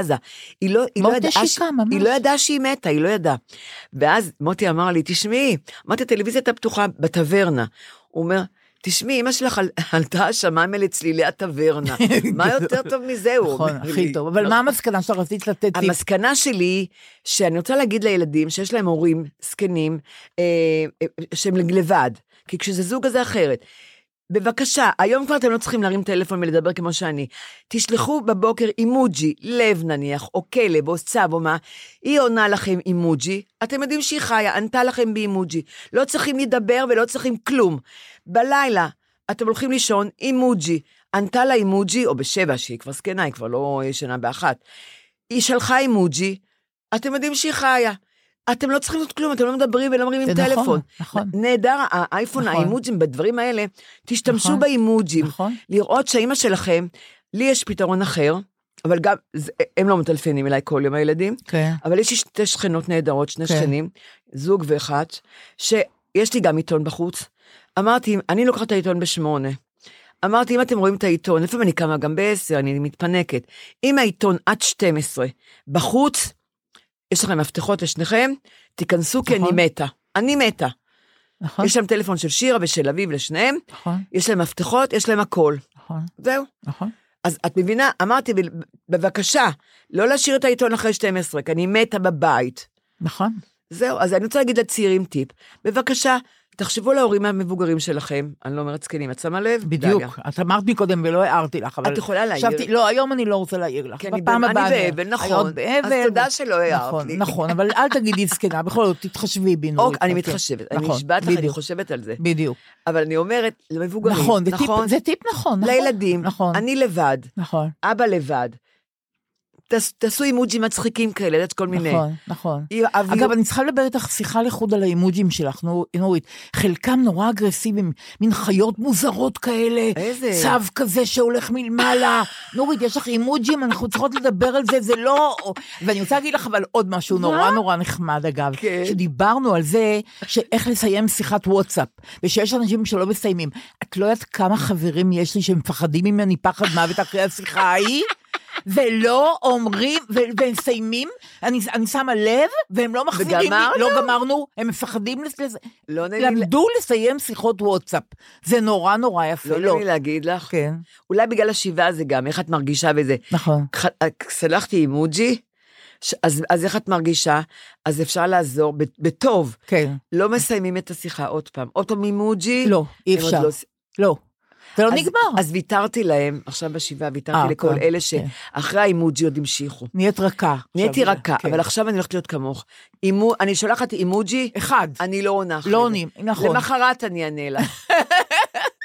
S5: היא לא, היא לא
S4: מוטי
S5: ידעה...
S4: שיקה,
S5: ש-
S4: ממש.
S5: היא לא ידעה שהיא מתה, היא לא ידעה. ואז מוטי אמר לי, תשמעי, אמרתי, הטלוויזיה הייתה פתוחה בטברנה. הוא אומר, תשמעי, אמא שלך על- עלתה השמיים אל צלילי
S4: *laughs*
S5: הטברנה. מה יותר טוב מזה, הוא אומר
S4: נכון,
S5: לי.
S4: הכי טוב. אבל מה המסקנה שלך? רצית לתת טיפ.
S5: לא. המסקנה שלי היא שאני רוצה להגיד לילדים שיש להם הורים זקנים אה, אה, שהם לבד, כי כשזה זוג אז זה אחרת. בבקשה, היום כבר אתם לא צריכים להרים טלפון ולדבר כמו שאני. תשלחו בבוקר אימוג'י, לב נניח, או כלב, או צב, או מה. היא עונה לכם אימוג'י, אתם יודעים שהיא חיה, ענתה לכם באימוג'י. לא צריכים לדבר ולא צריכים כלום. בלילה, אתם הולכים לישון, אימוג'י. ענתה לה אימוג'י, או בשבע, שהיא כבר זקנה, היא כבר לא ישנה באחת. היא שלחה אימוג'י, אתם יודעים שהיא חיה. אתם לא צריכים לעשות כלום, אתם לא מדברים ולא מרימים
S4: זה נכון,
S5: טלפון.
S4: נכון.
S5: נהדר, האייפון,
S4: נכון.
S5: האימוג'ים, בדברים האלה, תשתמשו
S4: נכון.
S5: באימוג'ים.
S4: נכון.
S5: לראות שהאימא שלכם, לי יש פתרון אחר, אבל גם, זה- הם לא מטלפנים אליי כל יום הילדים,
S4: כן.
S5: אבל יש לי שתי שכנות נהדרות, שני
S4: כן.
S5: שכנים, זוג ואחת, שיש לי גם עיתון בחוץ. אמרתי, אני לוקחת את העיתון בשמונה. אמרתי, אם אתם רואים את העיתון, לפעמים אני קמה גם בעשר, אני מתפנקת. אם העיתון עד 12 בחוץ, יש לכם מפתחות לשניכם, תיכנסו כי
S4: נכון.
S5: אני מתה. אני מתה.
S4: נכון.
S5: יש להם טלפון של שירה ושל אביב לשניהם,
S4: נכון.
S5: יש להם מפתחות, יש להם הכל.
S4: נכון.
S5: זהו.
S4: נכון.
S5: אז את מבינה, אמרתי, ב- בבקשה, לא להשאיר את העיתון אחרי 12, כי אני מתה בבית.
S4: נכון.
S5: זהו, אז אני רוצה להגיד לצעירים טיפ. בבקשה, תחשבו על ההורים המבוגרים שלכם, אני לא אומרת זקנים, את שמה לב?
S4: בדיוק.
S5: דליה.
S4: את אמרת מקודם ולא הערתי לך, אבל...
S5: את יכולה להעיר.
S4: חשבתי- לא, היום אני לא רוצה להעיר לך.
S5: כי אני
S4: בפעם
S5: ב- אני
S4: הבאה
S5: באבל, נכון.
S4: היום
S5: אז
S4: באבל.
S5: תודה שלא הערת
S4: נכון,
S5: לי.
S4: נכון, אבל אל תגידי זקנה, בכל זאת, תתחשבי בי נורית.
S5: אוקיי, אני
S4: אוקיי.
S5: מתחשבת, אני
S4: נכון,
S5: נשבעת לך, אני
S4: בדיוק,
S5: חושבת על זה.
S4: בדיוק.
S5: אבל אני אומרת, למבוגרים,
S4: נכון, זה טיפ- זה טיפ נכון. נכון.
S5: לילדים,
S4: נכון.
S5: אני לבד,
S4: נכון.
S5: אבא לבד. תעש- תעשו אימוג'ים מצחיקים כאלה, את יודעת, כל מיני. לא-
S4: נכון, נכון.
S5: היא- אביו-
S4: אגב, אני צריכה לדבר איתך שיחה לחוד על האימוג'ים שלך, נור- נורית. חלקם נורא אגרסיביים, מין חיות מוזרות כאלה.
S5: איזה?
S4: צב כזה שהולך מלמעלה. נורית, יש לך אימוג'ים, אנחנו צריכות לדבר על זה, זה לא... ואני רוצה להגיד לך אבל עוד משהו נורא נורא נחמד, אגב.
S5: כן.
S4: שדיברנו על זה, שאיך לסיים שיחת וואטסאפ, ושיש אנשים שלא מסיימים. את לא יודעת כמה חברים יש לי שמפחדים ממני פחד מוות אחרי השיחה ההיא? ולא אומרים, ו- והם מסיימים, אני, אני שמה לב, והם לא מחזירים לי,
S5: וגמרנו?
S4: לא גמרנו, הם מפחדים לזה,
S5: לא נעים לי-
S4: למדו לסיים שיחות וואטסאפ, זה נורא נורא יפה,
S5: לא נעים לי להגיד לך.
S4: כן,
S5: אולי בגלל השבעה זה גם, איך את מרגישה וזה.
S4: נכון.
S5: ח- אה, סלחתי אימוג'י, ש- אז, אז איך את מרגישה? אז אפשר לעזור, ב- בטוב.
S4: כן.
S5: לא מסיימים את השיחה עוד פעם. עוד פעם אימוג'י?
S4: לא, אי
S5: הם עוד
S4: אפשר.
S5: לא ס-
S4: לא. זה לא
S5: אז-
S4: נגמר.
S5: אז ויתרתי להם, עכשיו בשבעה,
S4: אה,
S5: ויתרתי לכל
S4: כן,
S5: אלה
S4: כן.
S5: שאחרי האימוג'יות המשיכו.
S4: נהיית רכה.
S5: נהייתי
S4: עכשיו,
S5: רכה,
S4: כן.
S5: אבל עכשיו אני הולכת להיות כמוך. אימו- אני שולחת אימוג'י,
S4: אחד.
S5: אני לא עונה. אחרי
S4: לא
S5: זה.
S4: עונים, נכון.
S5: למחרת אני
S4: *laughs*
S5: אענה לך.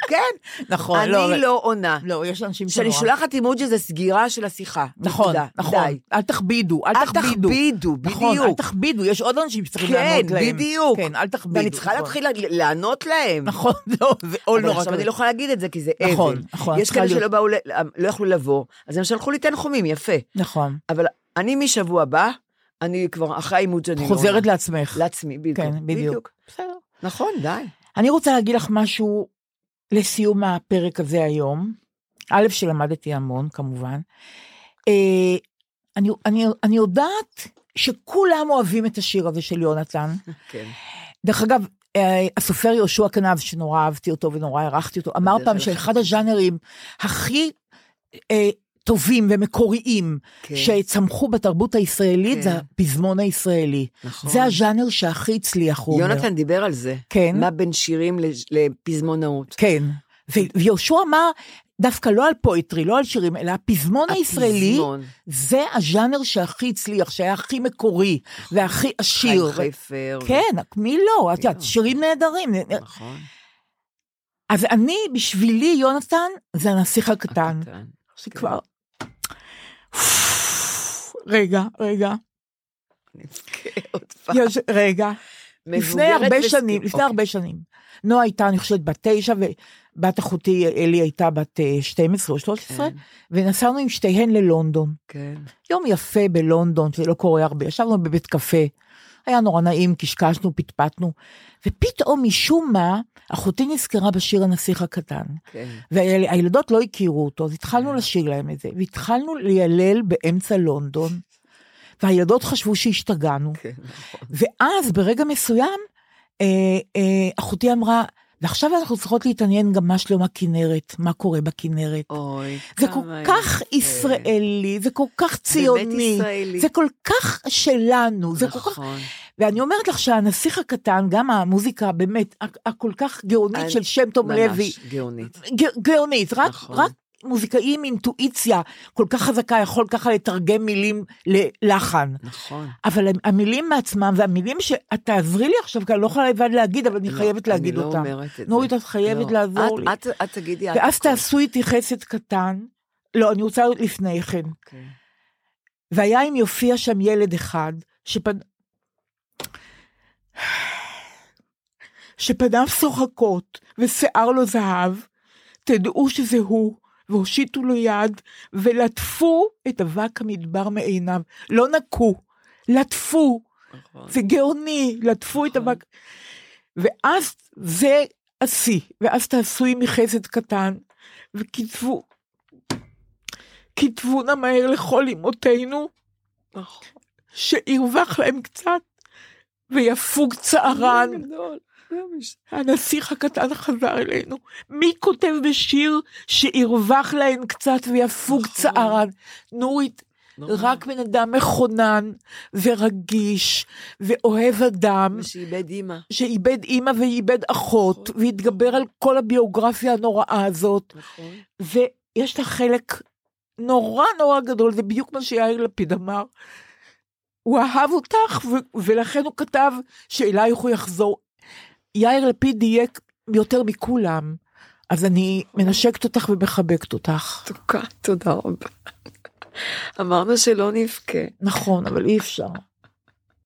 S5: כן,
S4: נכון, לא.
S5: אני לא עונה.
S4: לא, יש אנשים
S5: כשאני
S4: שנורא-
S5: שולחת אימוג'י זה סגירה של השיחה.
S4: נכון,
S5: נקודה.
S4: נכון.
S5: די.
S4: אל תכבידו, אל
S5: אל
S4: תכבידו.
S5: תכבידו,
S4: נכון, אל
S5: בדיוק.
S4: תכבידו, יש עוד אנשים שצריכים
S5: כן,
S4: לענות להם.
S5: בדיוק.
S4: כן, אל תכבידו.
S5: ואני צריכה
S4: נכון.
S5: להתחיל לה- לענות להם.
S4: נכון, לא, זה עול
S5: אבל
S4: נורא
S5: עכשיו אני
S4: כבד.
S5: לא יכולה להגיד את זה, כי זה אבל.
S4: נכון, נכון,
S5: יש
S4: צריכה
S5: כאלה
S4: להיות-
S5: שלא באו, ל- לא יכלו לבוא, אז הם שלחו לי תנחומים, יפה.
S4: נכון.
S5: אבל אני משבוע הבא, אני כבר אחרי העימות שאני לא
S4: חוזרת
S5: עונה.
S4: לעצמך.
S5: לעצמי, בדיוק.
S4: כן, בדיוק. בסדר.
S5: נכון, די.
S4: אני רוצה להגיד לך משהו לסיום הפרק הזה היום. א', שלמדתי המון, כמובן. אה, אני, אני, אני יודעת שכולם אוהבים את השיר הזה של יונתן.
S5: כן.
S4: דרך אגב, אה, הסופר יהושע כנב, שנורא אהבתי אותו ונורא הערכתי אותו, אמר
S5: בדרך
S4: פעם
S5: אליך.
S4: שאחד הז'אנרים הכי אה, טובים ומקוריים
S5: כן,
S4: שצמחו בתרבות הישראלית
S5: כן.
S4: זה הפזמון הישראלי.
S5: נכון.
S4: זה הז'אנר שהכי הצליח, הוא אומר.
S5: יונתן דיבר על זה.
S4: כן.
S5: מה בין שירים לז- לפזמונאות.
S4: כן.
S5: אוקיי.
S4: ו- ויהושע אמר, דווקא לא על פואטרי, לא על שירים, אלא הפזמון הישראלי,
S5: הפזמון,
S4: זה הז'אנר שהכי הצליח, שהיה הכי מקורי, והכי
S5: נכון. חיים
S4: עשיר.
S5: חפר.
S4: כן, מי לא? את יודעת,
S5: לא.
S4: שירים נהדרים.
S5: נכון.
S4: אז אני, בשבילי, יונתן, זה הנסיך הקטן.
S5: *laughs* הקטן. אוקיי.
S4: שכבר... רגע,
S5: *laughs*
S4: רגע,
S5: אני אבכה עוד פעם.
S4: יש, רגע, לפני
S5: מבוגרת
S4: הרבה
S5: וזקנה.
S4: שנים, לפני
S5: אוקיי.
S4: הרבה שנים. נועה הייתה, אני חושבת, בת תשע, ובת אחותי אלי הייתה בת אה, 12 או 13,
S5: כן,
S4: ונסענו עם שתיהן ללונדון.
S5: כן.
S4: יום יפה בלונדון, שזה לא קורה הרבה, ישבנו בבית קפה, היה נורא נעים, קשקשנו, פטפטנו, ופתאום משום מה, אחותי נזכרה בשיר הנסיך הקטן,
S5: כן.
S4: והילדות לא הכירו אותו, אז התחלנו לשיר להם את זה, והתחלנו לילל באמצע לונדון, והילדות חשבו שהשתגענו,
S5: כן, נכון.
S4: ואז ברגע מסוים, אה, אה, אחותי אמרה, ועכשיו אנחנו צריכות להתעניין גם מה שלום הכנרת, מה קורה בכנרת.
S5: אוי,
S4: זה
S5: כמה
S4: כל
S5: היא-
S4: כך
S5: אה,
S4: ישראלי, זה כל כך ציוני,
S5: ישראלי.
S4: זה כל כך שלנו, זה כל כך...
S5: נכון.
S4: ואני אומרת לך שהנסיך הקטן, גם המוזיקה באמת, ה- הכל כך גאונית
S5: אני-
S4: של שם טוב
S5: ממש
S4: לוי,
S5: גאונית.
S4: ג- גאונית, רק,
S5: נכון.
S4: רק מוזיקאי עם אינטואיציה כל כך חזקה יכול ככה לתרגם מילים ללחן.
S5: נכון.
S4: אבל המילים מעצמם, והמילים שאת תעזרי לי עכשיו, כי אני לא יכולה לבד להגיד, אבל אני
S5: לא,
S4: חייבת להגיד
S5: אני לא
S4: אותם.
S5: אומרת את זה.
S4: נורית, את חייבת
S5: לא,
S4: לעזור
S5: את-
S4: לי.
S5: את- את תגידי... את
S4: ואז
S5: הכל.
S4: תעשו איתי חסד קטן. לא, אני רוצה עוד לפני כן.
S5: אוקיי.
S4: והיה אם יופיע שם ילד אחד, שפד... שפניו שוחקות ושיער לו זהב, תדעו שזה הוא, והושיטו לו יד, ולטפו את אבק המדבר מעיניו. לא נקו, לטפו.
S5: נכון.
S4: זה גאוני, לטפו את
S5: נכון.
S4: המק... ואז זה השיא, ואז תעשו עמי חסד קטן, וכתבו, כתבו נא מהר לכל אמותינו,
S5: נכון.
S4: שירווח להם קצת, ויפוג צערן.
S5: גדול.
S4: לא,
S5: ממש.
S4: הנסיך הקטן חזר אלינו. מי כותב בשיר שירווח להן קצת ויפוג
S5: נכון.
S4: צערן? נורית,
S5: נורא.
S4: רק בן אדם מכונן ורגיש ואוהב אדם.
S5: ושאיבד אימא.
S4: שאיבד אימא ואיבד אחות, והתגבר על כל הביוגרפיה הנוראה הזאת,
S5: נכון.
S4: ויש לה חלק נורא נורא גדול, זה בדיוק מה שיאיר לפיד אמר. הוא אהב אותך, ו- ולכן הוא כתב שאלייך הוא יחזור. יאיר לפיד דייק יותר מכולם, אז אני מנשקת אותך ומחבקת אותך.
S5: תוקה, תודה רבה. אמרנו שלא נבכה.
S4: נכון, אבל אי אפשר.